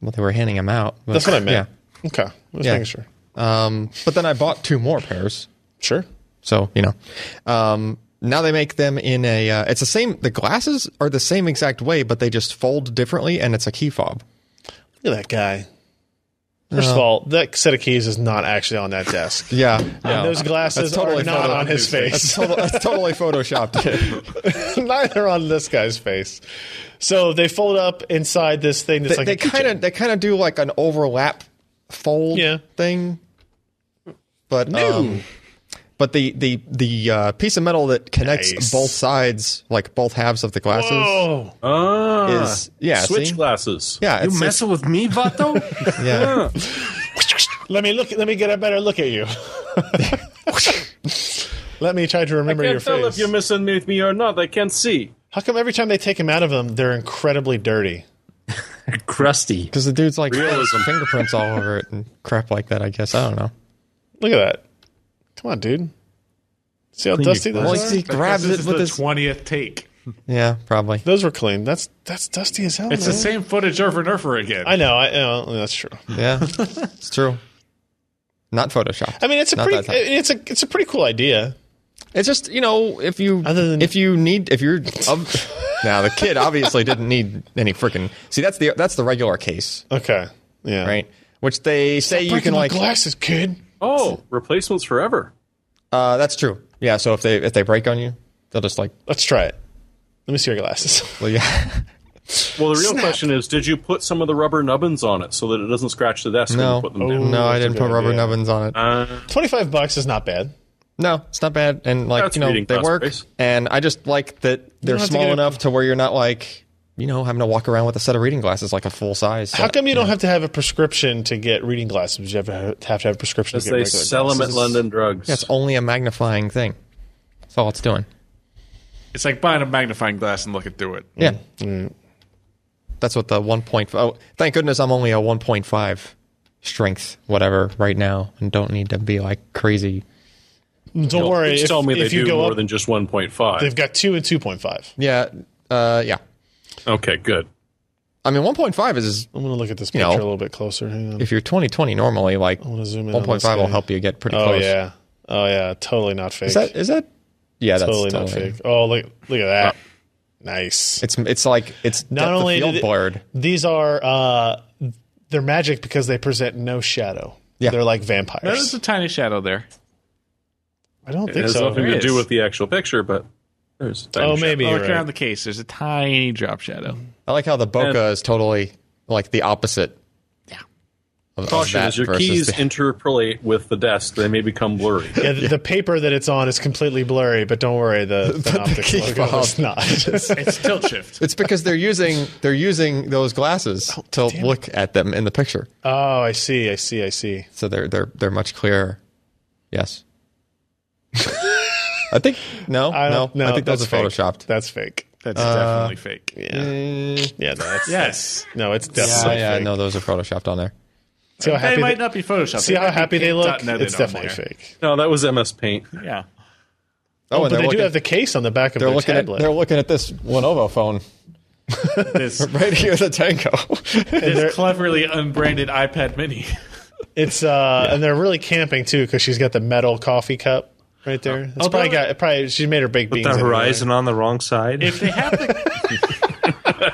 [SPEAKER 4] well, they were handing them out. but-
[SPEAKER 1] That's what I meant.
[SPEAKER 4] Yeah.
[SPEAKER 1] Okay. I was
[SPEAKER 4] Yeah.
[SPEAKER 1] making sure.
[SPEAKER 4] Um, but then I bought two more pairs.
[SPEAKER 1] Sure.
[SPEAKER 4] So you know, um, now they make them in a. Uh, it's the same. The glasses are the same exact way, but they just fold differently, and it's a key fob.
[SPEAKER 1] Look at that guy. First of all, that set of keys is not actually on that desk.
[SPEAKER 4] Yeah,
[SPEAKER 1] And those glasses
[SPEAKER 4] totally
[SPEAKER 1] are not
[SPEAKER 4] photo-
[SPEAKER 1] on his
[SPEAKER 4] That's,
[SPEAKER 1] face.
[SPEAKER 4] total, that's totally photoshopped.
[SPEAKER 1] Neither on this guy's face. So they fold up inside this thing that's
[SPEAKER 4] they
[SPEAKER 1] like
[SPEAKER 4] they
[SPEAKER 1] a keychain.
[SPEAKER 4] kind of they kind of do like an overlap fold
[SPEAKER 1] Yeah.
[SPEAKER 4] thing, but um, but the the the uh, piece of metal that connects
[SPEAKER 1] Nice.
[SPEAKER 4] both sides, like both halves of the glasses,
[SPEAKER 1] Oh,
[SPEAKER 2] Ah,
[SPEAKER 4] is yeah,
[SPEAKER 2] switch
[SPEAKER 4] see?
[SPEAKER 2] glasses.
[SPEAKER 4] yeah,
[SPEAKER 3] You
[SPEAKER 4] it's, it's-
[SPEAKER 3] messing with me, Vato?
[SPEAKER 4] yeah.
[SPEAKER 1] let me look. Let me get a better look at you. let me try to remember your
[SPEAKER 2] Can't tell
[SPEAKER 1] face.
[SPEAKER 2] if you're messing with me or not. I can't see.
[SPEAKER 1] How come every time they take him out of them, they're incredibly dirty?
[SPEAKER 3] Crusty.
[SPEAKER 4] Because the dude's like
[SPEAKER 2] Realism.
[SPEAKER 4] fingerprints all over it and crap like that. I guess I don't know.
[SPEAKER 1] Look at that. Come on, dude. See how dusty
[SPEAKER 4] Well,
[SPEAKER 1] those are?
[SPEAKER 4] he grabs
[SPEAKER 5] this
[SPEAKER 4] it
[SPEAKER 5] is
[SPEAKER 4] with
[SPEAKER 5] the
[SPEAKER 4] his.
[SPEAKER 5] twentieth take.
[SPEAKER 4] yeah, probably.
[SPEAKER 1] Those were clean. That's that's dusty as hell.
[SPEAKER 5] It's the
[SPEAKER 1] man.
[SPEAKER 5] same footage over and over again.
[SPEAKER 1] I know. I, uh, that's true.
[SPEAKER 4] Yeah, it's true. Not photoshopped.
[SPEAKER 1] I mean, it's a
[SPEAKER 4] Not
[SPEAKER 1] pretty
[SPEAKER 4] that type.
[SPEAKER 1] it's a it's a pretty cool idea.
[SPEAKER 4] It's just you know if you
[SPEAKER 1] Other than-
[SPEAKER 4] if you need if you're of now the kid obviously didn't need any freaking see that's the that's the regular case
[SPEAKER 1] Okay. Yeah.
[SPEAKER 4] right which they say you can like
[SPEAKER 1] glasses, kid.
[SPEAKER 2] Oh, replacements forever.
[SPEAKER 4] uh, that's true yeah so if they if they break on you they'll just like
[SPEAKER 1] Let's try it. Let me see your glasses.
[SPEAKER 4] well yeah
[SPEAKER 2] Well, the real question is, did you put some of the rubber nubbins on it so that it doesn't scratch the desk when
[SPEAKER 4] no Oh,
[SPEAKER 2] you put them down?
[SPEAKER 4] no I
[SPEAKER 1] that's a
[SPEAKER 4] didn't put
[SPEAKER 1] good
[SPEAKER 4] rubber
[SPEAKER 1] idea.
[SPEAKER 4] nubbins on it
[SPEAKER 1] Twenty five bucks is not bad.
[SPEAKER 4] No, it's not bad, and like
[SPEAKER 2] That's
[SPEAKER 4] you know
[SPEAKER 2] reading
[SPEAKER 4] they
[SPEAKER 2] cost
[SPEAKER 4] work,
[SPEAKER 2] price.
[SPEAKER 4] and I just like that they're
[SPEAKER 1] don't have to
[SPEAKER 4] small
[SPEAKER 1] get a-
[SPEAKER 4] enough to where you're not like you know having to walk around with a set of reading glasses like a full size.
[SPEAKER 1] How come you don't have to have a prescription to get reading glasses? You have to have, to have a prescription. To get
[SPEAKER 2] They
[SPEAKER 1] regular
[SPEAKER 2] sell them at
[SPEAKER 1] glasses?
[SPEAKER 2] London Drugs.
[SPEAKER 4] It's only a magnifying thing. That's all it's doing.
[SPEAKER 5] It's like buying a magnifying glass and looking through it.
[SPEAKER 4] Yeah,
[SPEAKER 1] Mm-hmm.
[SPEAKER 4] that's what the one point. Oh, thank goodness I'm only a one point five strength, whatever, right now, and don't need to be like crazy.
[SPEAKER 1] Don't worry.
[SPEAKER 2] Please
[SPEAKER 1] If,
[SPEAKER 2] tell me they
[SPEAKER 1] if you
[SPEAKER 2] do
[SPEAKER 1] go
[SPEAKER 2] more
[SPEAKER 1] up,
[SPEAKER 2] than just 1.5.
[SPEAKER 1] they've got two and two point five.
[SPEAKER 4] Yeah, uh, yeah.
[SPEAKER 2] Okay, good.
[SPEAKER 4] I mean, one point five is
[SPEAKER 1] I'm gonna look at this
[SPEAKER 4] You
[SPEAKER 1] picture
[SPEAKER 4] know,
[SPEAKER 1] a little bit closer. Hang on.
[SPEAKER 4] if you're twenty twenty normally, like
[SPEAKER 1] I'm
[SPEAKER 4] one
[SPEAKER 1] gonna zoom in. on
[SPEAKER 4] point
[SPEAKER 1] this
[SPEAKER 4] five will
[SPEAKER 1] guy.
[SPEAKER 4] help you get pretty
[SPEAKER 1] Oh
[SPEAKER 4] close.
[SPEAKER 1] yeah. Oh yeah. Totally not fake.
[SPEAKER 4] Is that is that? Yeah,
[SPEAKER 1] totally,
[SPEAKER 4] that's
[SPEAKER 1] not fake. Oh look! Look at that. Nice.
[SPEAKER 4] It's it's like it's
[SPEAKER 1] not only
[SPEAKER 4] field
[SPEAKER 1] did it-
[SPEAKER 4] blurred.
[SPEAKER 1] These are uh, they're magic because they present no shadow.
[SPEAKER 4] Yeah.
[SPEAKER 1] they're like
[SPEAKER 5] There's
[SPEAKER 1] vampires.
[SPEAKER 5] a tiny shadow there.
[SPEAKER 1] I don't
[SPEAKER 2] It
[SPEAKER 1] think
[SPEAKER 2] has
[SPEAKER 1] so.
[SPEAKER 2] nothing to
[SPEAKER 5] There
[SPEAKER 2] do
[SPEAKER 5] is.
[SPEAKER 2] with the actual picture, but there's.
[SPEAKER 1] Oh, maybe
[SPEAKER 5] Oh,
[SPEAKER 1] you're
[SPEAKER 5] look
[SPEAKER 1] right.
[SPEAKER 5] around the case. There's a tiny drop shadow.
[SPEAKER 4] I like how the bokeh
[SPEAKER 2] And-
[SPEAKER 4] is totally like the opposite.
[SPEAKER 5] Yeah.
[SPEAKER 4] Of, of
[SPEAKER 2] Caution
[SPEAKER 4] that
[SPEAKER 2] as your
[SPEAKER 4] versus
[SPEAKER 2] keys
[SPEAKER 4] the-
[SPEAKER 2] interpolate with the desk, they may become blurry.
[SPEAKER 1] Yeah, the, the paper that it's on is completely blurry, but don't worry, the, the, optics
[SPEAKER 4] key
[SPEAKER 1] logo
[SPEAKER 4] fob-
[SPEAKER 1] is not. It's-
[SPEAKER 5] It's tilt shift.
[SPEAKER 4] it's because they're using they're using those glasses to look at them in the picture,
[SPEAKER 1] oh, I see, I see, I see.
[SPEAKER 4] so they're they're they're much clearer. Yes. I think no,
[SPEAKER 1] I
[SPEAKER 4] no,
[SPEAKER 1] don't, no,
[SPEAKER 4] I think those are
[SPEAKER 1] that's fake.
[SPEAKER 4] photoshopped. Uh,
[SPEAKER 1] That's fake.
[SPEAKER 5] That's definitely fake.
[SPEAKER 1] Yeah, yeah, no, that's,
[SPEAKER 5] Uh, Yes.
[SPEAKER 1] no, it's
[SPEAKER 4] Yeah,
[SPEAKER 1] definitely
[SPEAKER 4] yeah,
[SPEAKER 1] fake.
[SPEAKER 4] no, those are photoshopped on there.
[SPEAKER 1] See how
[SPEAKER 5] They
[SPEAKER 1] happy
[SPEAKER 5] might
[SPEAKER 1] they,
[SPEAKER 5] not be photoshopped.
[SPEAKER 1] see how happy they look?
[SPEAKER 5] dotted
[SPEAKER 1] It's
[SPEAKER 5] on
[SPEAKER 1] definitely
[SPEAKER 5] there.
[SPEAKER 1] fake.
[SPEAKER 2] No, that was MS Paint.
[SPEAKER 5] Yeah.
[SPEAKER 4] Oh,
[SPEAKER 1] But
[SPEAKER 4] and
[SPEAKER 1] they
[SPEAKER 4] they're
[SPEAKER 1] do
[SPEAKER 4] looking,
[SPEAKER 1] have the case on the back of
[SPEAKER 4] they're
[SPEAKER 1] their
[SPEAKER 4] looking at
[SPEAKER 1] tablet.
[SPEAKER 4] they're looking at this Lenovo phone
[SPEAKER 5] This,
[SPEAKER 4] right here, the Tango.
[SPEAKER 5] this cleverly unbranded iPad Mini.
[SPEAKER 1] It's uh, and they're really camping too because she's got the metal coffee cup right there. It's
[SPEAKER 5] Oh,
[SPEAKER 1] probably
[SPEAKER 5] by the
[SPEAKER 1] got probably she made her baked beans.
[SPEAKER 3] The
[SPEAKER 1] everywhere.
[SPEAKER 3] horizon on the wrong side.
[SPEAKER 5] If they have the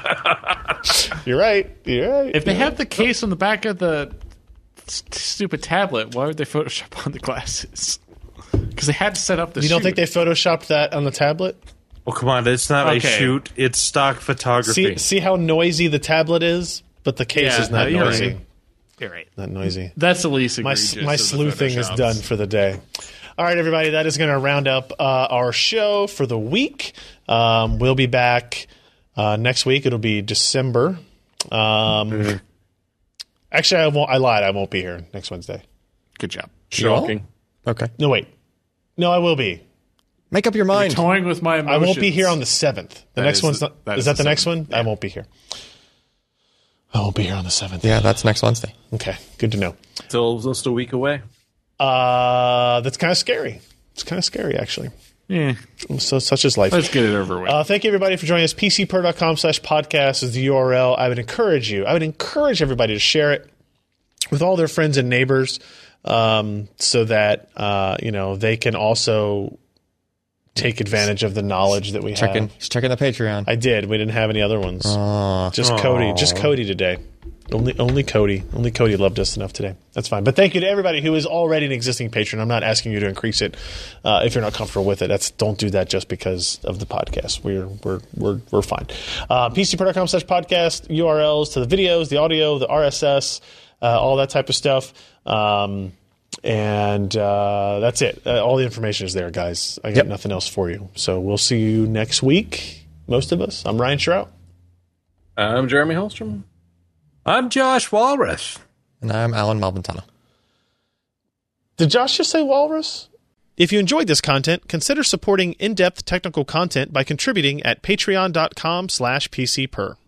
[SPEAKER 1] You're right. You're right.
[SPEAKER 5] if they have the case on the back of the st- stupid tablet, why would they Photoshop on the glasses? Because they had to set up the.
[SPEAKER 1] you don't think they photoshopped that on the tablet?
[SPEAKER 3] oh, come on. It's not
[SPEAKER 5] Okay.
[SPEAKER 3] a shoot. It's stock
[SPEAKER 1] See,
[SPEAKER 3] photography.
[SPEAKER 1] see how noisy the tablet is, but the case
[SPEAKER 5] Yeah,
[SPEAKER 1] is not
[SPEAKER 5] no, you're
[SPEAKER 1] noisy.
[SPEAKER 5] right. You're right.
[SPEAKER 1] Not noisy.
[SPEAKER 5] That's the least
[SPEAKER 1] My
[SPEAKER 5] egregious.
[SPEAKER 1] my
[SPEAKER 5] of the
[SPEAKER 1] sleuthing is
[SPEAKER 5] Photoshops.
[SPEAKER 1] done for the day. All right, everybody, that is going to round up uh, our show for the week. Um, we'll be back uh, next week. It'll be December. Um, actually, I won't. I lied. I won't be here next Wednesday.
[SPEAKER 5] Good job.
[SPEAKER 2] Shocking.
[SPEAKER 4] okay.
[SPEAKER 1] No, wait. No, I will be.
[SPEAKER 4] Make up your mind.
[SPEAKER 5] Toying with my
[SPEAKER 1] I
[SPEAKER 5] emotions.
[SPEAKER 1] won't be here on the seventh. The
[SPEAKER 5] That
[SPEAKER 1] next
[SPEAKER 5] is
[SPEAKER 1] one's
[SPEAKER 5] the-
[SPEAKER 1] not.
[SPEAKER 5] that
[SPEAKER 1] is
[SPEAKER 5] is
[SPEAKER 1] that the,
[SPEAKER 5] the
[SPEAKER 1] next one? I won't be here. I won't be here on the seventh.
[SPEAKER 4] yeah, that's next Wednesday.
[SPEAKER 1] Okay. Good to know.
[SPEAKER 2] Still just a week away.
[SPEAKER 1] Uh, that's kind of scary. It's kind of scary, actually.
[SPEAKER 5] Yeah,
[SPEAKER 1] So such is life.
[SPEAKER 5] let's get it over with.
[SPEAKER 1] Uh, thank you, everybody, for joining us. PCPro.com slash podcast is the URL. I would encourage you, I would encourage everybody to share it with all their friends and neighbors um, so that, uh, you know, they can also take advantage of the knowledge that we
[SPEAKER 4] Check
[SPEAKER 1] have.
[SPEAKER 4] in. Just check in the Patreon.
[SPEAKER 1] Oh. I did. We didn't have any other ones. just Cody. Just Cody today. Only, only Cody. Only Cody loved us enough today. That's fine. But thank you to everybody who is already an existing patron. I'm not asking you to increase it uh, if you're not comfortable with it. That's don't do that just because of the podcast. We're we're we're, we're fine. Uh, PCPro.com slash podcast URLs to the videos, the audio, the RSS, uh, all that type of stuff. Um, and uh, that's it. Uh, all the information is there, guys. I got
[SPEAKER 4] Yep.
[SPEAKER 1] nothing else for you. So we'll see you next week. Most of us. I'm Ryan Shrout.
[SPEAKER 2] I'm Jeremy Hellstrom.
[SPEAKER 3] I'm Josh Walrath.
[SPEAKER 4] and I'm Alan Malventano.
[SPEAKER 1] Did Josh just say walrus? If you enjoyed this content, consider supporting in-depth technical content by contributing at patreon.com slash pcper.